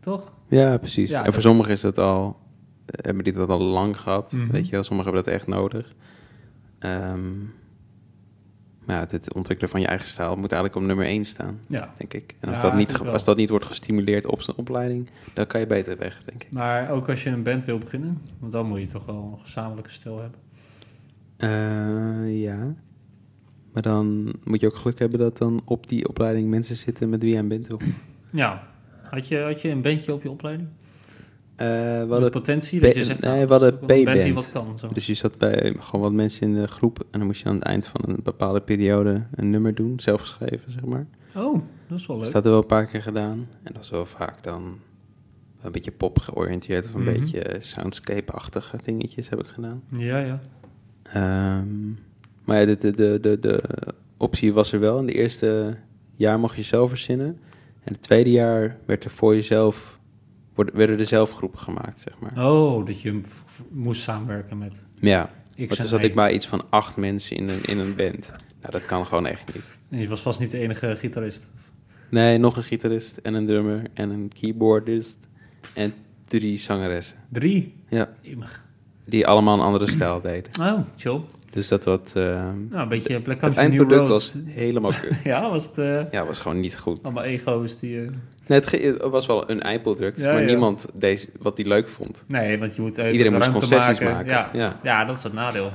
[SPEAKER 2] Toch?
[SPEAKER 4] Ja, precies.
[SPEAKER 2] Ja,
[SPEAKER 4] en
[SPEAKER 2] dat-
[SPEAKER 4] voor sommigen is dat al... Hebben die dat al
[SPEAKER 2] Mhm.
[SPEAKER 4] lang gehad, weet je wel. Sommigen hebben dat echt nodig. Ehm, Maar ja, het- het ontwikkelen van je eigen stijl moet eigenlijk op nummer 1 staan,
[SPEAKER 2] Ja.
[SPEAKER 4] denk ik. En als,
[SPEAKER 2] Ja,
[SPEAKER 4] dat, niet,
[SPEAKER 2] eigenlijk
[SPEAKER 4] ge-
[SPEAKER 2] wel.
[SPEAKER 4] als dat niet wordt gestimuleerd op zijn opleiding, dan kan je beter weg, denk ik.
[SPEAKER 2] Maar ook als je een band wil beginnen, want dan moet je toch wel een gezamenlijke stijl hebben.
[SPEAKER 4] Eh, ja. Maar dan moet je ook geluk hebben dat dan op die opleiding mensen zitten met wie je aan bent. toch?
[SPEAKER 2] Ja. Had je, had je een bandje op je opleiding?
[SPEAKER 4] Eh, we
[SPEAKER 2] Met
[SPEAKER 4] hadden-
[SPEAKER 2] potentie?
[SPEAKER 4] P-
[SPEAKER 2] Dat je zegt, nou,
[SPEAKER 4] nee, we hadden
[SPEAKER 2] dat is ook wel een band die
[SPEAKER 4] P-band.
[SPEAKER 2] wat kan. Zo.
[SPEAKER 4] dus je zat bij gewoon wat mensen in de groep en dan moest je aan het eind van een bepaalde periode een nummer doen, zelf geschreven, zeg maar.
[SPEAKER 2] oh, dat is wel leuk.
[SPEAKER 4] Dus dat hebben we wel een paar keer gedaan. En dat is wel vaak dan een beetje pop georiënteerd of een
[SPEAKER 2] Mhm.
[SPEAKER 4] beetje soundscape-achtige dingetjes heb ik gedaan.
[SPEAKER 2] Ja, ja.
[SPEAKER 4] Ehm, maar ja, de, de, de, de, de optie was er wel. In het eerste jaar mocht je zelf verzinnen. En het tweede jaar werd er voor jezelf, worden- werden er zelf groepen gemaakt, zeg maar.
[SPEAKER 2] Oh, dat je v- v- moest samenwerken met
[SPEAKER 4] Ja,
[SPEAKER 2] X
[SPEAKER 4] want
[SPEAKER 2] en
[SPEAKER 4] toen zat
[SPEAKER 2] Y.
[SPEAKER 4] ik maar iets van acht mensen in een, in een band. Nou, dat kan gewoon echt niet.
[SPEAKER 2] En je was vast niet de enige gitarist.
[SPEAKER 4] Nee, nog een gitarist en een drummer en een keyboardist en drie zangeressen.
[SPEAKER 2] Drie.
[SPEAKER 4] Ja,
[SPEAKER 2] Immig.
[SPEAKER 4] die allemaal een andere stijl deden.
[SPEAKER 2] Oh, chill.
[SPEAKER 4] Dus dat wat... ehm,
[SPEAKER 2] Nou, een beetje Black
[SPEAKER 4] het
[SPEAKER 2] Country New
[SPEAKER 4] eindproduct
[SPEAKER 2] Road.
[SPEAKER 4] was helemaal kut.
[SPEAKER 2] Ja, was het eh,
[SPEAKER 4] Ja, was gewoon niet goed.
[SPEAKER 2] allemaal ego's die... eh,
[SPEAKER 4] Nee, het ge- het was wel een eindproduct,
[SPEAKER 2] Ja,
[SPEAKER 4] maar
[SPEAKER 2] ja.
[SPEAKER 4] niemand deed wat hij leuk vond.
[SPEAKER 2] Nee, want je moet even
[SPEAKER 4] Iedereen moest
[SPEAKER 2] ruimte
[SPEAKER 4] concessies
[SPEAKER 2] maken.
[SPEAKER 4] maken,
[SPEAKER 2] Ja. Ja.
[SPEAKER 4] ja.
[SPEAKER 2] dat is het nadeel.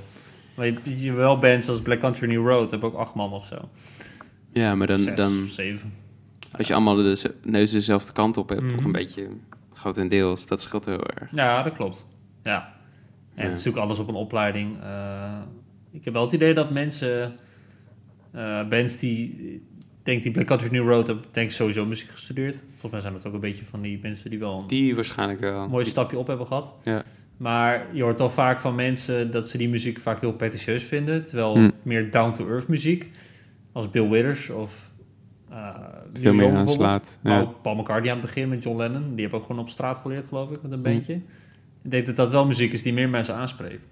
[SPEAKER 2] Maar je, je wel bands als Black Country New Road hebben ook acht man of zo.
[SPEAKER 4] Ja, maar dan,
[SPEAKER 2] Zes,
[SPEAKER 4] dan
[SPEAKER 2] zeven.
[SPEAKER 4] als je allemaal de ze- neus dezelfde kant op hebt,
[SPEAKER 2] Mhm.
[SPEAKER 4] of een beetje grotendeels, dat scheelt heel erg.
[SPEAKER 2] Ja, dat klopt. Ja. En
[SPEAKER 4] Ja.
[SPEAKER 2] het is natuurlijk alles op een opleiding. Eh, ik heb wel het idee dat mensen, eh, bands die, ik denk die Black Country New Road hebben, denk ik sowieso muziek gestudeerd. Volgens mij zijn dat ook een beetje van die mensen die wel een
[SPEAKER 4] Die waarschijnlijk wel.
[SPEAKER 2] mooi stapje op hebben gehad.
[SPEAKER 4] Ja.
[SPEAKER 2] Maar je hoort al vaak van mensen dat ze die muziek vaak heel pretentieus vinden. Terwijl
[SPEAKER 4] Hm.
[SPEAKER 2] meer down-to-earth muziek, als Bill Withers of eh
[SPEAKER 4] Veel
[SPEAKER 2] Neil
[SPEAKER 4] meer
[SPEAKER 2] Young bijvoorbeeld.
[SPEAKER 4] aanslaat,
[SPEAKER 2] Maar
[SPEAKER 4] ja.
[SPEAKER 2] ook Paul McCartney aan het begin met John Lennon. Die hebben ook gewoon op straat geleerd, geloof ik, met
[SPEAKER 4] Hm.
[SPEAKER 2] een bandje. Ik denk dat dat wel muziek is die meer mensen aanspreekt.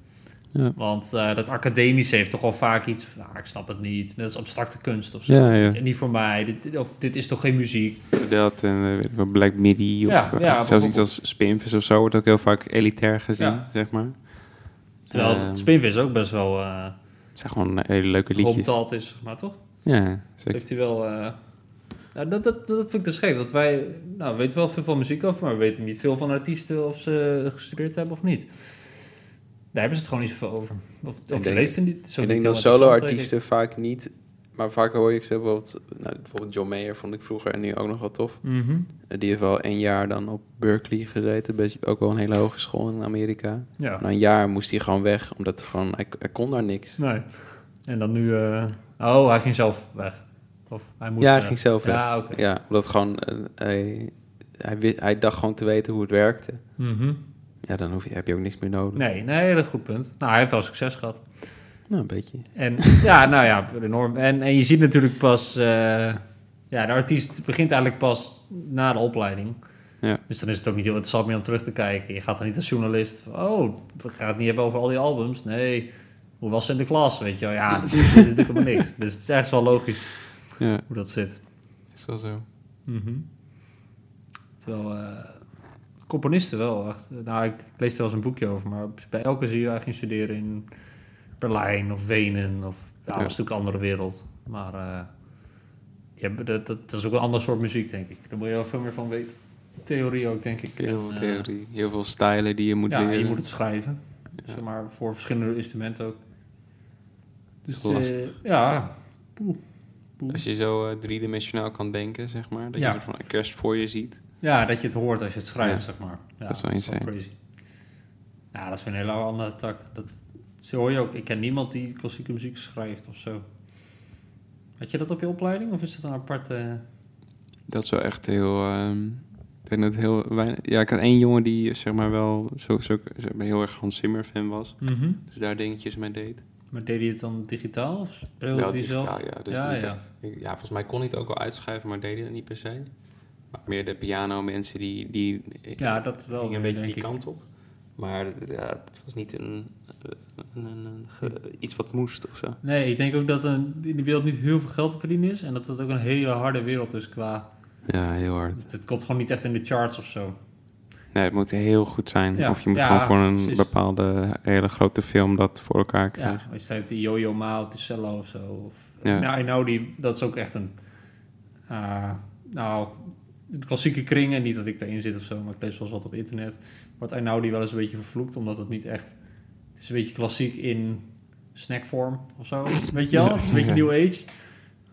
[SPEAKER 4] Ja.
[SPEAKER 2] Want eh, dat academisch heeft toch wel vaak iets van, ah, ik snap het niet. Dat is abstracte kunst of zo.
[SPEAKER 4] Ja, ja.
[SPEAKER 2] En Niet voor mij, dit- dit, of dit is toch geen muziek.
[SPEAKER 4] Dat en eh, weet ik wel, Black Midi of
[SPEAKER 2] Ja,
[SPEAKER 4] eh,
[SPEAKER 2] ja,
[SPEAKER 4] zelfs
[SPEAKER 2] bijvoorbeeld.
[SPEAKER 4] iets als Spinvis of zo wordt ook heel vaak elitair gezien,
[SPEAKER 2] Ja.
[SPEAKER 4] zeg maar.
[SPEAKER 1] Eh,
[SPEAKER 2] Terwijl
[SPEAKER 4] Ehm.
[SPEAKER 2] Spinvis ook best wel eh
[SPEAKER 4] Het zijn gewoon hele leuke liedjes.
[SPEAKER 2] hometaald is, zeg maar toch?
[SPEAKER 4] Ja, zeker.
[SPEAKER 2] heeft hij wel. eh, nou, dat, dat, dat vind ik dus gek. Dat wij. Nou, we weten wel veel van muziek af, maar we weten niet veel van artiesten of ze gestudeerd hebben of niet. Daar hebben ze het gewoon niet zoveel over. Of, of
[SPEAKER 4] denk-
[SPEAKER 2] je leest er niet. zo
[SPEAKER 4] ik
[SPEAKER 2] niet
[SPEAKER 4] denk dat
[SPEAKER 2] heel interessant,
[SPEAKER 4] solo-artiesten vaak niet... Maar vaak hoor ik ze bijvoorbeeld... Nou, bijvoorbeeld John Mayer vond ik vroeger en nu ook nog wel tof.
[SPEAKER 2] denk ik. Mhm.
[SPEAKER 4] Eh, Die heeft wel een jaar dan op Berkeley gezeten. Best, ook wel een hele hogeschool in Amerika.
[SPEAKER 2] Ja.
[SPEAKER 4] Na een jaar moest hij gewoon weg, omdat het gewoon, hij, hij kon daar niks.
[SPEAKER 2] Nee. En dan nu. eh, oh, hij ging zelf weg. Of hij moest.
[SPEAKER 4] ja, hij
[SPEAKER 2] weg.
[SPEAKER 4] ging zelf weg. Ja,
[SPEAKER 2] Ja, oké.
[SPEAKER 4] omdat het gewoon, eh, hij, hij, wi- hij dacht gewoon te weten hoe het werkte.
[SPEAKER 2] Mhm.
[SPEAKER 4] Ja, dan hoef je, heb je ook niks meer nodig.
[SPEAKER 2] Nee, nee, dat is een goed punt. Nou, hij heeft wel succes gehad.
[SPEAKER 4] Nou, een beetje.
[SPEAKER 2] En ja, nou ja, enorm. En, en je ziet natuurlijk pas, eh, ja, de artiest begint eigenlijk pas na de opleiding.
[SPEAKER 4] Ja.
[SPEAKER 2] Dus dan is het ook niet heel interessant meer om terug te kijken. Je gaat dan niet als journalist, van, oh, we gaan het niet hebben over al die albums. Nee, hoe was Sinterklaas, weet je wel. Ja, dat is natuurlijk helemaal niks. Dus het is ergens wel logisch
[SPEAKER 4] Ja,
[SPEAKER 2] hoe dat zit.
[SPEAKER 4] is wel zo. Mhm.
[SPEAKER 2] Terwijl eh, componisten wel echt. Nou, ik lees er wel eens een boekje over, maar bij elke zie je eigenlijk studeren in Berlijn of Wenen of ja, dat is natuurlijk een andere wereld. Maar eh, die hebben, dat, dat, dat is ook een ander soort muziek, denk ik. Daar moet je wel veel meer van weten. Theorie ook, denk ik.
[SPEAKER 4] Heel veel
[SPEAKER 2] En, eh,
[SPEAKER 4] theorie, heel veel stijlen die je moet
[SPEAKER 2] ja, en
[SPEAKER 4] leren.
[SPEAKER 2] je moet het schrijven. Zeg maar voor verschillende instrumenten ook. Dus
[SPEAKER 4] Heel
[SPEAKER 2] eh,
[SPEAKER 4] lastig.
[SPEAKER 2] ja,
[SPEAKER 1] Als je zo eh, driedimensionaal kan denken, zeg maar. Dat
[SPEAKER 2] Ja.
[SPEAKER 1] je een soort van orkest voor je ziet.
[SPEAKER 2] Ja, dat je het hoort als je het schrijft, zeg maar. Ja,
[SPEAKER 4] Dat is wel insane.
[SPEAKER 2] crazy. Ja, dat is weer een hele andere tak. Dat, zo hoor je ook. Ik ken niemand die klassieke muziek schrijft of zo. Had je dat op je opleiding of is dat een aparte...
[SPEAKER 1] Dat is wel echt heel... ehm, ik weet dat heel weinig... Ja, ik had één jongen die zeg maar wel zo, zo, zeg maar, heel erg Hans Zimmer fan was. Dus daar dingetjes mee deed.
[SPEAKER 2] Maar deed hij het dan digitaal of speelde
[SPEAKER 1] Wel
[SPEAKER 2] hij zelf?
[SPEAKER 1] digitaal, ja. Dus
[SPEAKER 2] ja,
[SPEAKER 1] niet
[SPEAKER 2] ja.
[SPEAKER 1] echt- ik- ja, volgens mij kon hij het ook wel uitschrijven, maar deed hij dat niet per se. Maar meer de piano mensen die, die
[SPEAKER 2] Ja, dat wel
[SPEAKER 1] gingen een
[SPEAKER 2] meer,
[SPEAKER 1] beetje die
[SPEAKER 2] Oh, denk ik.
[SPEAKER 1] kant op. Maar ja, het was niet een, een, een- een ge- iets wat moest of zo.
[SPEAKER 2] Nee, ik denk ook dat een, in de wereld niet heel veel geld te verdienen is. En dat het ook een hele harde wereld is qua...
[SPEAKER 4] Ja, heel hard.
[SPEAKER 2] Het komt gewoon niet echt in de charts of zo.
[SPEAKER 1] Nee, het moet heel goed zijn.
[SPEAKER 2] Ja.
[SPEAKER 1] Of je moet
[SPEAKER 2] Ja,
[SPEAKER 1] gewoon voor een
[SPEAKER 2] precies.
[SPEAKER 1] bepaalde hele grote film dat voor elkaar krijgen.
[SPEAKER 2] Ja, als je het de yo-yo ma op de cello of zo. Of, eh,
[SPEAKER 4] Ja.
[SPEAKER 2] Nou, I know die, dat is ook echt een... eh, nou, de klassieke kringen, niet dat ik daarin zit of zo, maar ik lees wel eens wat op internet. Wordt I know die wel eens een beetje vervloekt, omdat het niet echt... Het is een beetje klassiek in snackvorm of zo. Weet je wel? Het is een beetje new age.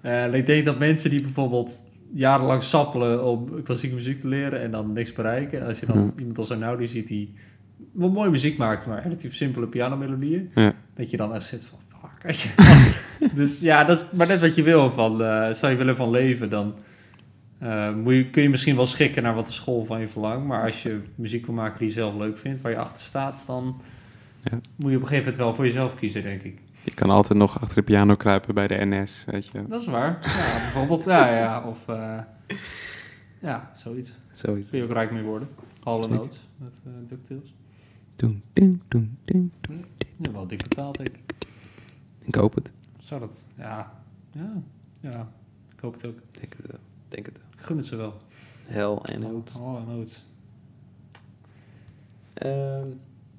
[SPEAKER 2] Eh, en ik denk dat mensen die bijvoorbeeld jarenlang sappelen om klassieke muziek te leren en dan niks bereiken. Als je dan iemand als Arnaudi ziet die wel mooie muziek maakt, maar relatief simpele pianomelodieën.
[SPEAKER 4] Ja.
[SPEAKER 2] Dat je dan echt zit van, fuck. weet je wel. dus ja, dat is maar net wat je wil. Van, eh, zou je willen van leven, dan eh, moet je, kun je misschien wel schikken naar wat de school van je verlangt. Maar als je muziek wil maken die je zelf leuk vindt, waar je achter staat, dan
[SPEAKER 4] Ja.
[SPEAKER 2] moet je op een gegeven moment wel voor jezelf kiezen, denk ik.
[SPEAKER 4] Je kan altijd nog achter de piano kruipen bij de NS, weet je.
[SPEAKER 2] Dat is waar. Ja, bijvoorbeeld. Ja, ja. Of eh, ja, zoiets.
[SPEAKER 4] Zoiets.
[SPEAKER 2] Kun je ook rijk mee worden. Hall Oates met eh DuckTales.
[SPEAKER 4] Doen, doen, doen, doen, doen.
[SPEAKER 2] Ja, wel dik betaald, denk ik.
[SPEAKER 4] Ik hoop het.
[SPEAKER 2] Zou dat... Ja. Ja. Ja. Ik hoop het ook.
[SPEAKER 4] Denk het wel. eh, Denk het wel.
[SPEAKER 2] Ik gun het ze wel.
[SPEAKER 4] Hell and
[SPEAKER 2] Hall Oates.
[SPEAKER 4] Ehm,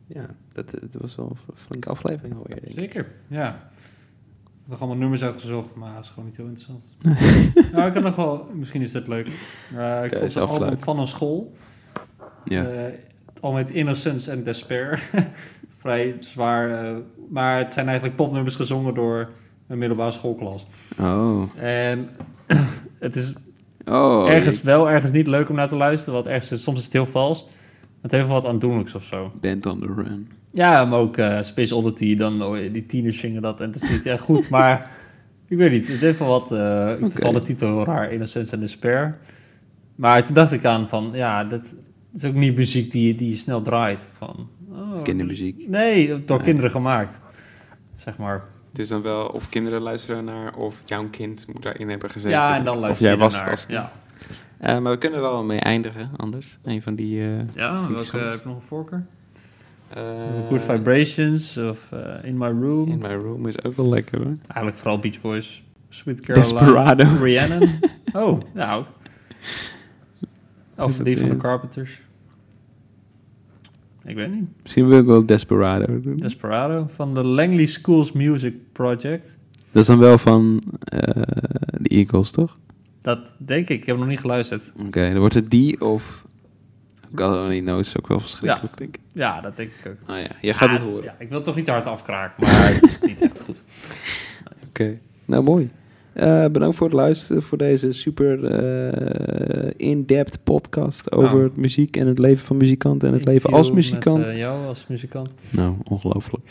[SPEAKER 4] ja, dat, dat was wel een flinke aflevering alweer, denk ik.
[SPEAKER 2] Zeker. Ja. Ik heb nog allemaal nummers uitgezocht, maar dat is gewoon niet heel interessant. nou, ik heb nog wel... Misschien is dat leuk. Eh, ik
[SPEAKER 4] is
[SPEAKER 2] vond het
[SPEAKER 4] afluik.
[SPEAKER 2] album van een school.
[SPEAKER 4] Ja.
[SPEAKER 2] Eh, het al met Innocence and Despair. Vrij zwaar. eh, maar het zijn eigenlijk popnummers gezongen door een middelbare schoolklas.
[SPEAKER 4] Oh.
[SPEAKER 2] En het is
[SPEAKER 4] Oh.
[SPEAKER 2] ergens wel, ergens niet leuk om naar te luisteren. Want ergens, is- soms is het heel vals. Het heeft wel wat aandoenlijks of zo.
[SPEAKER 4] je Bent on the run.
[SPEAKER 2] Ja, maar ook eh, Space Oddity. Dan hoor je die tieners zingen dat. En het is niet echt goed, maar... Ik weet niet, het heeft wel wat... eh, ik vind
[SPEAKER 4] Oké.
[SPEAKER 2] al de titel heel raar, Innocence and Despair. Maar toen dacht ik aan van... Ja, dat is ook niet muziek die, die je snel draait. Van, oh,
[SPEAKER 4] Kindermuziek.
[SPEAKER 2] Nee, door kinderen gemaakt. Zeg maar.
[SPEAKER 1] Het is dan wel of kinderen luisteren naar of jouw kind moet daarin hebben gezeten.
[SPEAKER 2] Ja, en dan
[SPEAKER 4] Of
[SPEAKER 2] luister
[SPEAKER 4] jij
[SPEAKER 2] je
[SPEAKER 4] was
[SPEAKER 2] ernaar.
[SPEAKER 4] het als kind.
[SPEAKER 2] Ja,
[SPEAKER 1] Eh, maar we kunnen er wel mee eindigen, anders. Een van die... eh,
[SPEAKER 2] ja
[SPEAKER 1] Vind ik
[SPEAKER 2] welke,
[SPEAKER 1] soms.
[SPEAKER 2] heb je nog een voorkeur?
[SPEAKER 1] eh,
[SPEAKER 2] Good Vibrations of eh, In My Room.
[SPEAKER 1] In My Room is ook wel lekker, hoor.
[SPEAKER 2] Eigenlijk vooral Beach Boys. Sweet Caroline.
[SPEAKER 4] Desperado.
[SPEAKER 2] Rhiannon. oh, nou. Of
[SPEAKER 4] dat
[SPEAKER 2] die van de
[SPEAKER 4] het?
[SPEAKER 2] Carpenters. Ik weet niet.
[SPEAKER 4] Misschien wil ik wel Desperado doen.
[SPEAKER 2] Desperado van de Langley Schools Music Project.
[SPEAKER 4] Dat is dan wel van eh, de Eagles, toch?
[SPEAKER 2] Dat denk ik. Ik heb nog niet geluisterd.
[SPEAKER 4] Oké, dan wordt het die of... God Only Knows is ook wel verschrikkelijk, denk ik.
[SPEAKER 2] Ja, dat denk ik ook.
[SPEAKER 4] Oh ja, jij gaat het
[SPEAKER 2] Ah,
[SPEAKER 4] horen.
[SPEAKER 2] Ja, ik wil het toch niet te hard afkraken, maar het is niet echt goed.
[SPEAKER 4] Oké, nou mooi. Eh, bedankt voor het luisteren voor deze super eh, in-depth podcast over
[SPEAKER 2] Nou.
[SPEAKER 4] het muziek en het leven van muzikanten en het leven als
[SPEAKER 2] Interview
[SPEAKER 4] muzikant.
[SPEAKER 2] Met eh, jou als muzikant.
[SPEAKER 4] Nou, ongelooflijk.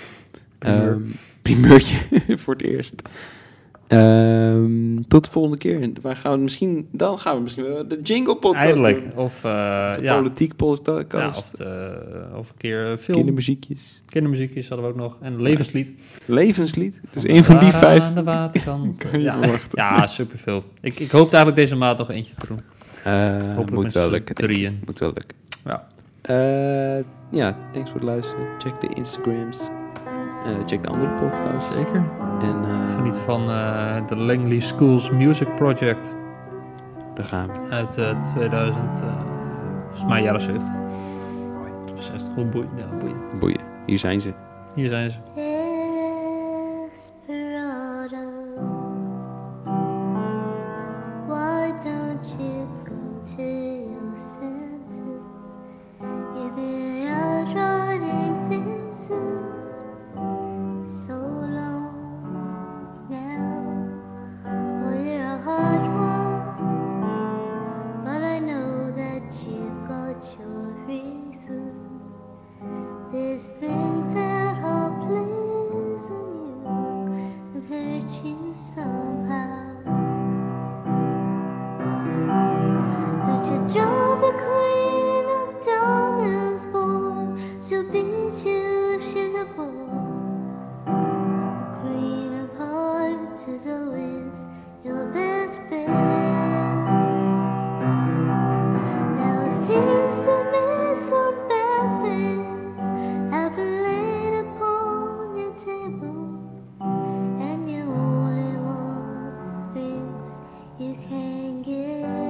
[SPEAKER 2] Primeur.
[SPEAKER 4] Ehm, primeurtje voor het eerst. Ehm, tot de volgende keer. En Waar gaan we misschien, dan gaan we misschien wel de Jingle Podcast doen.
[SPEAKER 2] Eindelijk. Of, eh,
[SPEAKER 4] De
[SPEAKER 2] ja.
[SPEAKER 4] politiek podcast,
[SPEAKER 2] Ja, of, de- of een keer eh, film.
[SPEAKER 4] kindermuziekjes,
[SPEAKER 2] Kindermuziekjes hadden we ook nog. En een levenslied.
[SPEAKER 4] levenslied. Het is één van die
[SPEAKER 2] Daar
[SPEAKER 4] vijf.
[SPEAKER 2] Aan de waterkant.
[SPEAKER 4] je
[SPEAKER 2] ja, ja, superveel. Ik, ik hoop eigenlijk deze maand nog eentje te doen.
[SPEAKER 4] Eh,
[SPEAKER 2] Hopelijk
[SPEAKER 4] moet
[SPEAKER 2] met
[SPEAKER 4] wel
[SPEAKER 2] z'n
[SPEAKER 4] lukken. denk ik.
[SPEAKER 2] drieën.
[SPEAKER 4] Moet wel lukken.
[SPEAKER 2] Ja.
[SPEAKER 4] Eh, ja, thanks voor het luisteren. Check de Instagrams. Eh, check de andere podcasts.
[SPEAKER 2] Zeker.
[SPEAKER 4] En eh,
[SPEAKER 2] Geniet van eh, de Langley Schools Music Project
[SPEAKER 4] daar gaan we.
[SPEAKER 2] uit eh, 2000, eh volgens mij jaren 70. Of 60, hoe boeien. Ja, boeien.
[SPEAKER 4] Boeien. Hier zijn ze.
[SPEAKER 2] Hier zijn ze.
[SPEAKER 5] Desperado, why don't you come to your senses? You've been out running fences so long now. Oh, you're a hard one, but I know that you got your reasons. There's things that are pleasing you that hurt you somehow. But you draw the queen of diamonds born. She'll beat you if she's a bore. The queen of hearts is always your best friend. Now it seems to me some bad things have been laid upon your table, and you only want things you can give.